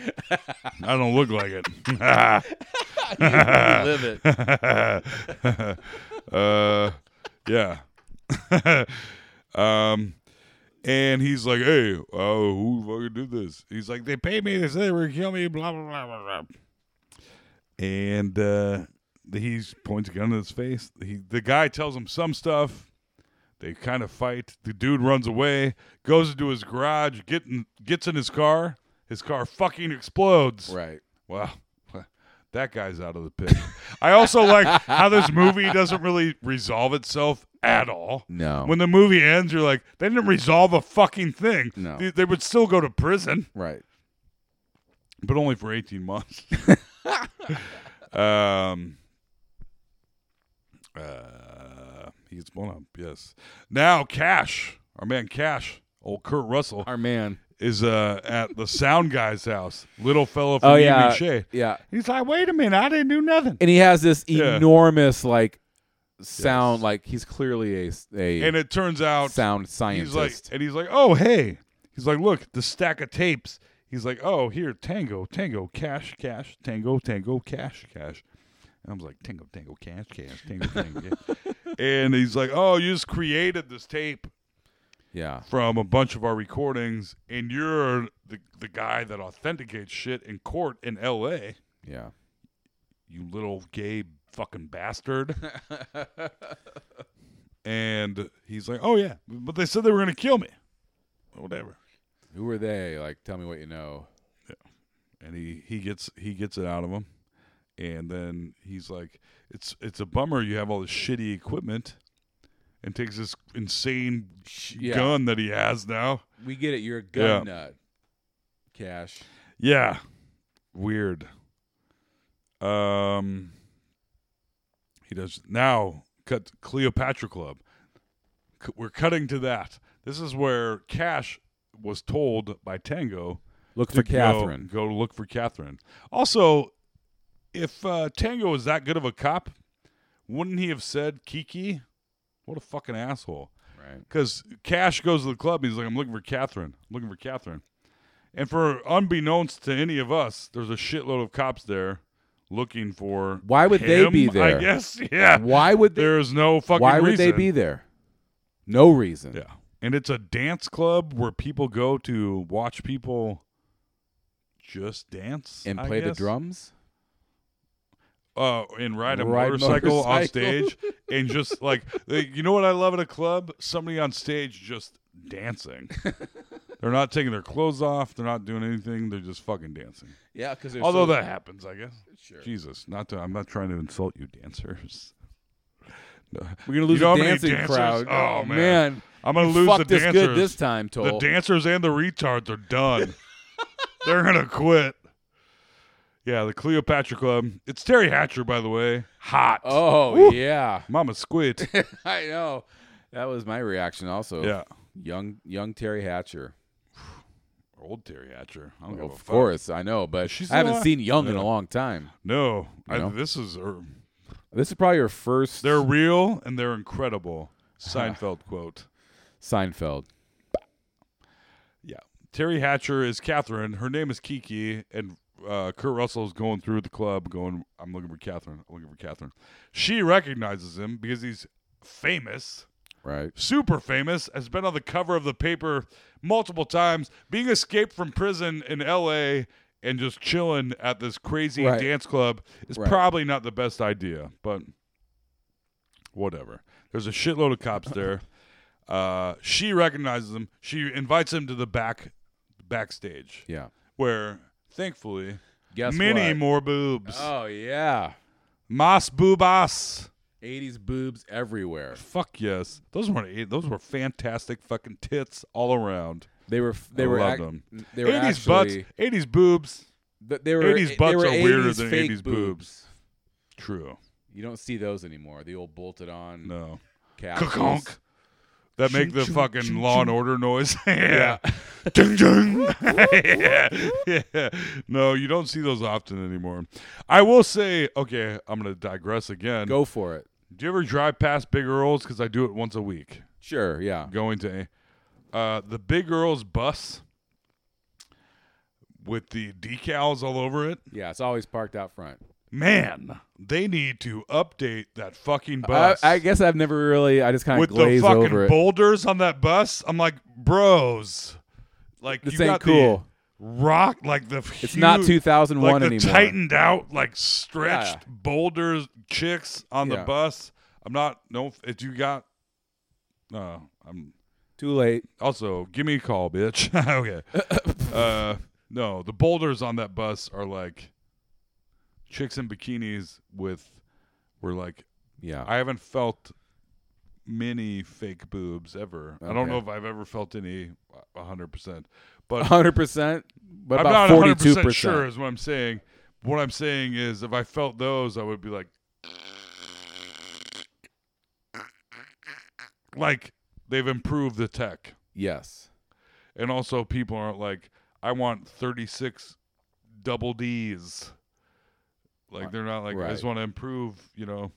I don't look like it.
Live it.
uh, yeah. um, and he's like, "Hey, uh, who fucking did this?" He's like, "They paid me. They said they were gonna kill me." Blah blah blah blah blah. And uh, he points a gun in his face. He, the guy tells him some stuff. They kind of fight. The dude runs away, goes into his garage, getting gets in his car. His car fucking explodes.
Right.
Wow. That guy's out of the pit. I also like how this movie doesn't really resolve itself at all.
No.
When the movie ends, you're like, they didn't resolve a fucking thing.
No.
They, they would still go to prison,
Right.
but only for 18 months. um, uh, he gets blown up, yes. Now, Cash, our man Cash, old Kurt Russell,
Our man.
is uh, at the sound guy's house. Little fellow from
Oh
Evening
yeah.
Shade.
Yeah.
He's like, wait a minute, I didn't do nothing.
And he has this
Yeah.
enormous like sound
Yes.
like he's clearly a a
And it turns out
sound scientist.
he's like, and he's like, oh hey, he's like, look, the stack of tapes. He's like, oh here, tango, tango, cash, cash, tango, tango, cash, cash. And I'm like, tango, tango, cash, cash, tango, tango. cash." and he's like, oh, you just created this tape
yeah.
from a bunch of our recordings, and you're the the guy that authenticates shit in court in L.A.
Yeah.
you little gay fucking bastard. and he's like, oh, yeah, but they said they were going to kill me. Whatever.
Who are they? Like tell me what you know.
And he, he gets he gets it out of him. And then he's like, it's it's a bummer you have all this shitty equipment and takes this insane
yeah.
gun that he has now.
We get it. You're a gun
Yeah.
nut. Cash.
Yeah. Weird. Um he does now cut Cleopatra Club. C- We're cutting to that. This is where Cash was told by Tango
Look
to
for
go-
Catherine.
Go, look for Catherine. Also, if uh, Tango was that good of a cop, wouldn't he have said Kiki? What a fucking asshole.
Right.
Because Cash goes to the club. And he's like, I'm looking for Catherine. I'm looking for Catherine. And for unbeknownst to any of us, there's a shitload of cops there looking for.
Why would they
him,
be
I
there?
guess. Yeah.
Why would they,
There's no fucking
why would they
reason.
be there? No reason.
Yeah. And it's a dance club where people go to watch people just dance
And
I
play the
guess.
drums?
uh, and ride a
Ride
motorcycle, off
motorcycle.
stage and just like, like, you know what I love at a club? Somebody on stage just dancing. they're not taking their clothes off. They're not doing anything. They're just fucking dancing.
Yeah, because
Although that happens, I guess. Sure. Jesus, not to, I'm not trying to insult you, dancers. No.
we're gonna
You
lose
know how
the
many
dancing
dancers-
crowd.
Oh, man.
man.
I'm gonna
You
lose
fucked
the
us
dancers.
good this time, Toll.
The dancers and the retards are done. They're gonna quit. Yeah, the Cleopatra Club. It's Terry Hatcher, by the way. Hot.
oh yeah,
Mama Squid.
I know. That was my reaction also.
yeah.
young young Terry Hatcher.
Old Terry Hatcher. I don't
Well,
give a
of
fuck.
course, I know, but
She's
I haven't
alive.
seen Young in
Yeah.
a long time.
No, I,
know?
this is er,
This is probably her 1st
they're real and they're incredible. Seinfeld quote.
Seinfeld.
Yeah. Terry Hatcher is Catherine. Her name is Kiki, and uh, Kurt Russell is going through the club, going, "I'm looking for Catherine. I'm looking for Catherine." She recognizes him because he's famous,
Right.
super famous. Has been on the cover of the paper multiple times. Being escaped from prison in L.A. and just chilling at this crazy
Right.
dance club is
Right.
probably not the best idea, but whatever. There's a shitload of cops there. Uh, she recognizes him. She invites him to the back backstage
Yeah.
where thankfully
Guess
many
what?
more boobs.
Oh yeah.
Mas boobas.
80s boobs everywhere.
Fuck yes. Those weren't eight, those were fantastic fucking tits all around.
They were f- they
I
were
loved
ac-
them.
they were
80s
actually
butts, 80s boobs.
Th- They were
80s
they
butts
were
are weirder
80s
than
fake
80s boobs. True.
You don't see those anymore. The old bolted on
No.
capsules.
Conk. That make the fucking Law and Order noise. yeah. Ding, ding. yeah. yeah. No, you don't see those often anymore. I will say, okay, I'm gonna digress again.
Go for it.
Do you ever drive past Big Earl's? Because I do it once a week.
Sure, yeah.
Going to uh, the Big Earl's bus with the decals all over it.
Yeah, it's always parked out front.
Man, they need to update that fucking
I,
bus.
I guess I've never really. I just kind of
with the
glazed over
fucking
it.
boulders on that bus. I'm like, bros, like
This
you
ain't
got
cool.
the rock, like the
It's not
huge-
2001
like the
anymore.
Tightened out, like stretched boulders, chicks on the
Yeah.
bus. I'm not no. If you got, uh, I'm
Too late.
also give me a call, bitch. okay. uh, no, the boulders on that bus are like chicks in bikinis with. We're like
Yeah.
I haven't felt many fake boobs ever. I don't know if
Okay.
I've ever felt any uh, a 100%. But
hundred percent, but
I'm
Uh, about
not
forty two
42%.
percent.
sure is what I'm saying. What I'm saying is if I felt those, I would be like like they've improved the tech.
Yes,
And also people aren't like I want 36 double Ds. Like they're not like I just
Right.
want to improve, you know,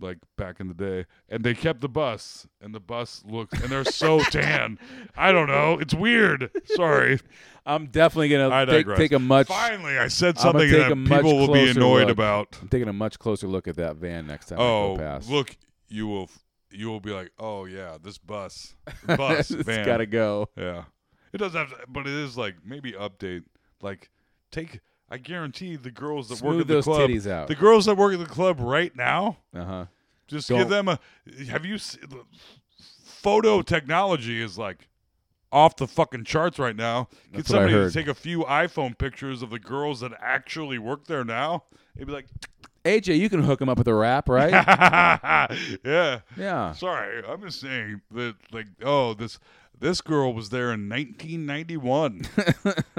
like back in the day. And they kept the bus and the bus looks and they're so tan. I don't know. It's weird. Sorry.
I'm definitely
I
gonna take,
digress.
take a much.
Finally, I said
I'm gonna
something
take
that
a much
people will be
closer
annoyed
look.
about.
I'm taking a much closer look at that van next time I
Oh,
go past.
look, you will f- you will be like, "Oh yeah, this bus. Bus
it's
van.
gotta go.
Yeah. It does have to, but it is like maybe update. Like take I guarantee the girls that work
Smooth
at the
those
club.
titties out.
The girls that work at the club right now,
Uh huh.
just
Don't-
give them a have you se- photo technology is like off the fucking charts right now. Get
what I
somebody to
heard.
take a few iPhone pictures of the girls that actually work there now. They'd be like,
AJ, you can hook him up with a rap, right?
yeah.
yeah.
Sorry, I'm just saying that like oh this this girl was there in 1991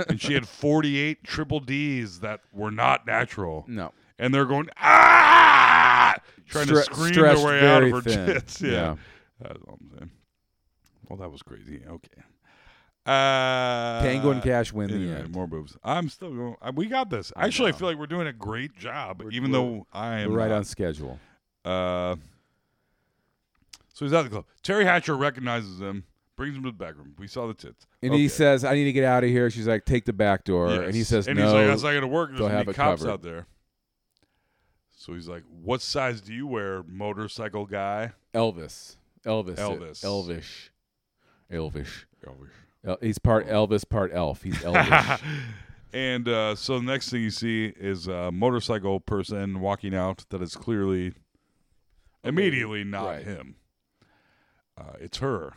and she had 48 triple D's that were not natural.
No.
And they're going ah trying to
Stre-
scream their
stretched
way out of
very
her
thin.
tits. Yeah.
Yeah.
That's all I'm saying. Well, that was crazy. Okay. Uh
Tango and Cash win the
Anyway,
end.
more boobs. I'm still going. I- We got this. Actually, I feel like we're doing a great job, even though I am
We're right
not.
on schedule.
Uh, so he's out of the club. Terry Hatcher recognizes him, brings him to the back room. We saw the tits.
And
Okay.
he says, "I need to get out of here." She's like, "Take the back door," and he
Yes.
says,
and
"No."
he's like, that's not going to work.
they'll
There's going
have
to be
it
cops
covered."
out there. So he's like, what size do you wear, motorcycle guy?
Elvis. Elvis.
Elvis.
Elvish. Elvish. El- he's part Elvis, part elf. He's Elvish.
and uh, so the next thing you see is a motorcycle person walking out that is clearly immediately not
Right.
him. Uh, it's her.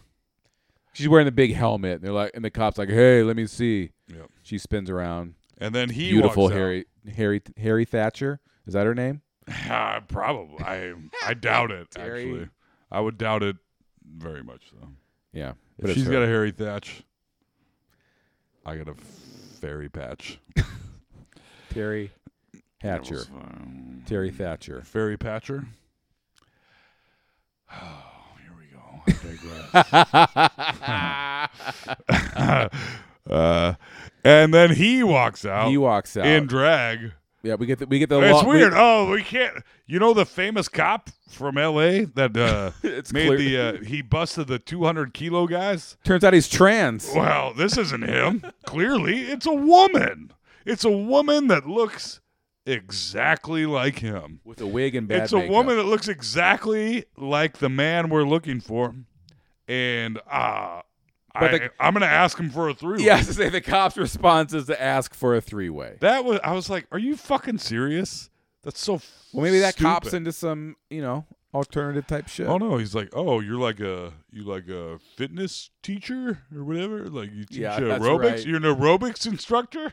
She's wearing the big helmet. And they're like, and the cops like, "Hey, let me see."
Yep.
She spins around.
And then he
Beautiful
walks out.
Harry, Harry, Harry Thatcher. Is that her name?
Uh, probably. I I doubt it.
Terry.
Actually, I would doubt it very much. So
Yeah.
if she's got a hairy thatch, I got a fairy patch.
Terry Hatcher. Terry Thatcher.
Fairy patcher. Oh, here we go. I digress. uh, and then he walks out
He walks out.
in drag.
yeah, we get the we get the.
It's
lo- we-
weird. oh, we can't. You know the famous cop from L.A. that uh,
It's
made
clear.
the uh, he busted the 200 kilo guys.
turns out he's trans.
Well, this isn't him. Clearly, it's a woman. It's a woman that looks exactly like him.
With a wig and bad
it's a
makeup.
woman that looks exactly like the man we're looking for, and uh, I,
But the-
I'm gonna ask him for a three.
Yeah, I was to say the cops' response is to ask for a three-way.
that was. I was like, are you fucking serious? That's so.
Well, maybe that
stupid.
cops into some, you know, alternative type shit.
Oh no, he's like, oh, you're like a you like a fitness teacher or whatever. Like you teach
Yeah, that's
aerobics.
right.
You're an aerobics instructor,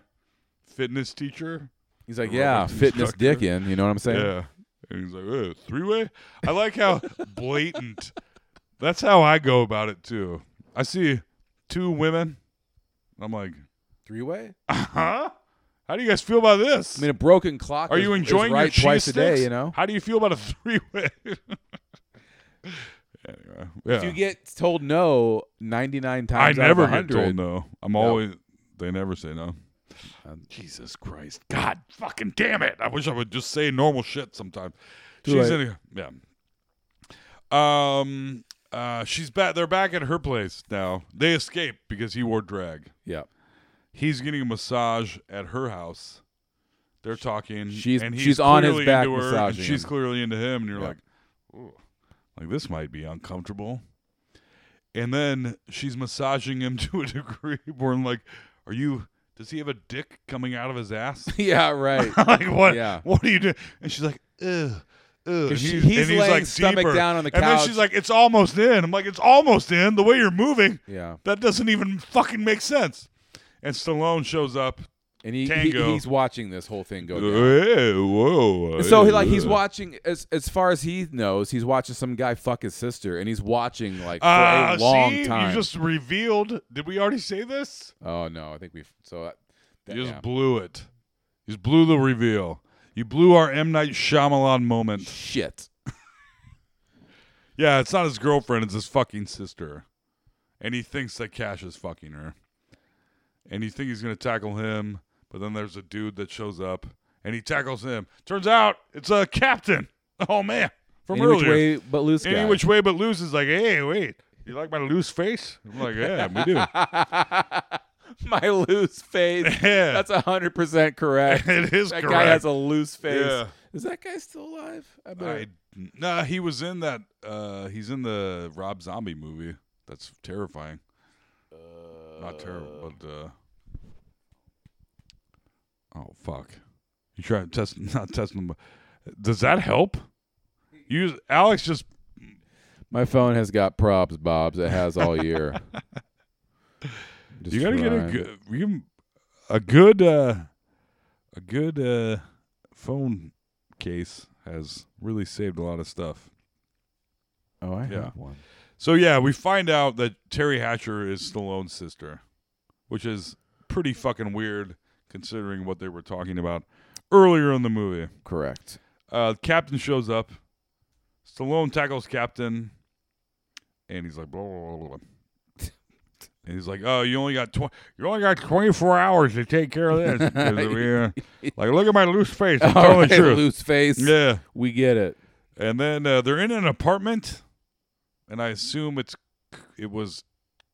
fitness teacher.
He's like, yeah,
Aerobics
fitness
instructor.
dick in. You know what I'm saying?
Yeah, and he's like, three way. I like how blatant. That's how I go about it too. I see two women. I'm like,
Three way?
huh? How do you guys feel about this?
I mean, a broken clock.
Are
is-
you
is
enjoying
right
your cheese
twice
sticks?
a day? You know.
How do you feel about a three way? anyway, yeah.
If you get told no 99
I
times out of
never get
100,
told no. I'm always. They never say no.
Uh,
Jesus Christ! God, fucking damn it! I wish I would just say normal shit sometimes. She's
late.
in. Yeah. Um. Uh. She's back. They're back at her place now. They escaped because he wore drag.
Yeah.
He's getting a massage at her house. They're talking.
She's-
and he's
she's on his
clearly
back
into her, and
massaging
She's
him.
clearly into him, and you're like, Ooh, like this might be uncomfortable. And then she's massaging him to a degree where I'm like, are you? Does he have a dick coming out of his ass?
Yeah, right.
like what?
Yeah.
What are you doing? And she's like, ugh. Ugh. And
she-
he's,
he's
and he's
laying
like
stomach
deeper.
down on the
And then
couch.
she's like, "It's almost in." I'm like, "It's almost in." The way you're moving,
Yeah.
that doesn't even fucking make sense. And Stallone shows up.
And he, he
Tango.
he's watching this whole thing go down.
Whoa, whoa.
And so he like he's
whoa.
watching as as far as he knows, he's watching some guy fuck his sister and he's watching like for
Ah,
a long
see?
time.
You just revealed. Did we already say this?
oh no, I think we've so uh, that, that-
You just
yeah.
blew it. You just blew the reveal. You blew our M Night Shyamalan moment.
shit.
Yeah, it's not his girlfriend. It's his fucking sister, and he thinks that Cash is fucking her, and you think he's gonna tackle him, but then there's a dude that shows up, and he tackles him. Turns out it's a captain. Oh man, from
Any which
earlier.
way but loose
Any
guy.
which way but loose is like, hey, wait, you like my loose face? I'm like, yeah, we do.
My loose face.
Yeah.
That's hundred percent correct.
it is
that
correct.
guy has a loose face.
Yeah.
Is that guy still alive? I bet.
I, nah, he was in that. Uh, he's in the Rob Zombie movie. That's terrifying. Not terrible, but uh, oh fuck! You try to test, not testing them. Does that help? You, Alex, just
My phone has got props, Bob's. It has all year. Just
you gotta get a
trying.
good, you, a good, uh, a good uh, phone case has really saved a lot of stuff.
Oh, I
Yeah.
have one.
So yeah, we find out that Terry Hatcher is Stallone's sister, which is pretty fucking weird considering what they were talking about earlier in the movie.
Correct.
Uh, Captain shows up. Stallone tackles Captain, and he's like, blah, blah, blah, blah. and he's like, "Oh, you only got tw- you only got twenty four hours to take care of this." 'Cause we, uh, like, look at my loose face. I'm
All
telling
right,
the truth.
loose face.
Yeah.
We get it.
And then uh, they're in an apartment, and I assume it's it was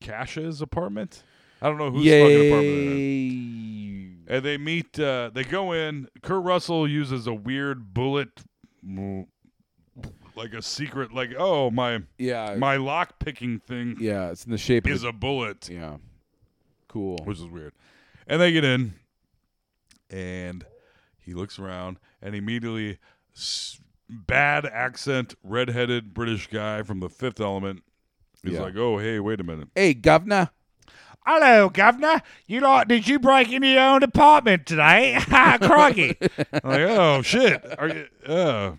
Cash's apartment. I don't know whose fucking apartment. It is.
Yay.
And they meet. Uh, they go in. Kurt Russell uses a weird bullet, like a secret, like oh my
Yeah.
my lock picking thing
yeah, it's in the shape of
is a bullet,
a, Yeah. Cool.
which is weird. And they get in, and he looks around, and immediately, s- bad accent, redheaded British guy from The Fifth Element. He's
Yeah.
like, oh hey, wait a minute.
Hey, governor.
Hello, Governor. You lot, did you break into your own apartment today? Ha, crikey.
I'm like, oh shit. Are you, uh.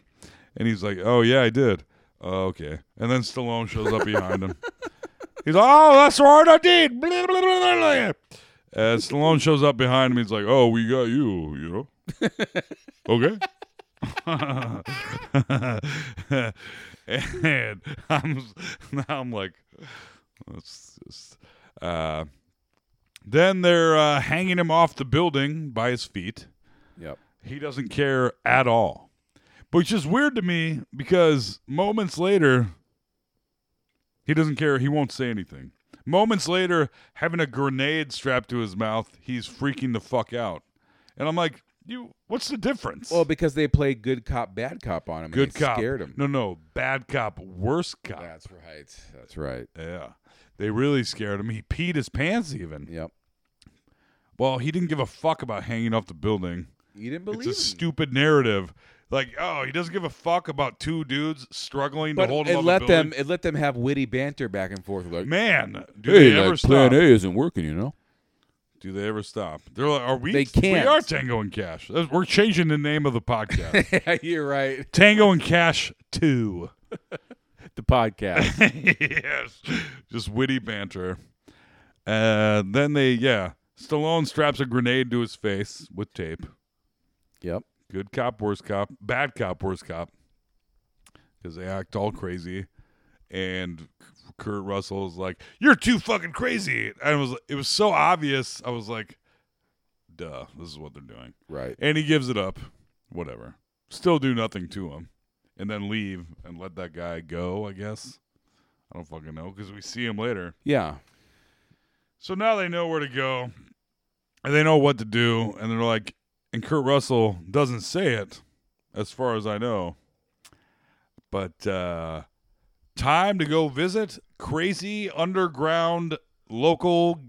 And he's like, oh yeah, I did. Oh, okay. And then Stallone shows up behind him. He's like, oh, that's right, I did. Blah, blah, blah, blah, blah. And Stallone shows up behind him. He's like, oh, we got you, you know? okay. and I'm now I'm like, let's just. Uh, then they're uh, hanging him off the building by his feet.
Yep.
He doesn't care at all. Which is weird to me because moments later, he doesn't care. He won't say anything. Moments later, having a grenade strapped to his mouth, he's freaking the fuck out. And I'm like, you, what's the difference?
Well, Oh, because they played good cop, bad cop on him. and
good
they
cop.
Scared him.
No, no, bad cop, worse cop.
That's right. That's right.
Yeah. They really scared him. He peed his pants even.
Yep.
Well, he didn't give a fuck about hanging off the building.
You didn't believe
it's a
him.
stupid narrative. Like, oh, he doesn't give a fuck about two dudes struggling
but
to hold him
it
off
let
the
them
building.
it let them have witty banter back and forth. Like,
Man, do
hey,
they ever
like,
stop?
plan A isn't working, you know?
Do they ever stop? They're like, are we?
They can't.
We are Tango and Cash. That's- We're changing the name of the podcast.
yeah, you're right.
Tango and Cash Two.
The podcast.
yes, just witty banter. Uh, then they, yeah. Stallone straps a grenade to his face with tape.
Yep.
Good cop, worst cop, bad cop, worst cop. Because they act all crazy. And Kurt Russell is like, You're too fucking crazy. And it was it was so obvious. I was like, duh, this is what they're doing.
Right.
And he gives it up. Whatever. Still do nothing to him. And then leave and let that guy go, I guess. I don't fucking know, because we see him later.
Yeah.
So now they know where to go, and they know what to do, and they're like, and Kurt Russell doesn't say it, as far as I know. But uh, time to go visit crazy underground local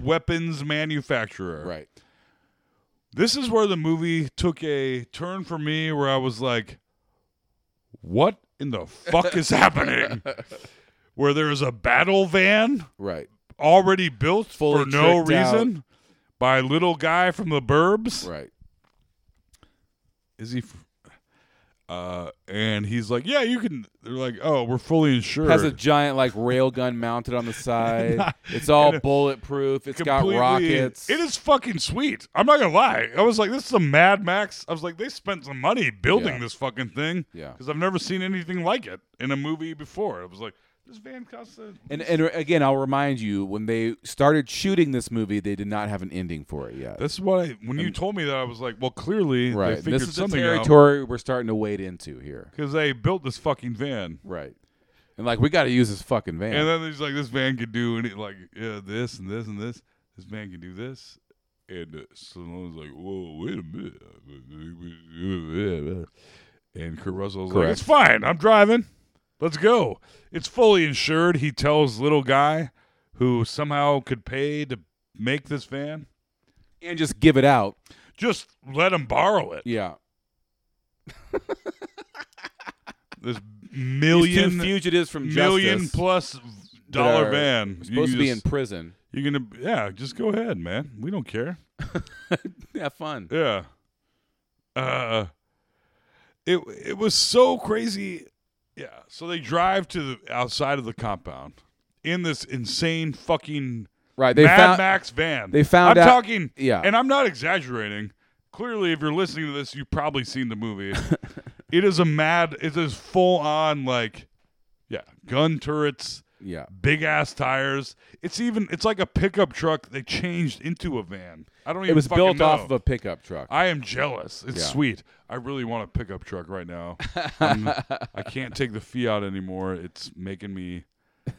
weapons manufacturer.
Right.
This is where the movie took a turn for me, where I was like, "What in the fuck is happening?" Where there is a battle van
Right.
already built
Fully
for no
tricked out.
reason by little guy from the burbs.
Right.
Is he? F- uh, and he's like, yeah, you can. They're like, oh, we're fully insured.
Has a giant like rail gun mounted on the side. it's all bulletproof. It's got
Completely-
rockets.
It is fucking sweet. I'm not gonna lie. I was like, this is a Mad Max. I was like, they spent some money building
Yeah.
this fucking thing.
Yeah.
Because I've never seen anything like it in a movie before. I was like, this van costs a
And and again, I'll remind you when they started shooting this movie, they did not have an ending for it yet.
That's what I. When you told me that, I was like, well, clearly
right.
they figured
This is the
something out
territory we're starting to wade into here.
because they built this fucking van.
Right. And like we got to use this fucking van.
And then he's like, this man could do any, like yeah, this and this and this. This man can do this. And uh, Stallone's like, whoa, wait a minute. And Kurt Russell's like,
Correct.
it's fine. I'm driving. Let's go. It's fully insured. He tells little guy who somehow could pay to make this van,
and just give it out.
just let him borrow it.
Yeah. These
This
two
million,
fugitives from
million
justice
plus
that
dollar
are
van. You
supposed to be in
just-
prison.
You're gonna, yeah. Just go ahead, man. We don't care.
Have fun.
Yeah. Uh it it was so crazy. Yeah. So they drive to the outside of the compound in this insane fucking
Right. They
Mad
found
Max van.
they found
I'm
out-
talking
yeah.
and I'm not exaggerating. Clearly if you're listening to this, you've probably seen the movie. it is a mad it is full on like yeah, gun turrets,
yeah.
big ass tires. It's even it's like a pickup truck they changed into a van. I don't even
It was
fucking
built off
know.
of a pickup truck.
I am jealous. It's
Yeah.
sweet. I really want a pickup truck right now. I'm- I can't take the Fiat anymore. It's making me.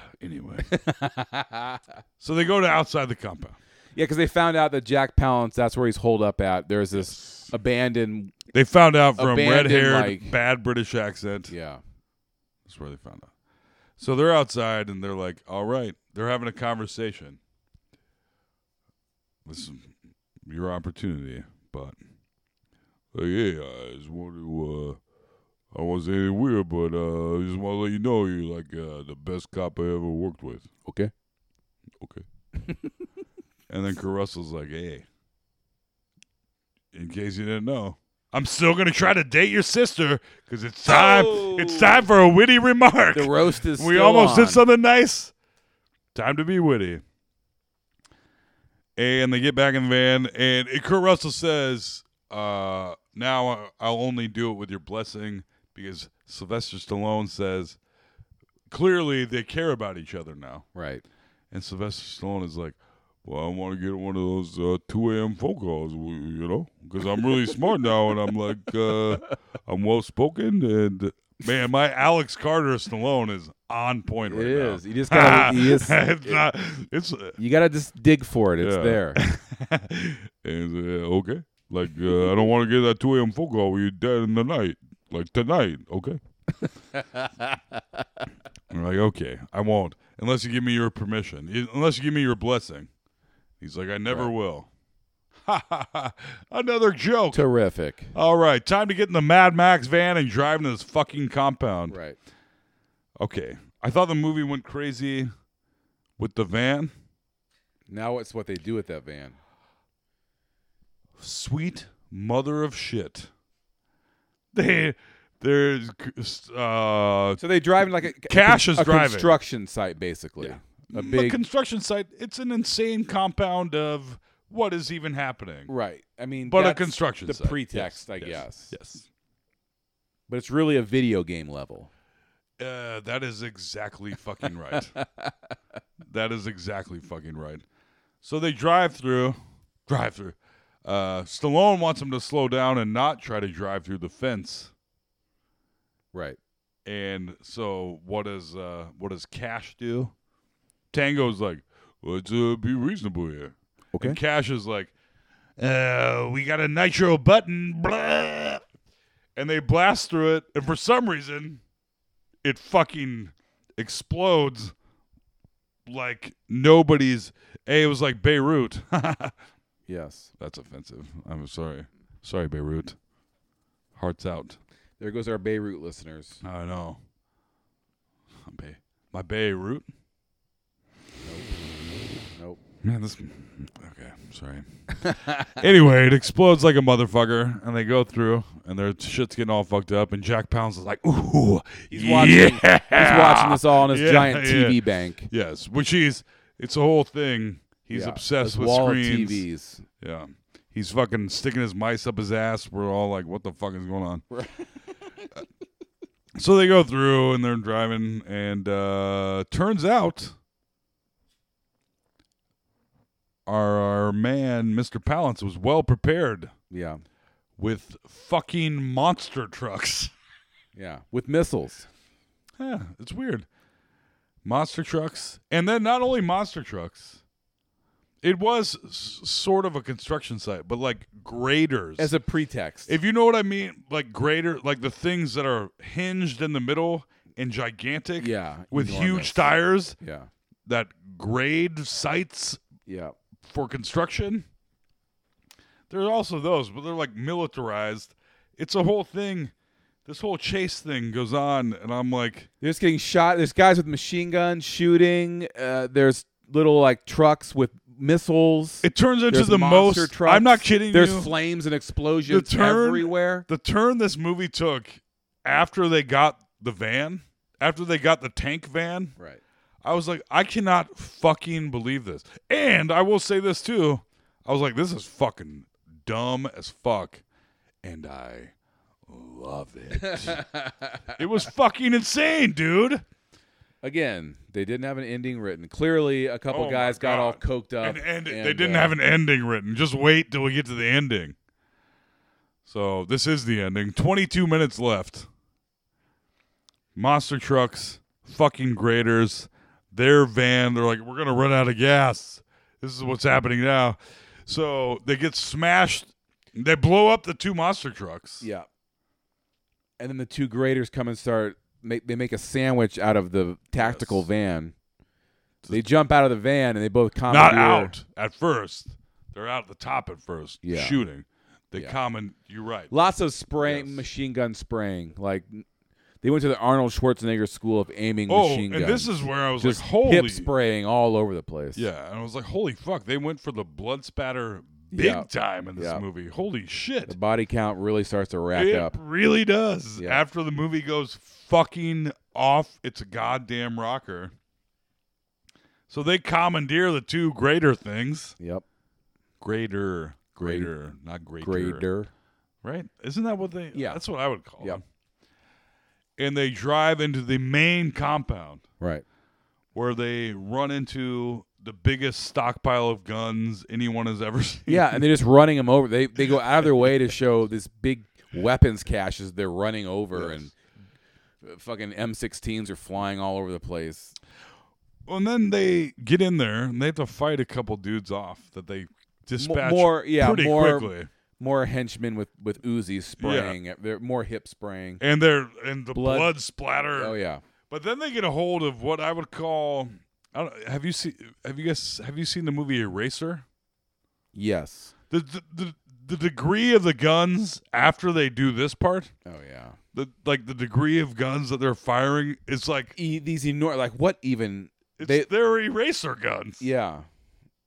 anyway. so they go to outside the compound.
Yeah, because they found out that Jack Palance, that's where he's holed up at. There's this abandoned.
They found out from red
Abandoned,
haired,
like-
bad British accent.
Yeah.
That's where they found out. So they're outside and they're like, all right, they're having a conversation. This is your opportunity, but like, hey, I just want to, uh, I won't say anything weird, but uh, I just want to let you know you're like uh, the best cop I ever worked with.
Okay.
Okay. and then Caruso's like, hey, in case you didn't know, I'm still going to try to date your sister because it's time, it's time for a witty remark.
The roast is.
We
still
almost
on.
did something nice. Time to be witty. And they get back in the van, and and Kurt Russell says, uh, "Now I- I'll only do it with your blessing," because Sylvester Stallone says, "Clearly they care about each other now."
Right.
And Sylvester Stallone is like, "Well, I want to get one of those uh, two a.m. phone calls, w- you know, because I'm really smart now, and I'm like, uh, I'm well spoken, and man, my Alex Carter Stallone is on point
It
right now.
is. You just gotta. you, just,
it's not. It's uh,
you gotta just dig for it. It's
Yeah.
there.
and, uh, okay. Like uh, I don't want to get that two a.m. phone call where you're dead in the night, like tonight. Okay. I'm like, okay, I won't unless you give me your permission, i- unless you give me your blessing. He's like, I never will. Ha ha ha! Another joke.
Terrific.
All right, time to get in the Mad Max van and drive into this fucking compound.
Right.
Okay, I thought the movie went crazy with the van.
Now it's what they do with that van.
sweet mother of shit. They, there's, uh,
So they drive in like a
uh,
Cash
a,
is
a
driving.
construction site basically.
a big
a construction site. It's an insane compound of what is even happening.
right. I mean,
But a
that's
construction
the
site.
pretext,
Yes,
I
yes,
guess.
Yes.
But it's really a video game level.
Uh, that is exactly fucking right. that is exactly fucking right. So they drive through, drive through. Uh, Stallone wants him to slow down and not try to drive through the fence.
Right.
And so, what does uh, what does Cash do? Tango's like, let's uh, be reasonable here.
Okay.
And Cash is like, uh, we got a nitro button, blah. and they blast through it, and for some reason, it fucking explodes like nobody's. Hey, it was like Beirut.
Yes.
That's offensive. I'm sorry. Sorry, Beirut. Hearts out.
There goes our Beirut listeners.
I know. Bay, my Beirut.
Nope.
Man, this. Okay, sorry. anyway, it explodes like a motherfucker, and they go through, and their shit's getting all fucked up. And Jack Pounds is like, "Ooh,
He's watching.
yeah.
He's watching this all on his
Yeah,
giant
yeah.
TV bank.
Yes, which he's. It's a whole thing. He's
Yeah,
obsessed
this
with
wall of
screens.
TVs.
Yeah, he's fucking sticking his mice up his ass. We're all like, "What the fuck is going on?" so they go through, and they're driving, and uh turns out. Our, our man, Mr. Palance, was well prepared
Yeah.
with fucking monster trucks.
Yeah. With missiles.
Yeah, it's weird. Monster trucks, and then not only monster trucks. It was s- sort of a construction site, but like graders.
As a pretext.
if you know what I mean, like grader, like the things that are hinged in the middle and gigantic.
Yeah,
with
enormous.
huge tires
yeah.
that grade sites
Yeah.
for construction. There are also those, but they're like militarized. It's a whole thing. This whole chase thing goes on, and I'm like,
They're just getting shot. There's guys with machine guns shooting. Uh, there's little like trucks with missiles.
It turns into
There's
the most.
monster Trucks.
I'm not kidding
There's
you.
flames and explosions
The turn-
everywhere.
the turn this movie took after they got the van, after they got the tank van,
Right.
I was like, I cannot fucking believe this. And I will say this too. I was like, this is fucking dumb as fuck. And I love it. it was fucking insane, dude.
Again, they didn't have an ending written. Clearly, a couple
Oh, my
guys got all
God.
coked up.
and, and they didn't
uh,
have an ending written. Just wait till we get to the ending. So this is the ending. Twenty-two minutes left. Monster trucks, fucking graders, their van. They're like, we're gonna run out of gas. This is what's happening now. So they get smashed. They blow up the two monster trucks.
Yeah. And then the two graders come and start. Make, they make a sandwich out of the tactical
Yes.
van. They jump out of the van and they both
Not
commandeer.
out at first. They're out at the top at first.
Yeah.
Shooting. They
Yeah.
common. You're right.
Lots of spraying,
Yes.
machine gun spraying. Like they went to the Arnold Schwarzenegger School of aiming
Oh,
machine guns.
and this is where I was
just
like, holy
hip spraying all over the place.
Yeah, and I was like, "Holy fuck!" They went for the blood spatter big
Yeah.
time in this
Yeah.
movie. Holy
the
shit!
body count really starts to rack
It
up.
really does.
Yeah.
After the movie goes fucking off, it's a goddamn rocker. So they commandeer the two greater things.
Yep,
Greater,
Great-
greater, not greater.
grader.
Right? Isn't that what they?
Yeah.
that's what I would call.
Yeah.
them. And they drive into the main compound.
Right.
where they run into the biggest stockpile of guns anyone has ever seen.
Yeah, and they're just running them over. They they go out of their way to show this big weapons caches they're running over
Yes.
and fucking M16s are flying all over the place.
And then they get in there and they have to fight a couple dudes off that they dispatch
more- yeah,
pretty
more-
quickly.
More henchmen with with Uzis spraying. They're more hip spraying.
And they're and the
Blood.
blood, splatter.
Oh yeah.
But then they get a hold of what I would call I don't, have you seen have you guys have you seen the movie Eraser?
Yes.
The the, the the degree of the guns after they do this part,
Oh yeah.
the like the degree of guns that they're firing is like
E- these enormous like what even
it's
They-
their eraser guns.
yeah.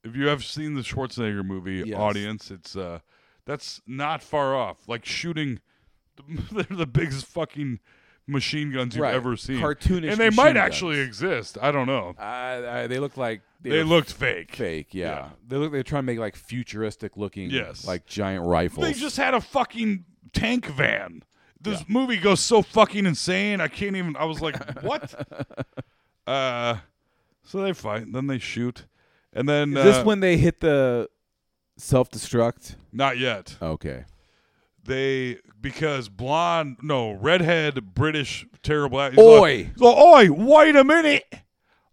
if you have seen the Schwarzenegger movie
Yes.
audience, it's uh that's not far off. Like shooting they're the biggest fucking machine guns you've
Right.
ever seen.
Cartoonish
and they might
machine
actually
guns.
exist. I don't know.
I, I, they look like
They,
were
looked fake.
fake. Yeah.
Yeah.
they look. They're trying to make like futuristic looking.
Yes.
like giant rifles.
They just had a fucking tank van. This movie goes so fucking insane. I can't even. I was like, what? Uh, so they fight, then they shoot, and then
Is this
uh,
when they hit the self destruct.
Not yet.
Okay.
They because blonde, no redhead, British, terrible. he's
Oi.
like- he's like, oi! Wait a minute!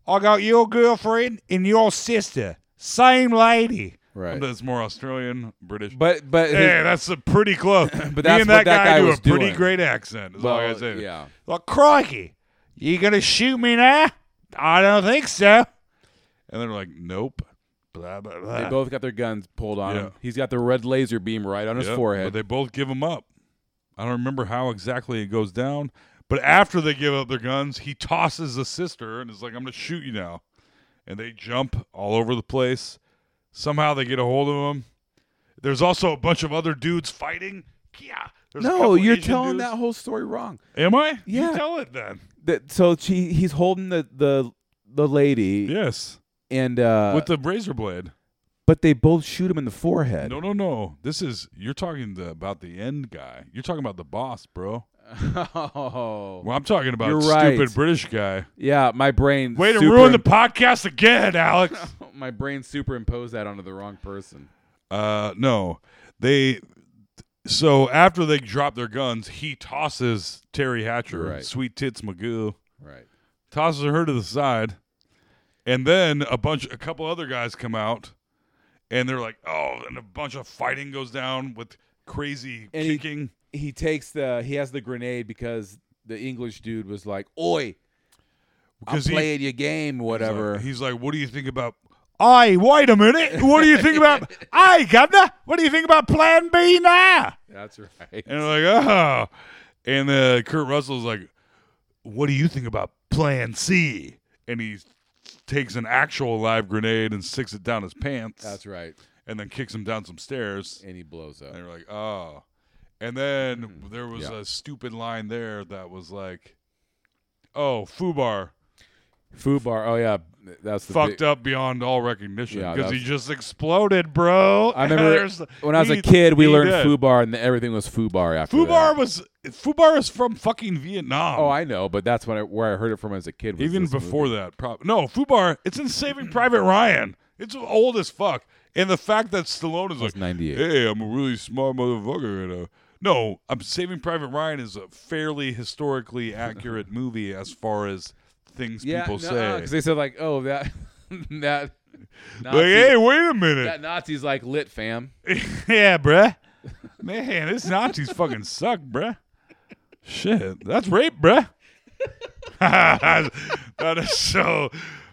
I got your girlfriend and your sister, same lady.
Right.
That's more Australian, British.
But but his-
Hey, that's a pretty close. Me
that's
and
what
that,
that
guy,
guy
do a
was
pretty
doing.
great accent. Is all I
Well,
gotta say.
yeah.
Like crikey, you gonna shoot me now? I don't think so. And they're like, nope. Blah blah blah.
they both got their guns pulled on
Ah. Yeah.
him. He's got the red laser beam right on his
Yep,
forehead.
But they both give him up. I don't remember how exactly it goes down. But after they give up their guns, he tosses the sister and is like, I'm going to shoot you now. And they jump all over the place. Somehow they get a hold of him. There's also a bunch of other dudes fighting. Yeah. There's a
no,
couple
you're
Asian
telling
dudes.
that whole story wrong.
Am I? You
Yeah.
tell it then.
That so she he's holding the the the lady
Yes.
and uh
With the razor blade.
but they both shoot him in the forehead.
No, no, no. This is, you're talking the, about the end guy. You're talking about the boss, bro.
oh.
Well, I'm talking about
You're
stupid
right.
British guy.
Yeah, my brain
Way to
super-
ruin the podcast again, Alex.
my brain superimposed that onto the wrong person.
uh, no, they. So after they drop their guns, he tosses Terry Hatcher,
Right.
Sweet Tits Magoo,
Right.
tosses her to the side, and then a bunch, a couple other guys come out, and they're like, oh, and a bunch of fighting goes down with crazy
And he-
kicking.
He takes the he has the grenade because the English dude was like, "Oi, I'm
he-
playing your game,
he's like-
whatever."
He's like, what do you think about? I wait a minute. What do you think about? I governor. What do you think about Plan B now?
That's right.
And I'm like, oh. And uh, Kurt Russell's like, what do you think about Plan C? And he takes an actual live grenade and sticks it down his pants.
That's right.
And then kicks him down some stairs.
And he blows up.
And you're like, oh. And then there was
Hmm. Yeah.
a stupid line there that was like, oh, Fubar
Fubar. Oh yeah, that's the
fucked up beyond all recognition
Yeah,
because he
that's-
just exploded, bro.
I remember
There's-
when I was
he-
a kid, we
he
learned
did.
Fubar, and everything was Fubar after
Fubar
that.
was Fubar is from fucking Vietnam.
Oh, I know, but that's when I, where I heard it from as a kid. was
Even
this
before
movie.
that, prob- no Fubar. It's in Saving Private Ryan. It's old as fuck. And the fact that Stallone is like,
98.
"Hey, I'm a really smart motherfucker," and uh, no, I'm Saving Private Ryan is a fairly historically accurate movie as far as things
yeah,
people
because
say.
they said like, oh that that Nazi,
Like, hey, wait a minute,
that Nazi's like lit, fam.
yeah, bruh. Man, this Nazis fucking suck, bruh. Shit, that's rape, bruh. that is so.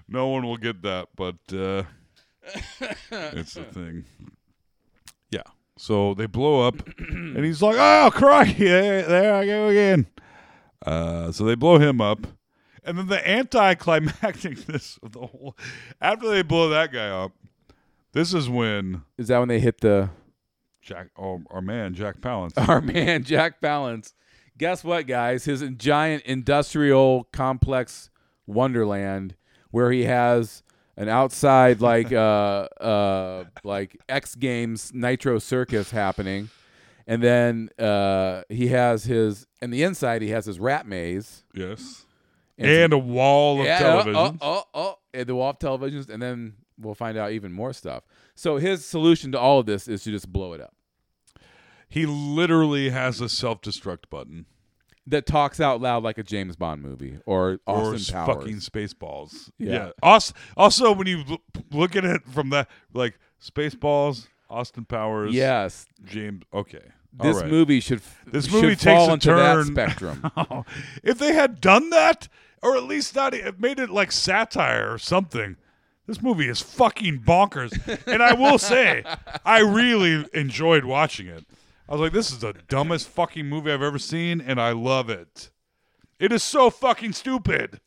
No one will get that, but uh, it's the thing. Yeah. So they blow up, and he's like, "Oh, crikey! There, there I go again." Uh, so they blow him up, and then the anticlimacticness of the whole. After they blow that guy up, this is when
Is that when they hit the
Jack, our, our man, Jack Palance.
our man Jack Palance? Guess what, guys? His giant industrial complex wonderland where he has an outside like uh uh like X Games Nitro Circus happening. And then uh, he has his, and the inside he has his rat maze.
yes.
And
And,
it's-
a wall of
yeah,
television.
Oh, oh, oh, oh, and the wall of televisions, and then we'll find out even more stuff. So his solution to all of this is to just blow it up.
He literally has a self destruct button
That talks out loud like a James Bond movie or
or s-
Austin Powers.
fucking Spaceballs.
Yeah.
Also, also, when you l- look at it from that, like Spaceballs, Austin Powers,
yes,
James. Okay. All
this
right.
movie should f-
This
should
movie takes
fall
a
into that
turn.
spectrum.
Oh, if they had done that, or at least not it made it like satire or something. This movie is fucking bonkers. And I will say, I really enjoyed watching it. I was like, this is the dumbest fucking movie I've ever seen, and I love it. It is so fucking stupid.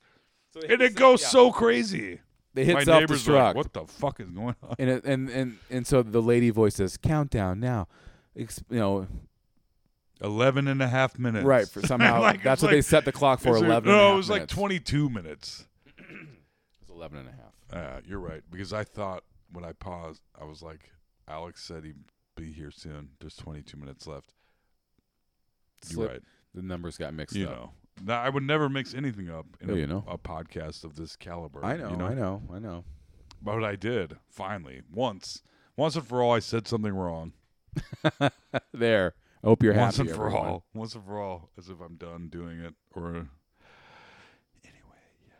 and it goes so crazy.
They hit
My
self
neighbors were
destruct,
like, what the fuck is going on?
and, it, and and and so the lady voice says, "Countdown now." Ex- you know,
11 and a half minutes.
Right, for somehow-
it's
that's what they set the clock for,
it's like-
11 and a
No,
half
it was like
minutes.
22 minutes.
It's 11 and a half.
Uh, you're right. Because I thought when I paused, I was like, Alex said he'd be here soon. There's 22 minutes left. You're
Slip-
right.
The numbers got mixed
You
up.
know. No, I would never mix anything up in
Yeah,
a,
you know.
a podcast of this caliber.
I know,
you know?
I know, I know.
But I did, finally. Once. Once and for all, I said something wrong.
There. I hope you're
Once
happy.
and for
everyone.
all. Once and for all. As if I'm done doing it. Or anyway, yeah.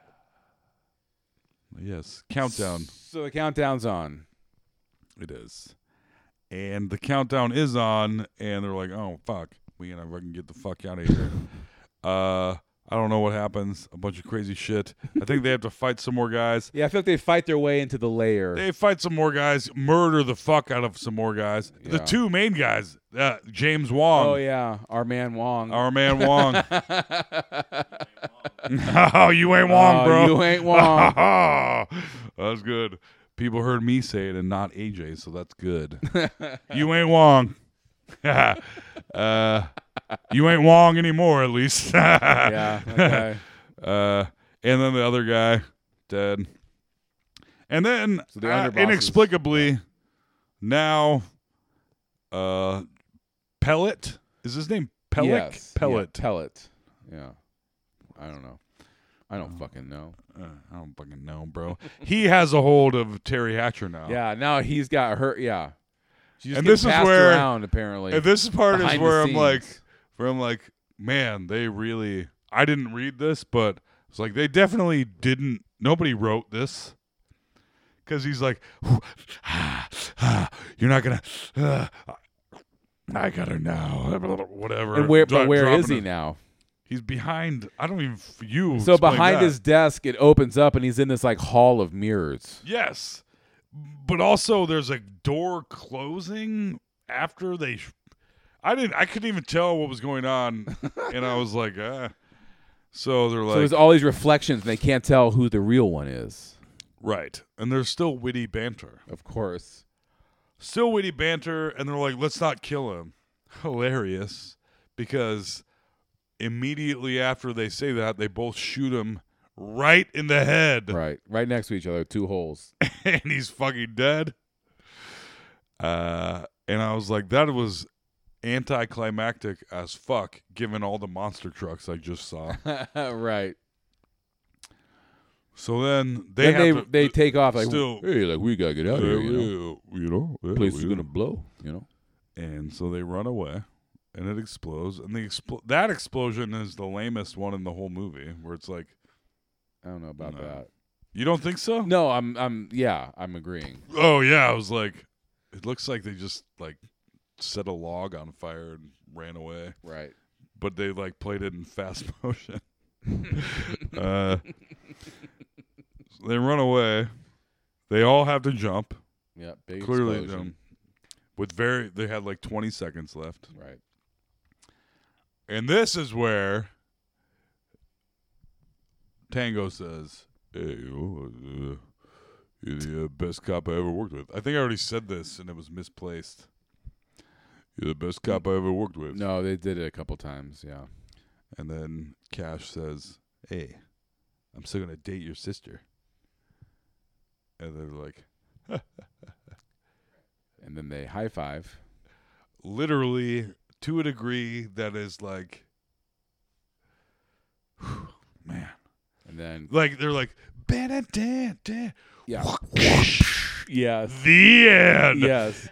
Yes. Countdown.
So the countdown's on.
It is. And the countdown is on, and they're like, oh fuck. We gotta fucking get the fuck out of here. uh I don't know what happens. A bunch of crazy shit. I think they have to fight some more guys.
Yeah, I feel like they fight their way into the layer.
They fight some more guys, murder the fuck out of some more guys. The
Yeah.
two main guys, uh, James Wong,
oh yeah, our man Wong.
our man Wong. oh, you ain't Wong,
Oh,
bro.
you ain't Wong.
that's good. People heard me say it and not AJ, so that's good. you ain't Wong. uh, you ain't Wong anymore, at least.
yeah. Okay.
Uh, and then the other guy, dead. And then
they're
uh,
underbosses.
inexplicably, now, uh, Pellet is his name. Pellic.
Yes.
Pellet.
Yeah, pellet. Yeah. I don't know. I don't fucking know.
Uh, I don't fucking know, bro. he has a hold of Terry Hatcher now.
Yeah. Now he's got hurt. Yeah. She's
Oh.
just
And
getting
this is
passed
where-
around apparently.
And this part is
Behind the
where I'm like,
scenes.
where I'm like, man, they really. I didn't read this, but it's like they definitely didn't. Nobody wrote this. Because he's like, you're not gonna. uh, I got her now. Whatever.
and where? But
Dro-
where
dropping
is he
it.
now?
He's behind. I don't even. You.
So
explained
behind
that.
his desk, it opens up, and he's in this like hall of mirrors.
Yes, but also there's a door closing after they. Sh- I didn't. I couldn't even tell what was going on, and I was like, ah. So they're
so
like,
there's all these reflections, and they can't tell who the real one is.
right, and there's still witty banter,
Of course.
still witty banter, and they're like, let's not kill him. Hilarious, because immediately after they say that, they both shoot him right in the head.
Right. Right next to each other, two holes.
and he's fucking dead. Uh, and I was like, that was anticlimactic as fuck, given all the monster trucks I just saw.
right.
so then they
Then
have
they
to-
they take off like
still-
hey like we gotta get out
uh,
of here. You know?
uh, you know, uh,
Place is
you
gonna
know.
blow. You know.
and so they run away, and it explodes, and the expl- that explosion is the lamest one in the whole movie, where it's like,
I don't know about
No.
that.
you don't think so?
No, I'm I'm yeah, I'm agreeing.
Oh yeah, I was like, it looks like they just like set a log on fire and ran away.
Right.
but they like played it in fast motion. uh, so they run away. They all have to jump.
Yeah. Big
Clearly,
explosion.
um, with very they had like twenty seconds left,
Right.
and this is where Tango says, "Hey, you know, uh, you're the uh, best cop I ever worked with." I think I already said this, and it was misplaced. You're the best cop I ever worked with.
No, they did it a couple times. Yeah.
And then Cash says, Hey, I'm still going to date your sister. And they're like,
And then they high five.
literally to a degree that is like, man.
And then
Like, they're like, "Ba-da-da-da."
yeah. yes.
the end.
Yes.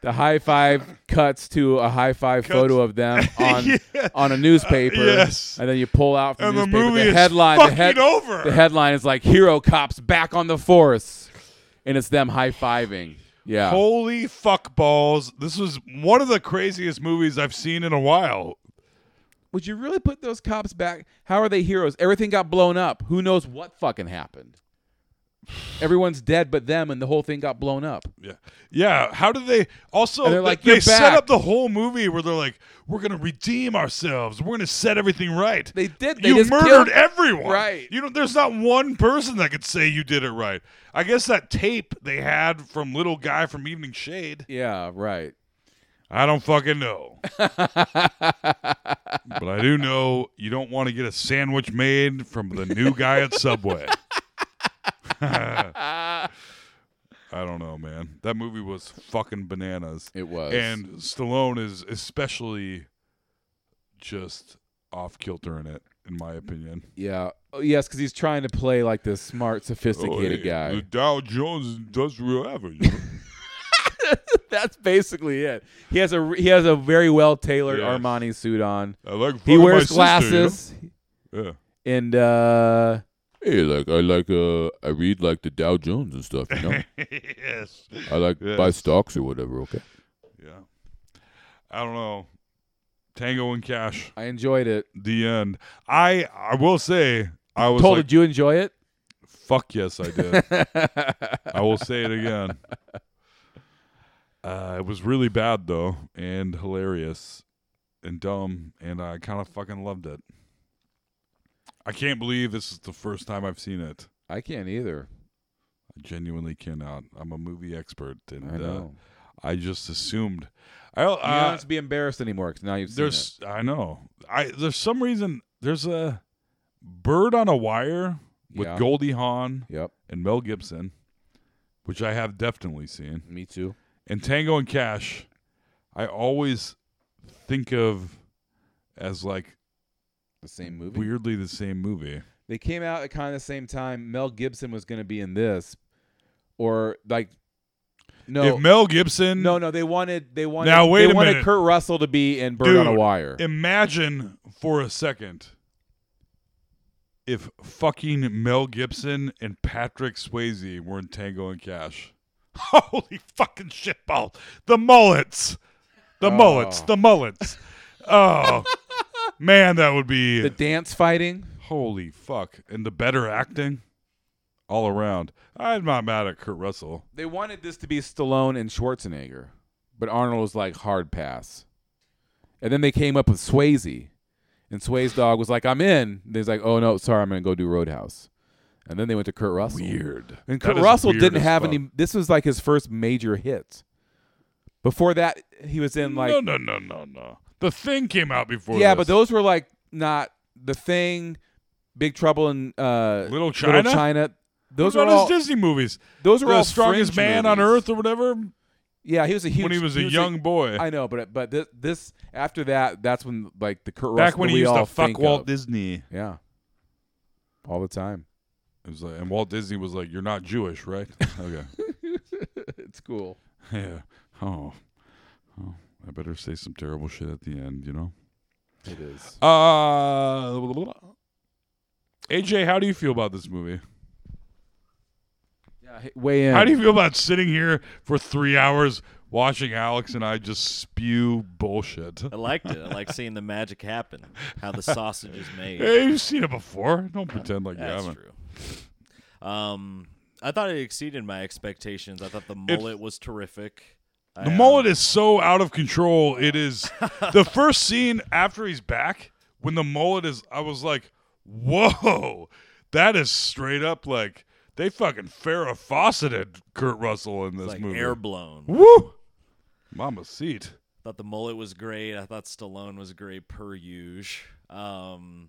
the high five cuts to a high five photo of them on
Yeah. Uh,
on a newspaper.
Yes.
And then you pull out from
And
the
the
newspaper
movie
the
is
headline the, head,
fucking over.
the headline is like Hero Cops back on the force. And it's them high fiving. Yeah.
Holy fuck balls. This was one of the craziest movies I've seen in a while.
Would you really put those cops back? How are they heroes? Everything got blown up. Who knows what fucking happened? Everyone's dead but them, and the whole thing got blown up.
Yeah. Yeah. How did they also
And they're
th-
like,
they
"You're
set
back."
up the whole movie where they're like, We're gonna redeem ourselves. We're gonna set everything right.
They did. They
you
just
murdered
killed-
everyone.
Right.
You know, there's not one person that could say you did it right. I guess that tape they had from little guy from Evening Shade.
Yeah, right.
I don't fucking know. but I do know you don't want to get a sandwich made from the new guy at Subway. I don't know, man. That movie was fucking bananas.
It was.
And Stallone is especially just off kilter in it, in my opinion.
Yeah. Oh, yes, because he's trying to play like this smart, sophisticated
Oh, The
guy.
Dow Jones Industrial Average.
That's basically it. He has a re- he has a very well tailored
Yes.
Armani suit on.
I like
He
fucking my
wears
sister, you
glasses.
know? Yeah.
and uh hey like i like uh i read like the dow jones and stuff you know
yes.
i like
Yes.
buy stocks or whatever okay
Yeah. I don't know. Tango and Cash.
i enjoyed it
The end. I I will say I was
told
like,
did you enjoy it
fuck yes I did. I will say it again. Uh, it was really bad though, and hilarious, and dumb, and I kind of fucking loved it. I can't believe this is the first time I've seen it.
i can't either
I genuinely cannot. I'm a movie expert, and
i know
Uh, I just assumed. I
you don't
uh,
have to be embarrassed anymore because now you've seen it.
there's I know I there's some reason there's a bird on a wire with
Yeah.
Goldie Hawn
yep
and Mel Gibson, which I have definitely seen.
me too
and Tango and Cash, I always think of as like
the same movie
weirdly the same movie.
they came out at kind of the same time mel gibson was going to be in this or like no
if Mel Gibson,
no no they wanted they wanted
Now, wait
they
a
wanted
minute.
kurt russell to be in bird on a
Dude,
wire
imagine for a second if fucking Mel Gibson and Patrick Swayze were in Tango and Cash. Holy fucking shitball! The mullets, the
Oh.
mullets, the mullets. Oh man, that would be
the dance fighting
Holy fuck. And the better acting all around. I'm not mad at Kurt Russell.
They wanted this to be Stallone and Schwarzenegger, but Arnold was like hard pass. And then they came up with Swayze, and Sway's dog was like, "I'm in." And he's like, "Oh no, sorry, I'm gonna go do Roadhouse." And then they went to Kurt Russell.
Weird.
And
That
Kurt
is
Russell
weird
didn't
as
have
fuck.
any. This was like his first major hit. Before that, he was in like
no, no, no, no, no. The thing came out before.
yeah,
this.
but those were like not the thing. Big Trouble in uh,
Little China?
Those
What about
were
his
all.
Disney movies.
Those were
the
all
strongest
fringe
man on
movies.
earth or whatever
Yeah, he was a huge.
when he was a young boy.
I know, but but this, this after that, that's when like the Kurt
Back
Russell
when
that
he
we
used
all
to fuck
think
Walt
of.
Disney.
Yeah, all the time.
It was like, and Walt Disney was like, You're not Jewish, right? okay.
It's cool.
Yeah. Oh. oh. I better say some terrible shit at the end, you know?
It is.
Uh, AJ, how do you feel about this movie?
Yeah, hey, weigh in.
How do you feel about sitting here for three hours watching Alex and I just spew bullshit?
I liked it. I like seeing the magic happen. How the sausage is made.
Hey, you've seen it before. Don't pretend like you
That's
haven't.
true. Um, I thought it exceeded my expectations. I thought the mullet was terrific.
The mullet is so out of control. It is the first scene after he's back when the mullet is. I was like, whoa, that is straight up like they fucking Farrah Fawcetted Kurt Russell in this
like
movie.
air blown.
Woo, mama seat.
thought the mullet was great. I thought Stallone was great per usual. Um,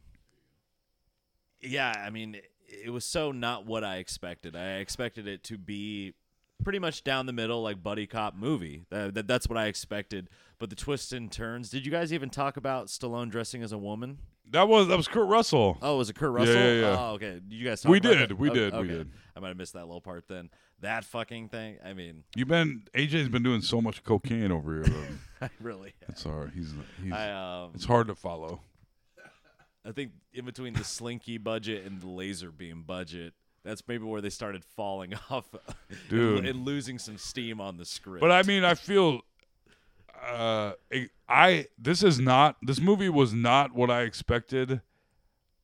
yeah, I mean, it, it was so not what I expected. I expected it to be pretty much down the middle, like buddy cop movie. That, that that's what I expected. But the twists and turns. Did you guys even talk about Stallone dressing as a woman?
That was that was Kurt Russell.
Oh, was it Kurt
Yeah,
Russell?
yeah, yeah.
Oh, okay. You guys. Talk
We
about
did,
that?
we
Oh,
did, we
okay.
did.
I might have missed that little part then. That fucking thing. I mean,
You've been AJ's been doing so much cocaine over here. Though.
I really.
It's hard. He's he's.
I um.
it's hard to follow.
I think in between the slinky budget and the laser beam budget, that's maybe where they started falling off and lo-
Dude.
and, losing some steam on the script.
But I mean, I feel. Uh, it- I this is not this movie was not what I expected,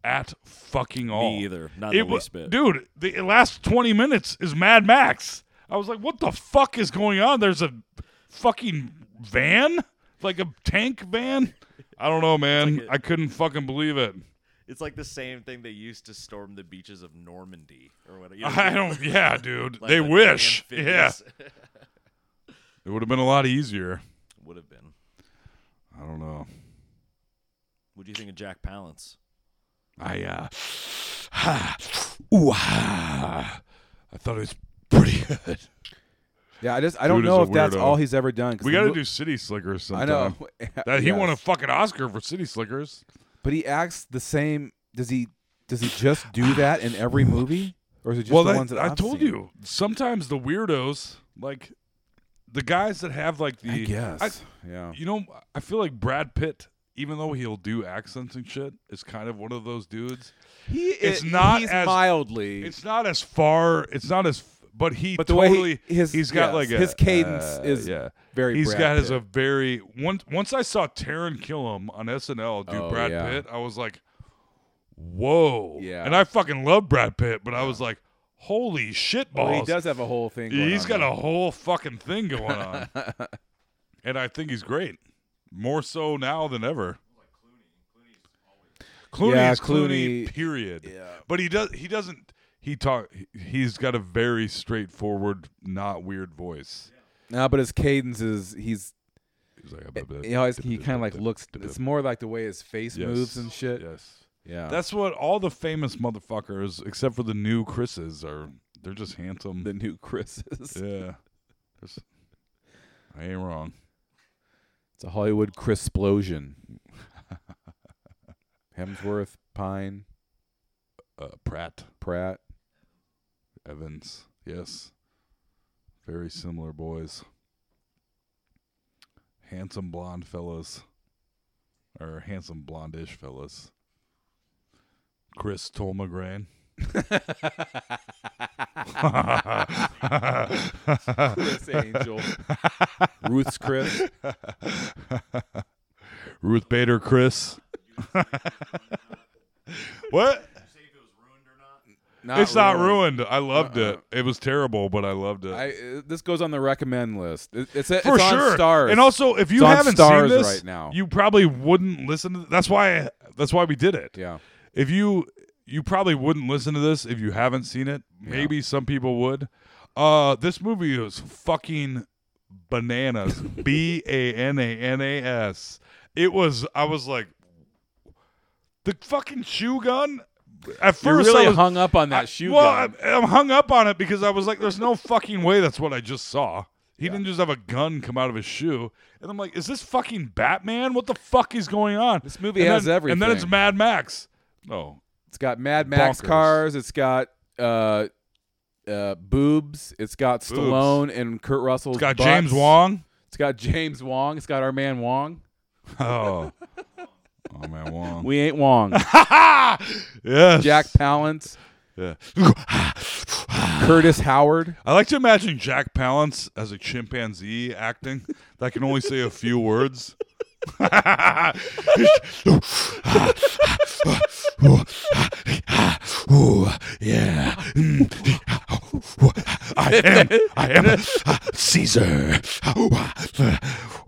at fucking all.
either, not
it
the
wa-
least bit.
Dude, the last twenty minutes is Mad Max. I was like, what the fuck is going on? There's a fucking van, like a tank van. I don't know, man. I
like
I couldn't fucking believe it.
it's like the same thing they used to storm the beaches of Normandy or whatever. you know,
I don't. Yeah, dude.
like
they
the
wish. Yeah.
amphibious-
It would have been a lot easier.
would have been?
I don't know.
What do you think of Jack Palance?
I uh, ooh, ah, I thought it was pretty good.
Yeah, I just I don't
Dude is
know
a
if that's
weirdo.
all he's ever done. 'cause
We
the
got to
mo-
do City Slickers
I
sometime.
know.
That, he won a
Yes.
fucking Oscar for City Slickers.
But he acts the same. Does he? Does he just do that in every movie, or is it just
well,
the
that-
ones that
I
I've
told
seen?
you. Sometimes the weirdos, like the guys that have like the,
I guess. yeah.
you know, I feel like Brad Pitt, even though he'll do accents and shit, is kind of one of those dudes.
He
it's not
he's
as-
mildly,
It's not as far. It's not as. But he
but the
totally.
way he, his
has got
yes,
like a,
his cadence
uh,
is
yeah.
very.
He's
Brad
got his
Pitt.
a very once once I saw Taron Killam on SNL do
Oh,
Brad
yeah.
Pitt, I was like, whoa,
Yeah.
And I fucking love Brad Pitt, but I was like, holy shit
Well,
balls.
he does have a whole thing. Going
He's
on
got
there.
a whole fucking thing going on, and I think he's great, more so now than ever. Clooney
Yeah,
is Clooney,
Clooney-
period. But he does. He doesn't. He talk. he- He's got a very straightforward, not weird voice.
No, but his cadence is he's
He's like, "Blah, blah,
he always
blah,
he
blah,
kind of
blah,
like
blah,
looks.
blah, blah."
It's more like the way his face
Yes.
moves and shit.
Yes.
Yeah,
Uh, That's what all the famous motherfuckers, except for the new Chris's, are. They're just handsome.
the new Chris is.
yeah. Just- I ain't wrong.
It's a Hollywood Chris explosion. Hemsworth, Pine,
Uh, Pratt
Pratt.
Evans. Yes. Very similar boys. Handsome blonde fellas. Or handsome blondish fellas. Chris Tolmagrain.
Chris Angel. Ruth's Chris.
Ruth Bader Chris. what?
Not Uh-uh.
it's not
really.
ruined. I loved it. It was terrible, but I loved it.
I, uh, this goes on the recommend list. It, it's, it's
For
on
sure.
Stars.
And also, if you
It's on
haven't
Stars
seen this,
right now.
you probably wouldn't listen to That's why that's why we did it.
yeah,
If you you probably wouldn't listen to this if you haven't seen it. Maybe some people would. Uh this movie is fucking bananas. B A N A N A S. It was I was like the fucking shoe gun at
you're
first
really
I was,
hung up on that
I-
shoe.
Well,
gun.
I'm, I'm hung up on it because I was like, "There's no fucking way that's what I just saw." He didn't just have a gun come out of his shoe, and I'm like, "Is this fucking Batman? What the fuck is going on?"
This movie
and
has
then, and then it's
everything.
Mad Max. Oh, No,
It's got Mad Max
Bonkers.
cars. It's got uh, uh, boobs. It's got Stallone and Kurt Russell's.
it's got
butts.
James Wong.
It's got James Wong. It's got our man Wong.
Oh, oh man, Wong.
We ain't Wong.
yes,
Jack Palance.
Yeah.
Curtis Howard.
I like to imagine Jack Palance as a chimpanzee acting that can only say a few words. Ooh, yeah. Mm. I am. I am Caesar. Oh,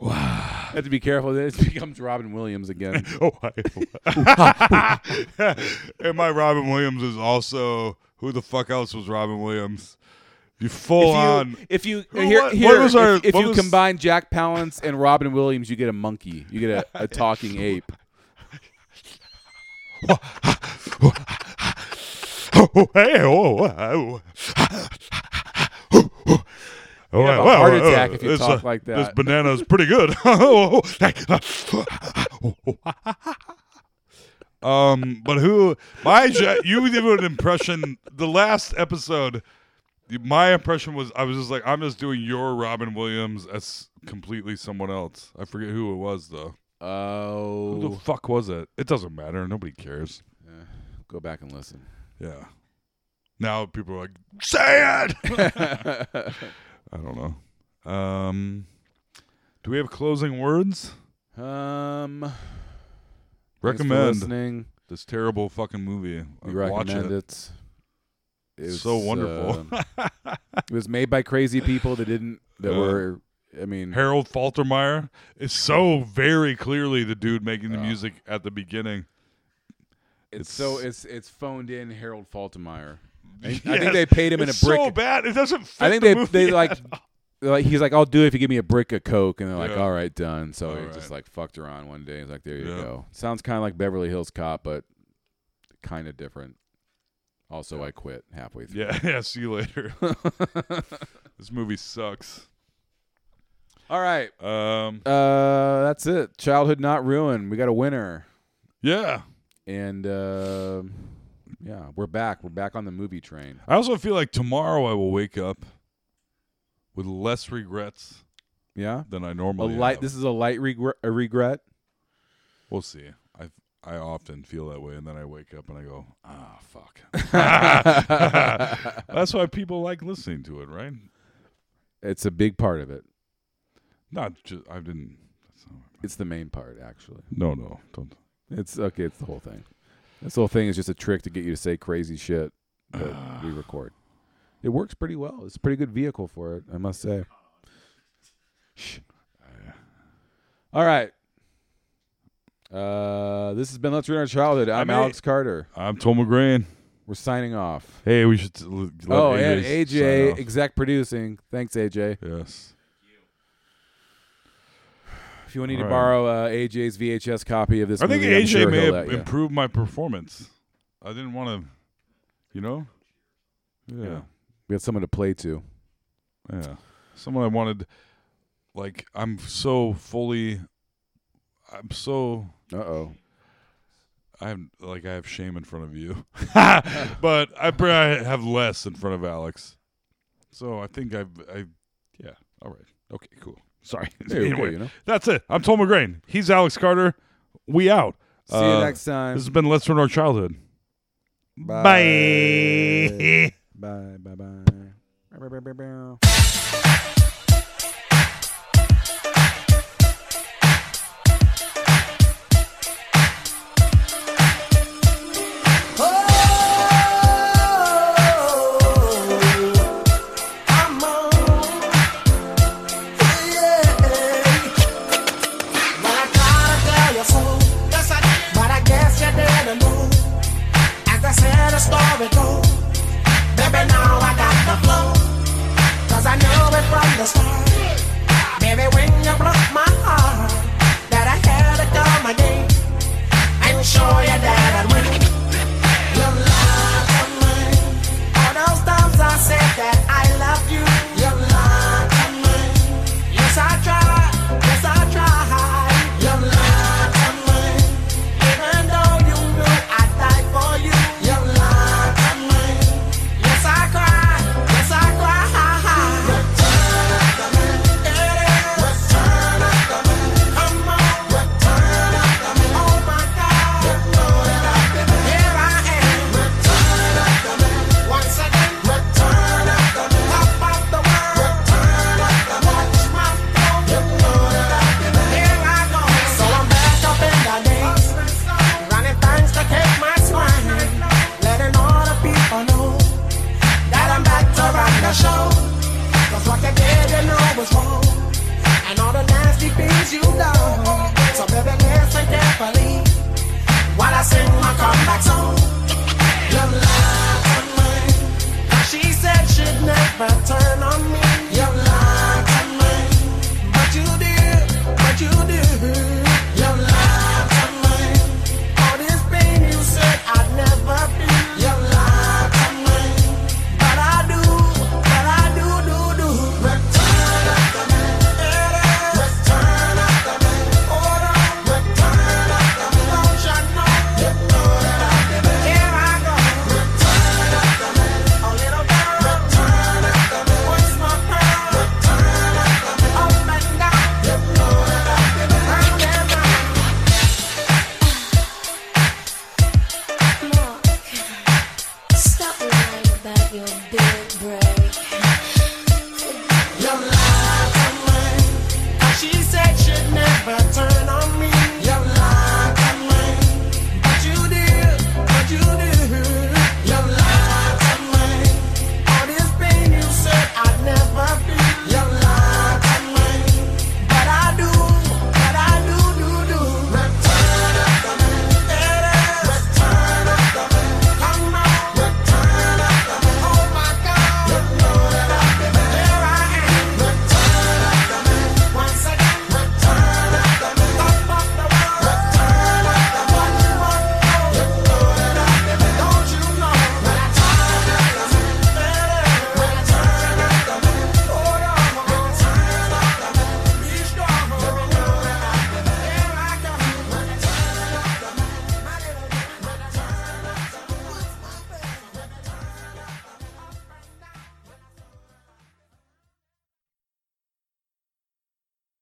I have to be careful. This becomes Robin Williams again.
Oh, I- and my Robin Williams is also who the fuck else was Robin Williams? You full on.
if you, if you
Who-
here,
what-
here,
what was our-
if, if
what
you
was-
combine Jack Palance and Robin Williams, you get a monkey. You get a, a talking ape.
Oh, hey, oh, oh, oh. You
have a heart attack if you talk like that.
uh, This banana's pretty good. um, but who? My Ja- you did an impression. The last episode, my impression was I was just like I'm just doing your Robin Williams as completely someone else. I forget who it was though. Who the
Oh,
fuck was it? It doesn't matter. Nobody cares.
go back and listen.
Yeah. Now people are like, say it. I don't know. Um, do we have closing words?
Um, thanks for
Recommend
listening.
this terrible fucking movie.
We
Like, Watch
recommend
it.
it. It
It's so wonderful.
uh, it was made by crazy people that didn't that
Uh,
were. I mean,
Harold Faltermeyer is so very clearly the dude making the music at the beginning.
it's
it's-
so it's it's phoned in Harold Faltermeyer. I, I
Yes.
think they paid him in a
It's
brick.
So bad. It doesn't. Fit
I think
the
they
movie
they
at
like like he's like, I'll do it if you give me a brick of coke, and they're like,
Yeah.
all right, done. So
All
he
right.
just like fucked her on one day. He's like, there you
Yeah.
go. Sounds kind of like Beverly Hills Cop, but kind of different. Also, I quit halfway through.
Yeah, yeah. See you later. this movie sucks.
All right,
Um,
uh, that's it. Childhood not ruined. We got a winner,
yeah.
and uh, yeah, we're back. We're back on the movie train.
I also feel like tomorrow I will wake up with less regrets
Yeah,
than I
a
normally.
light.
have.
This is a light regret. A regret.
We'll see. I I often feel that way, and then I wake up and I go, ah, fuck. That's why people like listening to it, right?
It's a big part of it.
Not just I didn't. That's not,
It's the main part, actually.
no, no, don't.
It's okay. It's the whole thing. This whole thing is just a trick to get you to say crazy shit that we record. It works pretty well. It's a pretty good vehicle for it, I must say. Shh. All right. Uh, this has been Let's Ruin Our Childhood. I'm
may-
Alex Carter.
I'm Tom McGrain.
We're signing off.
Hey, we should. L- let
oh, and
sign
AJ,
off.
exec producing. Thanks, AJ.
yes.
If you need to
All right.
borrow uh, AJ's VHS copy of this,
I think
movie, I'm
AJ
sure
may
he'll
have
let ya.
improved my performance. I didn't want to, you know. Yeah,
We have someone to play to.
yeah. Someone I wanted, like I'm so fully, I'm so
Uh oh.
I'm like I have shame in front of you, but I pr- I have less in front of Alex. So I think I've I, yeah. All right. Okay. Cool. Sorry. Anyway,
you know.
that's it. I'm Tom McGrain. He's Alex Carter. We out.
See
Uh,
you next time.
This has been Let's Run Our Childhood. Bye.
Bye. Bye. Bye.
Show you that I win. Your love of mine. All those times I said that I love you. Your love of mine. Yes, I tried. Yes, I tried. Your love of mine. Even though you knew I died for you. Your love of mine. Yes, I cried. Yes, I cried. It is. Come on. Oh my God. Here I am. Once again, return of the top of the world. Return of the watch my phone. Here I go. So I'm back up in the days, running things to keep my swine, letting all the people know that I'm back to run the show. 'Cause what you did, you know was wrong, and all the nasty things you done. So baby, listen carefully while I sing my comeback song. Your love on mine. She said she'd never turn on me. Your love on mine. But you did, but you did.